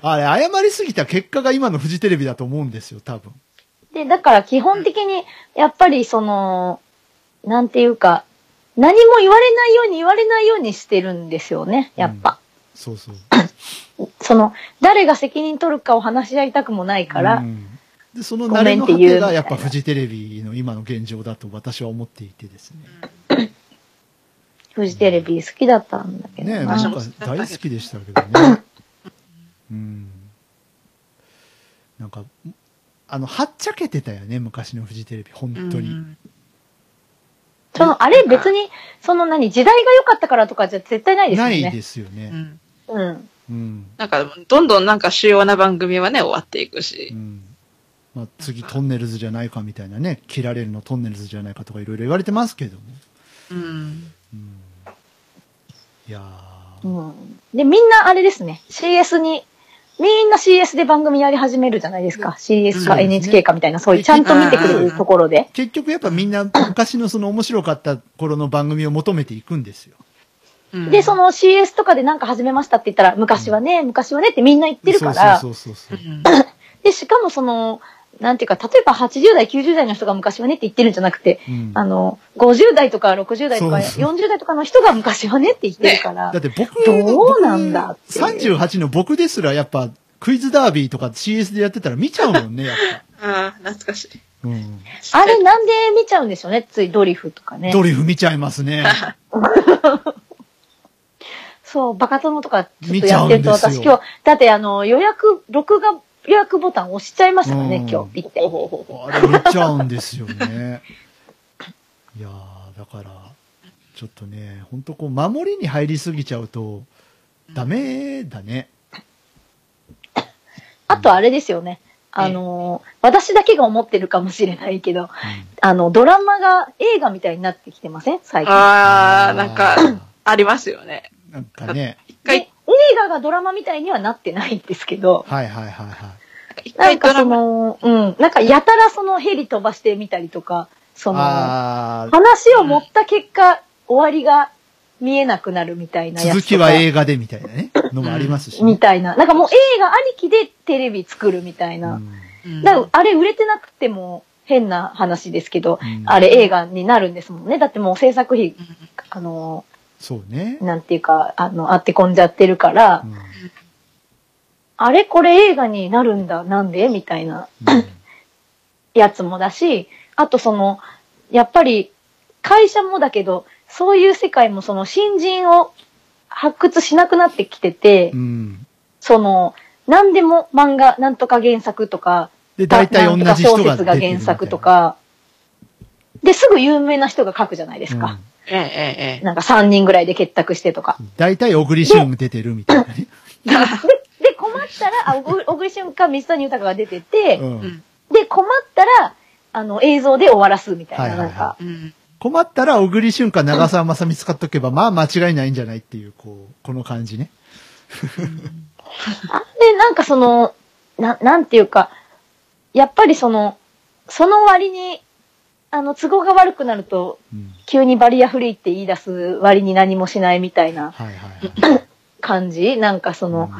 Speaker 1: あれ、謝りすぎた結果が今のフジテレビだと思うんですよ、多分。
Speaker 2: で、だから基本的に、やっぱりその、なんていうか、何も言われないように言われないようにしてるんですよね、やっぱ。
Speaker 1: そうそう。
Speaker 2: その、誰が責任取るかを話し合いたくもないから、
Speaker 1: うんでその慣れの果てがやっぱフジテレビの今の現状だと私は思っていてですね。
Speaker 2: フジテレビ好きだったんだけど
Speaker 1: ね
Speaker 2: な。
Speaker 1: な
Speaker 3: 私
Speaker 1: ん
Speaker 3: も
Speaker 1: か
Speaker 3: 好きだったけど
Speaker 1: 大好きでしたけどね。 うん。なんか、あの、はっちゃけてたよね、昔のフジテレビ、本当
Speaker 3: う
Speaker 1: に。
Speaker 3: ん
Speaker 2: その、あれ別に、その何、時代が良かったからとかじゃ絶対ないですよ
Speaker 1: な
Speaker 2: ね。
Speaker 1: いですよ
Speaker 3: う
Speaker 1: ね。
Speaker 3: ん
Speaker 2: うん。
Speaker 1: うん。
Speaker 3: なんか、どんどんなんか主要な番組はね、終わっていく
Speaker 1: う
Speaker 3: し。
Speaker 1: ん。まあ、次、トンネルズじゃないかみたいなね、切られるのトンネルズじゃないかとかいろいろ言われてますけども。
Speaker 3: うん。
Speaker 1: うん。いや
Speaker 2: う
Speaker 1: ー、
Speaker 2: ん。で、みんなあれですね、CS に、みんな CS で番組やり始めるじゃないですか。CS
Speaker 1: そうです
Speaker 2: か
Speaker 1: ね
Speaker 2: NHK かみたいな、そういうちゃんと見てくれるところで。
Speaker 1: 結局やっぱみんな昔のその面白かった頃の番組を求めていくんですよ。
Speaker 3: うん
Speaker 2: で、そ、の CS とかでなんか始めましたって言ったら、昔はね、昔はねってみんな言ってるから、
Speaker 1: そうそうそうそうう。
Speaker 3: ん
Speaker 2: で、しかもその、なんていうか、例えば80代、90代の人が昔はねって言ってるんじゃなくて、
Speaker 1: うん
Speaker 2: あの、50代とか60代とか
Speaker 1: そうそう
Speaker 2: 40代とかの人が昔はねって言ってるから
Speaker 1: だっ、て僕
Speaker 2: どうなんだっていう
Speaker 1: 僕38の僕ですらやっぱクイズダービーとか CS でやってたら見ちゃうもんね、やっ
Speaker 3: ああ、懐かしい。
Speaker 1: ぱ。うん。
Speaker 2: あれなんで見ちゃうんでしょうね、ついドリフとかね。
Speaker 1: ドリフ見ちゃいます ね。
Speaker 2: そう、バカ殿とかちょっと
Speaker 1: 見ちゃ
Speaker 2: や
Speaker 1: う
Speaker 2: っ
Speaker 1: ん
Speaker 2: てると、
Speaker 1: ですよ
Speaker 2: 私今日、だってあの、予約、録画予約ボタン押しちゃいましたから
Speaker 1: う
Speaker 2: ね
Speaker 1: ん、
Speaker 2: 今日、行って
Speaker 3: ほう。ほうほうほ
Speaker 1: あれ見ちゃうんですよね。 いやー、だから、ちょっとね、ほんとこう、守りに入りすぎちゃうと、ダメだね。
Speaker 2: あとあれですよね。あのー、私だけが思ってるかもしれないけど、あの、ドラマが映画みたいになってきてません最
Speaker 3: う
Speaker 2: 近。
Speaker 3: ああ、なんか、、ありますよね。
Speaker 1: なんかね、
Speaker 3: 一
Speaker 2: で
Speaker 3: 回、
Speaker 2: 映画がドラマみたいにはなってないんですけど、
Speaker 1: はいはいはいはい。
Speaker 3: 一
Speaker 2: なん
Speaker 3: 回ド
Speaker 2: か
Speaker 3: ラ
Speaker 2: そ
Speaker 3: マ、
Speaker 2: の、うん、なんかやたらそのヘリ飛ばしてみたりとか、その、
Speaker 1: あー
Speaker 2: 話を持った結果、終わりが見えなくなるみたいなやつとか。
Speaker 1: 続きは映画でみたいなね、のもありますし
Speaker 2: み
Speaker 1: ね。
Speaker 2: たいな。なんかもう映画ありきでテレビ作るみたいうな。
Speaker 1: ん
Speaker 3: うん
Speaker 2: だからあれ売れてなくても変な話ですけど、
Speaker 1: うん
Speaker 2: あれ映画になるんですもんね。だってもう制作費
Speaker 3: う、ん
Speaker 2: あの、
Speaker 1: そうね。
Speaker 2: なんていうか、あの、当て込んじゃってるから、
Speaker 1: うん
Speaker 2: あれこれ映画になるんだ、なんでみたいな
Speaker 1: うん
Speaker 2: やつもだし、あとその、やっぱり会社もだけど、そういう世界もその新人を発掘しなくなってきてて、
Speaker 1: うん。
Speaker 2: その、何でも漫画、なんとか原作とか、
Speaker 1: で、大体同じ人が出てる
Speaker 2: 小説
Speaker 1: みた
Speaker 2: が
Speaker 1: いな
Speaker 2: 原作と、か、で、すぐ有名な人が書くじゃないで
Speaker 1: う
Speaker 2: すか
Speaker 1: ん。、
Speaker 3: ええ、ええ、え
Speaker 2: なんか3人ぐらいで結託してとか。
Speaker 1: 大体小栗旬出てるみたいなね。
Speaker 2: で、困ったら、あ、小小栗旬か水谷豊が出てて、
Speaker 1: うん
Speaker 3: うん
Speaker 2: で、困ったら、あの、映像で終わらすみたい
Speaker 1: はい
Speaker 2: な、
Speaker 1: はいは
Speaker 2: ないんか
Speaker 3: え。うん。
Speaker 1: 困ったら小栗旬か長澤まさみ使っとけば、まあ間違いないんじゃないっていう、こう、この感じね。
Speaker 2: あで、なんかその、な、なんていうか、やっぱりその、その割に、あの、都合が悪くなると、
Speaker 1: うん。
Speaker 2: 急にバリアフリーって言い出す割に何もしないみたいな
Speaker 1: はいはいはい。
Speaker 2: 感じなんかそ
Speaker 1: そ
Speaker 2: の、、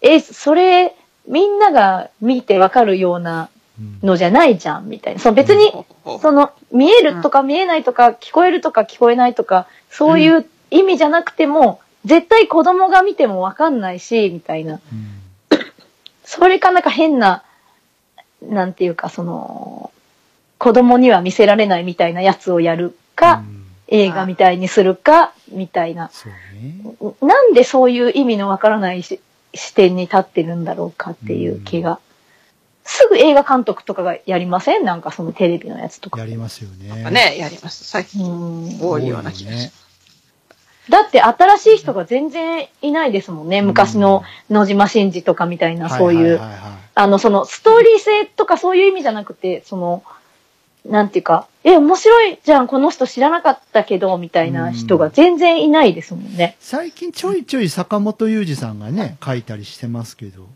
Speaker 2: え、それ、みんなが見てわかるような
Speaker 1: うん
Speaker 2: のじゃないじゃん、みたいな。その別に、
Speaker 3: ほうほうほう
Speaker 2: その、見えるとか見えないとか、聞こえるとか聞こえないとか、そういう意味じゃなくても、絶対子供が見てもわかんないし、みたいな。
Speaker 1: うん
Speaker 2: それかなんか変な、なんていうか、その、子供には見せられないみたいなやつをやる
Speaker 1: う
Speaker 2: か、
Speaker 1: ん
Speaker 2: 映画みたいにするか、みたいな。
Speaker 1: そうね。
Speaker 2: なんでそういう意味のわからないし視点に立ってるんだろうかっていう気が。すぐ映画監督とかがやりませんなんかそのテレビのやつとか。
Speaker 1: やりますよね。
Speaker 3: ね、やります。最
Speaker 2: う
Speaker 3: 近
Speaker 2: ん
Speaker 3: 多いような気がします。
Speaker 2: だって新しい人が全然いないですもんね。昔の野島真司とかみたいな、そうい
Speaker 1: はいはい
Speaker 2: う。
Speaker 1: はいはい
Speaker 2: あの、その、ストーリー性とかそういう意味じゃなくて、その、なんていうか、え、面白いじゃん、この人知らなかったけど、みたいな人が全然いないですもんね。
Speaker 1: 最近ちょいちょい坂本雄二さんがね、書いたりしてますけど。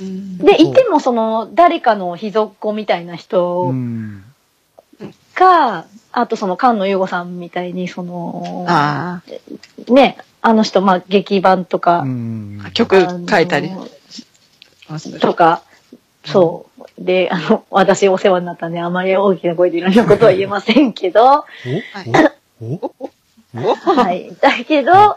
Speaker 3: うん
Speaker 1: ん
Speaker 2: で、いてもその、誰かの秘蔵っ子みたいな
Speaker 1: う
Speaker 2: 人
Speaker 1: ん。
Speaker 2: が、あとその、菅野優吾さんみたいに、その、
Speaker 3: あ
Speaker 2: ね、あの人、まあ、劇版とか、
Speaker 1: うん
Speaker 3: あ、曲
Speaker 2: あの
Speaker 3: 書いたりますね。
Speaker 2: とか、そう。で、あの、私お世話になったんで、あまり大きな声でいろんなことは言えませんけど、
Speaker 1: おおお
Speaker 3: お
Speaker 2: はい。だけど、
Speaker 1: は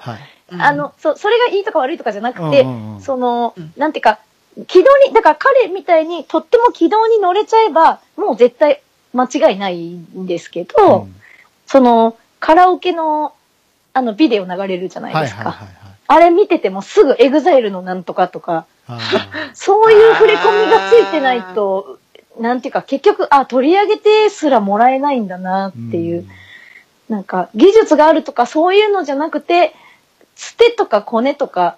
Speaker 1: い。
Speaker 2: あ、の、そ、それがいいとか悪いとかじゃなくて
Speaker 1: う、んうんうん
Speaker 2: その
Speaker 3: うん、
Speaker 2: なんていうか、軌道に、だから彼みたいにとっても軌道に乗れちゃえば、もう絶対間違いないんですけど、
Speaker 1: うん
Speaker 2: その、カラオケの、あの、ビデオ流れるじゃない
Speaker 1: はいはい
Speaker 2: ですか。
Speaker 1: はいはい。
Speaker 2: あれ見ててもすぐエグザイルのなんとかとか、
Speaker 1: あ
Speaker 2: そういう触れ込みがついてないと、なんていうか、結局、あ、取り上げてすらもらえないんだなっ
Speaker 1: ー
Speaker 2: ていう。なんか、技術があるとかそういうのじゃなくて、つてとかコネとか、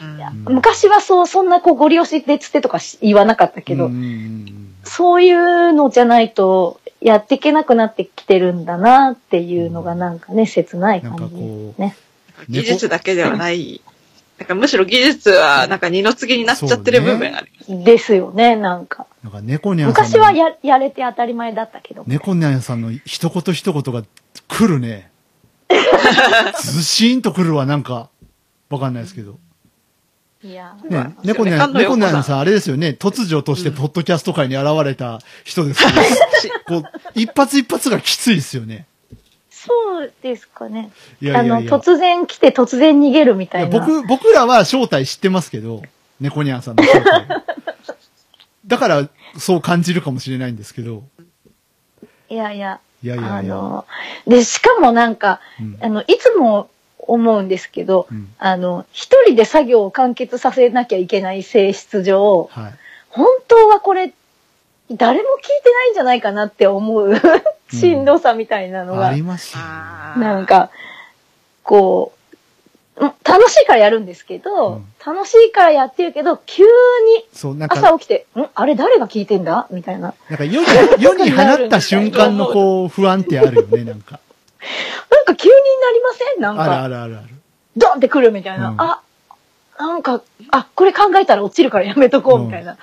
Speaker 3: うん
Speaker 1: うん
Speaker 2: 昔はそう、そんなこう、ご利用しでつてとかし言わなかったけど、
Speaker 1: うんうんうん
Speaker 2: そういうのじゃないと、やっていけなくなってきてるんだなっていうのがなんかね、切ない
Speaker 1: なん
Speaker 2: 感
Speaker 1: か
Speaker 2: じで
Speaker 1: こ
Speaker 2: す
Speaker 1: う、
Speaker 2: ね。
Speaker 3: 技術だけではない。なんかむしろ技術はなんか二の次になっちゃってる部分あります。
Speaker 2: ですよね、なんか。
Speaker 1: なんか猫にゃんさんの。
Speaker 2: 昔はや、やれて当たり前だったけど。
Speaker 1: 猫にゃんさんの一言一言が来る ね。ずしんと来るわ、なんか。わかんないですけど。
Speaker 2: いや、
Speaker 1: ね、
Speaker 3: そうですよね
Speaker 1: 猫にゃ
Speaker 3: 菅
Speaker 1: ん、
Speaker 3: 野
Speaker 1: 猫
Speaker 3: 陽子さん
Speaker 1: にゃんさん、あれですよね。突如として、ポッドキャスト界に現れた人です けど、こう、一発一発がきついですよね。
Speaker 2: そうですかね。
Speaker 1: いやいやい
Speaker 2: あの、
Speaker 1: や。
Speaker 2: 突然来て突然逃げるみ
Speaker 1: い
Speaker 2: た
Speaker 1: や
Speaker 2: いな。
Speaker 1: 僕、僕らは正体知ってますけど、猫にゃんさんの正 体。だから、そう感じるかもしれないんですけど。
Speaker 2: いやいや、
Speaker 1: いやいや
Speaker 2: あ
Speaker 1: いや。
Speaker 2: の、で、しかもなんか、
Speaker 1: うん
Speaker 2: あの、いつも思うんですけど、
Speaker 1: うん
Speaker 2: あの、一人で作業を完結させなきゃいけない性質上、
Speaker 1: はい。
Speaker 2: 本当はこれ、誰も聞いてないんじゃないかなって思 うしんどさみたいなの
Speaker 1: あ
Speaker 2: が、
Speaker 1: りますよね。
Speaker 3: あー
Speaker 2: なん、か、こう、ん楽しいからやるんですけど、
Speaker 1: うん
Speaker 2: 楽しいからやってるけど、急に
Speaker 1: そう、なんか、
Speaker 2: 朝起きて、んあれ誰が聞いてんだみたいな。
Speaker 1: なんか世に、世に放った瞬間のこ う、不安ってあるよね、なんか。
Speaker 2: なんか急になりません なん
Speaker 1: ある
Speaker 2: か
Speaker 1: あ、るあるある。
Speaker 2: ドンって来るみたいな。
Speaker 1: うん
Speaker 2: あ、なんか、あ、これ考えたら落ちるからやめとこうみたいな。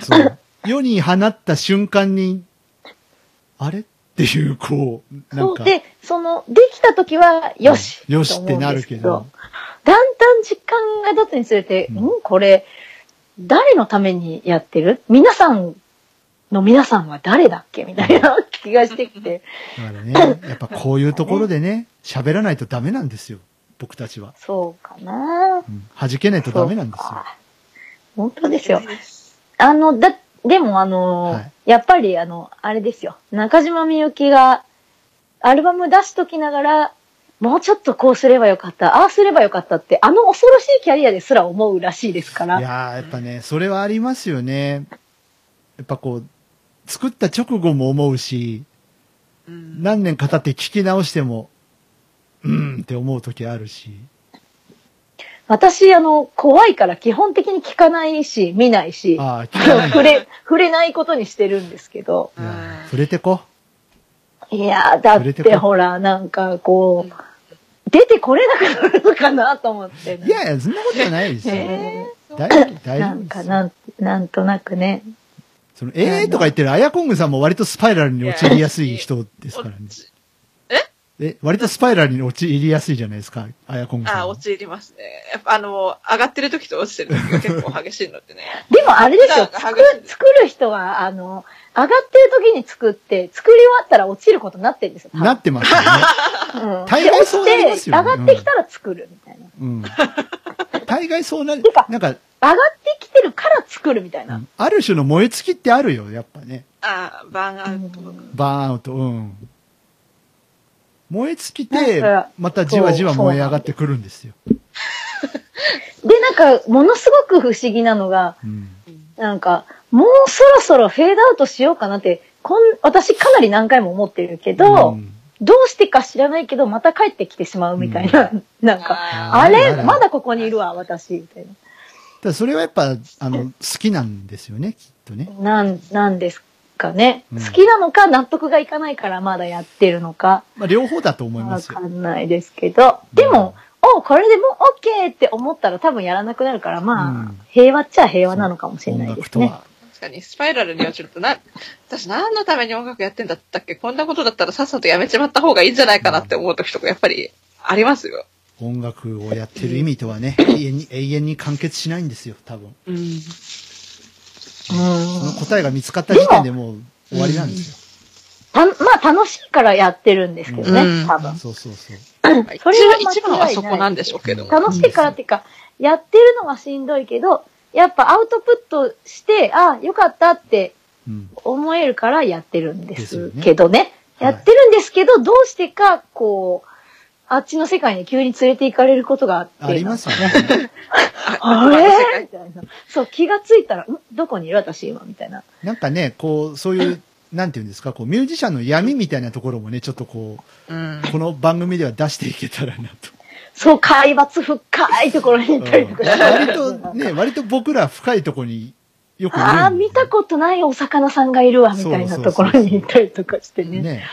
Speaker 1: そう。世に放った瞬間に、あれっていう、こう、なん
Speaker 2: そう
Speaker 1: か。
Speaker 2: で、その、できた時は、よし、
Speaker 1: うんよしってなるけ
Speaker 2: と思
Speaker 1: ど
Speaker 2: うんです。だんだん時間が経つにつれて、
Speaker 1: うん
Speaker 2: んこれ、誰のためにやってる皆さんの皆さんは誰だっけみたいな 気がしてきて。
Speaker 1: だからね、やっぱこういうところでね、喋らないとダメなんですよ。僕たちは。
Speaker 2: そうか
Speaker 1: う
Speaker 2: な
Speaker 1: ん。弾けないとダメなんです
Speaker 2: そ
Speaker 1: よ。
Speaker 2: うか本当ですよ。あの、だ、でもあの、
Speaker 1: はい
Speaker 2: やっぱりあの、あれですよ。中島みゆきが、アルバム出しときながら、もうちょっとこうすればよかった、ああすればよかったって、あの恐ろしいキャリアですら思うらしいですか
Speaker 1: い
Speaker 2: ら。
Speaker 1: やー、やっぱね、それはありますよね。やっぱこう、作った直後も思うし、
Speaker 3: うん
Speaker 1: 何年か経って聞き直しても、うんって思う時あるし。
Speaker 2: 私、あの、怖いから基本的に聞かないし、見ないし、
Speaker 1: ああ、聞か ないんだ
Speaker 2: 触れ、触れないことにしてるんですけど。
Speaker 1: いやー触れてこ。
Speaker 2: いやー、だ
Speaker 1: 触れ
Speaker 2: って
Speaker 1: こ
Speaker 2: てほら、なんかこう、出てこれなくなるのかなと思って、
Speaker 1: いやいや、そんなことはないですよ。
Speaker 2: え
Speaker 1: 大丈夫、大丈
Speaker 2: ー、な
Speaker 1: 夫
Speaker 2: ん
Speaker 1: で
Speaker 2: か
Speaker 1: す
Speaker 2: な
Speaker 1: よ。
Speaker 2: ん、なんとなくね。
Speaker 1: その、ええーとか言ってるアヤコングさんも割とスパイラルに陥りやすい人ですからね。え割とスパイラルに陥りやすいじゃないですか、アヤコングさ
Speaker 3: あ
Speaker 1: ん
Speaker 3: あ、
Speaker 1: は。
Speaker 3: 陥りますね。やっぱあの、上がってる時と落ちてる時が結構激しいのってね。
Speaker 2: でもあれですよ、
Speaker 3: なんか
Speaker 2: 作
Speaker 3: 剥がれてる
Speaker 2: 作る人は、あの、上がってる時に作って、作り終わったら落ちることになってるんですよ。多分
Speaker 1: なってますよね。
Speaker 2: うん
Speaker 1: 大
Speaker 2: で
Speaker 1: 概
Speaker 2: 落
Speaker 1: そ
Speaker 2: ち
Speaker 1: うなり
Speaker 2: て、
Speaker 1: ますよ
Speaker 2: 上
Speaker 1: ね
Speaker 2: がってきたら作るみたいな。
Speaker 1: うん。大概そう なる
Speaker 2: てか、
Speaker 1: なんか、
Speaker 2: 上がってきてるから作るみたいうな。
Speaker 1: んある種の燃え尽きってあるよ、やっぱね。
Speaker 3: ああ、バーンアウト。
Speaker 1: バーンアウト、うん。燃え尽き
Speaker 2: なん
Speaker 1: て
Speaker 2: か、
Speaker 1: またじわじわ燃え上がってくるんですよ。
Speaker 2: で、なんか、ものすごく不思議なのが、
Speaker 1: うん。
Speaker 2: なんか、もうそろそろフェードアウトしようかなって、こん、私かなり何回も思ってるけど、
Speaker 1: ん
Speaker 2: どうしてか知らないけど、また帰ってきてしまうみたいな、なんか、
Speaker 1: ー
Speaker 3: あ
Speaker 2: あ
Speaker 1: あ
Speaker 2: れ
Speaker 1: る
Speaker 2: まだここにいるわ、私、みたい
Speaker 1: ただそれはやっぱ、あの、好きなんですよね、きっとね。
Speaker 2: な。なん、なんですかね。
Speaker 1: うん
Speaker 2: 好きなのか、納得がいかないからまだやってるのか、
Speaker 1: まあ、両方だと思いま
Speaker 2: わ
Speaker 1: すよ
Speaker 2: か。んないですけど、でも、おこれでもう OK って思ったら多分やらなくなるから、まあ、
Speaker 1: うん
Speaker 2: 平和っちゃ平和なのかもしれないです
Speaker 1: 音
Speaker 2: ね。
Speaker 1: 楽
Speaker 3: 確かに、スパイラルに落ちると、な、私何のために音楽やってんだったっけこんなことだったらさっさとやめちまった方がいいんじゃないかなって思う時とか、やっぱりありますよ。
Speaker 1: とは、音楽をやってる意味とはね、永遠に、永遠に完結しないんですよ、多分。
Speaker 3: うん。
Speaker 1: その
Speaker 2: うん。
Speaker 1: 答えが見つかった時点でもう終わりなんですよ。
Speaker 2: た、まあ、楽しいからやってるんですけどね、
Speaker 3: うん
Speaker 2: 多分。
Speaker 1: そうそうそう。
Speaker 3: 一
Speaker 2: それは間違いない
Speaker 3: 番一番はそこなんでしょうけども。
Speaker 2: 楽しいからっていうか、やってるのはしんどいけど、やっぱアウトプットして、ああ、よかったって
Speaker 1: うん。
Speaker 2: 思えるからやってるんですけどね。
Speaker 1: ですよねはい
Speaker 2: やってるんですけど、どうしてか、こう、あっちの世界に急に連れて行かれることがあって。
Speaker 1: ありますよね。
Speaker 2: あ
Speaker 3: あ世
Speaker 2: れ
Speaker 3: 界
Speaker 2: みたいな。そう、気がついたら、んどこにいる私今みたいな。
Speaker 1: なんかね、こう、そういう、なんていうんですか、こう、ミュージシャンの闇みたいなところもね、ちょっとこ
Speaker 3: うん
Speaker 1: う、この番組では出していけたらなと。
Speaker 2: そう、海抜深いところに行ったりとか。
Speaker 1: 割とね、割と僕ら深いところによくいるんで
Speaker 2: ああ、見たことないお魚さんがいるわ、みたいなところに行ったりとかしてね。
Speaker 1: ね。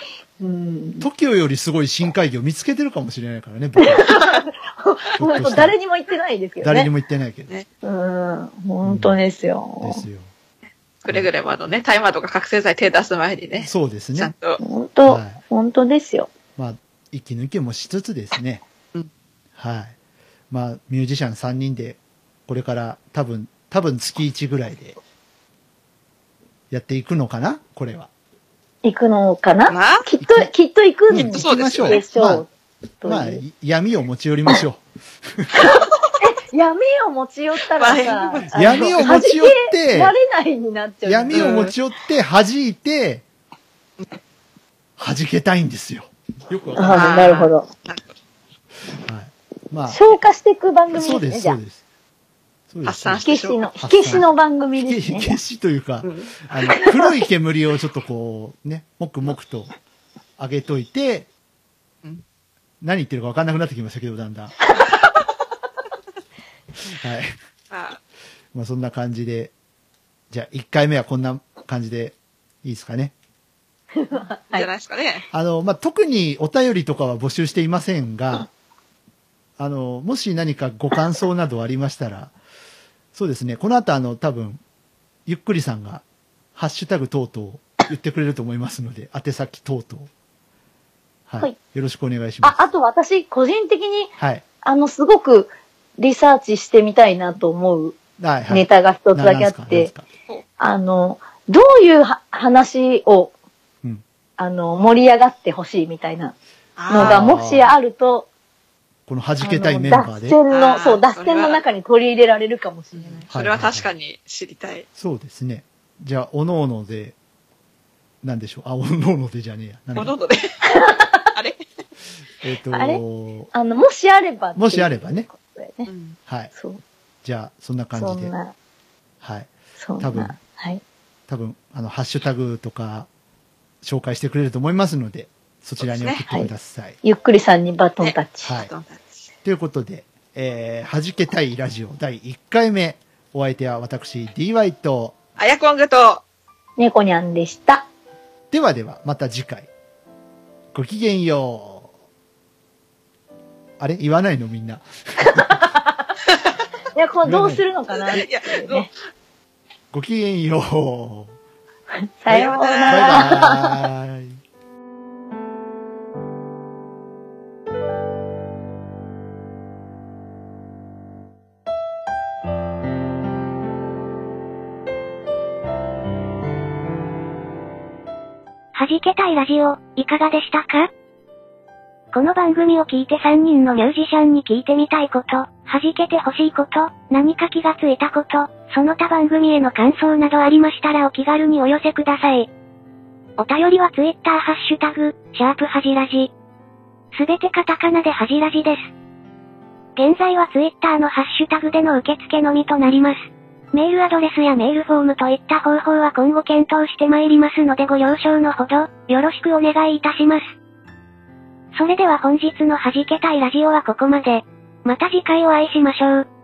Speaker 2: うん。
Speaker 1: TOKIO よりすごい深海魚見つけてるかもしれないからね、僕はょっとした
Speaker 2: 本当誰にも言ってないですけど
Speaker 1: 誰に
Speaker 2: ね。
Speaker 1: も言ってないけど。
Speaker 3: ね
Speaker 2: うん、本当です
Speaker 1: で
Speaker 2: よ。
Speaker 1: すよ。
Speaker 3: くれぐれもあのね、タイマーとか覚醒剤手出す前にね、
Speaker 1: そうです
Speaker 3: ちゃん
Speaker 1: ね。
Speaker 3: と。
Speaker 2: 本当、
Speaker 1: はい
Speaker 2: 本当ですよ。
Speaker 1: まあ、息抜きもしつつですね
Speaker 3: うん。
Speaker 1: はい。まあ、ミュージシャン3人で、これから多分、多分月1ぐらいで、やっていくのかなこれは。
Speaker 2: 行くのかな
Speaker 3: な
Speaker 2: きっと、きっと行くん
Speaker 3: きっとそうですよ
Speaker 2: で
Speaker 3: ね
Speaker 2: しょう。という
Speaker 1: まあ、闇を持ち寄りましょ
Speaker 2: 闇を持ち寄ったらさ、
Speaker 3: ま
Speaker 1: う。闇を持ち寄っ
Speaker 2: はじけ
Speaker 1: て
Speaker 2: ら、れないになっちゃう。
Speaker 1: 闇を持ち寄って、弾いて、弾けたいんですよ。よくわかんな
Speaker 2: ああ、なるほど。
Speaker 1: い。はい。ま
Speaker 2: 消化していく
Speaker 1: あ、
Speaker 2: 番組です
Speaker 1: そうで
Speaker 2: ね、
Speaker 1: す、
Speaker 2: じ
Speaker 1: そ
Speaker 2: ゃあ
Speaker 1: う。です。そうです
Speaker 3: 発散
Speaker 2: 火消しの、火消しの番組
Speaker 1: 火
Speaker 2: ですね。
Speaker 1: 消しというか
Speaker 3: う、ん
Speaker 1: あの、黒い煙をちょっとこう、ね、もくもくと上げといて
Speaker 3: うん、
Speaker 1: 何言ってるか分かんなくなってきましたけど、だんだ ん。はい。
Speaker 3: まあ
Speaker 1: まあそんな感じで、じゃあ1回目はこんな感じでいいですかね。
Speaker 3: いいんじゃないですかね。
Speaker 1: あの、まあ特にお便りとかは募集していませんが、あの、もし何かご感想などありましたら、そうですね、この後あの、多分、ゆっくりさんが、ハッシュタグ等々言ってくれると思いますので、宛先等々。はい。
Speaker 2: はい
Speaker 1: よろしくお願いしま
Speaker 2: あ
Speaker 1: す。、
Speaker 2: あと私、個人的に、
Speaker 1: はい。
Speaker 2: あの、すごくリサーチしてみたいなと思う
Speaker 1: はい、はい。
Speaker 2: ネタが一つだ
Speaker 1: な
Speaker 2: け
Speaker 1: なん
Speaker 2: あ
Speaker 1: す
Speaker 2: っ
Speaker 1: かなん
Speaker 2: て
Speaker 1: す、か
Speaker 2: あの、どういうは話を、
Speaker 1: うん
Speaker 2: あの、盛り上がってほしいみたいなの
Speaker 1: あ
Speaker 2: が、
Speaker 1: ー
Speaker 2: もしあると、
Speaker 1: この弾
Speaker 2: あ
Speaker 1: けたい
Speaker 2: の
Speaker 1: メンバー
Speaker 2: 脱
Speaker 1: で。
Speaker 2: 線の、そ
Speaker 3: あ
Speaker 2: う、
Speaker 3: ー
Speaker 2: 脱線の中に取り入れられるかもしれない。
Speaker 3: それは確かに知りたい。
Speaker 1: そうですね。じゃあ、おのおので、なんでしょう。あ、おのおのでじゃねえや。なん
Speaker 3: ほ
Speaker 1: だ
Speaker 3: とんどね。 あれ
Speaker 1: えっ、
Speaker 2: あれ
Speaker 1: と、
Speaker 2: あの、もしあればっていう
Speaker 1: もしあればね
Speaker 2: ことだよね。
Speaker 1: はい。
Speaker 2: そう、
Speaker 1: じゃあ、そんな
Speaker 2: そ
Speaker 1: 感じ
Speaker 2: ん
Speaker 1: で。
Speaker 2: な、
Speaker 1: はい。
Speaker 2: そん
Speaker 1: 多分
Speaker 2: な、はい。
Speaker 1: 多分、あの、ハッシュタグとか、紹介してくれると思いますので、そちらに送ってください。
Speaker 2: ゆっくりさんにバトンタッチ。
Speaker 1: はい
Speaker 3: どんどん
Speaker 1: ということで、えー、弾けたいラジオ第1回目、お相手は私、DY と、
Speaker 3: あやこんぐと、
Speaker 2: 猫にゃんでした。
Speaker 1: ではでは、また次回。ごきげんよう。あれ言わないのみんな。
Speaker 2: いや、こう、どうするのかな。
Speaker 3: いや、どう
Speaker 2: ね
Speaker 1: ごきげんよう。
Speaker 2: さような
Speaker 1: バイ
Speaker 2: ら。
Speaker 1: バーイ。
Speaker 4: 弾けたいラジオ、いかがでしたかこの番組を聞いて3人のミュージシャンに聞いてみたいこと、弾けてほしいこと、何か気がついたこと、その他番組への感想などありましたらお気軽にお寄せください。お便りは Twitter ハッシュタグ、シャープはじらじ。すべてカタカナではじらじです。現在は Twitter のハッシュタグでの受付のみとなります。メールアドレスやメールフォームといった方法は今後検討してまいりますのでご了承のほど、よろしくお願いいたします。それでは本日の弾けたいラジオはここまで。また次回お会いしましょう。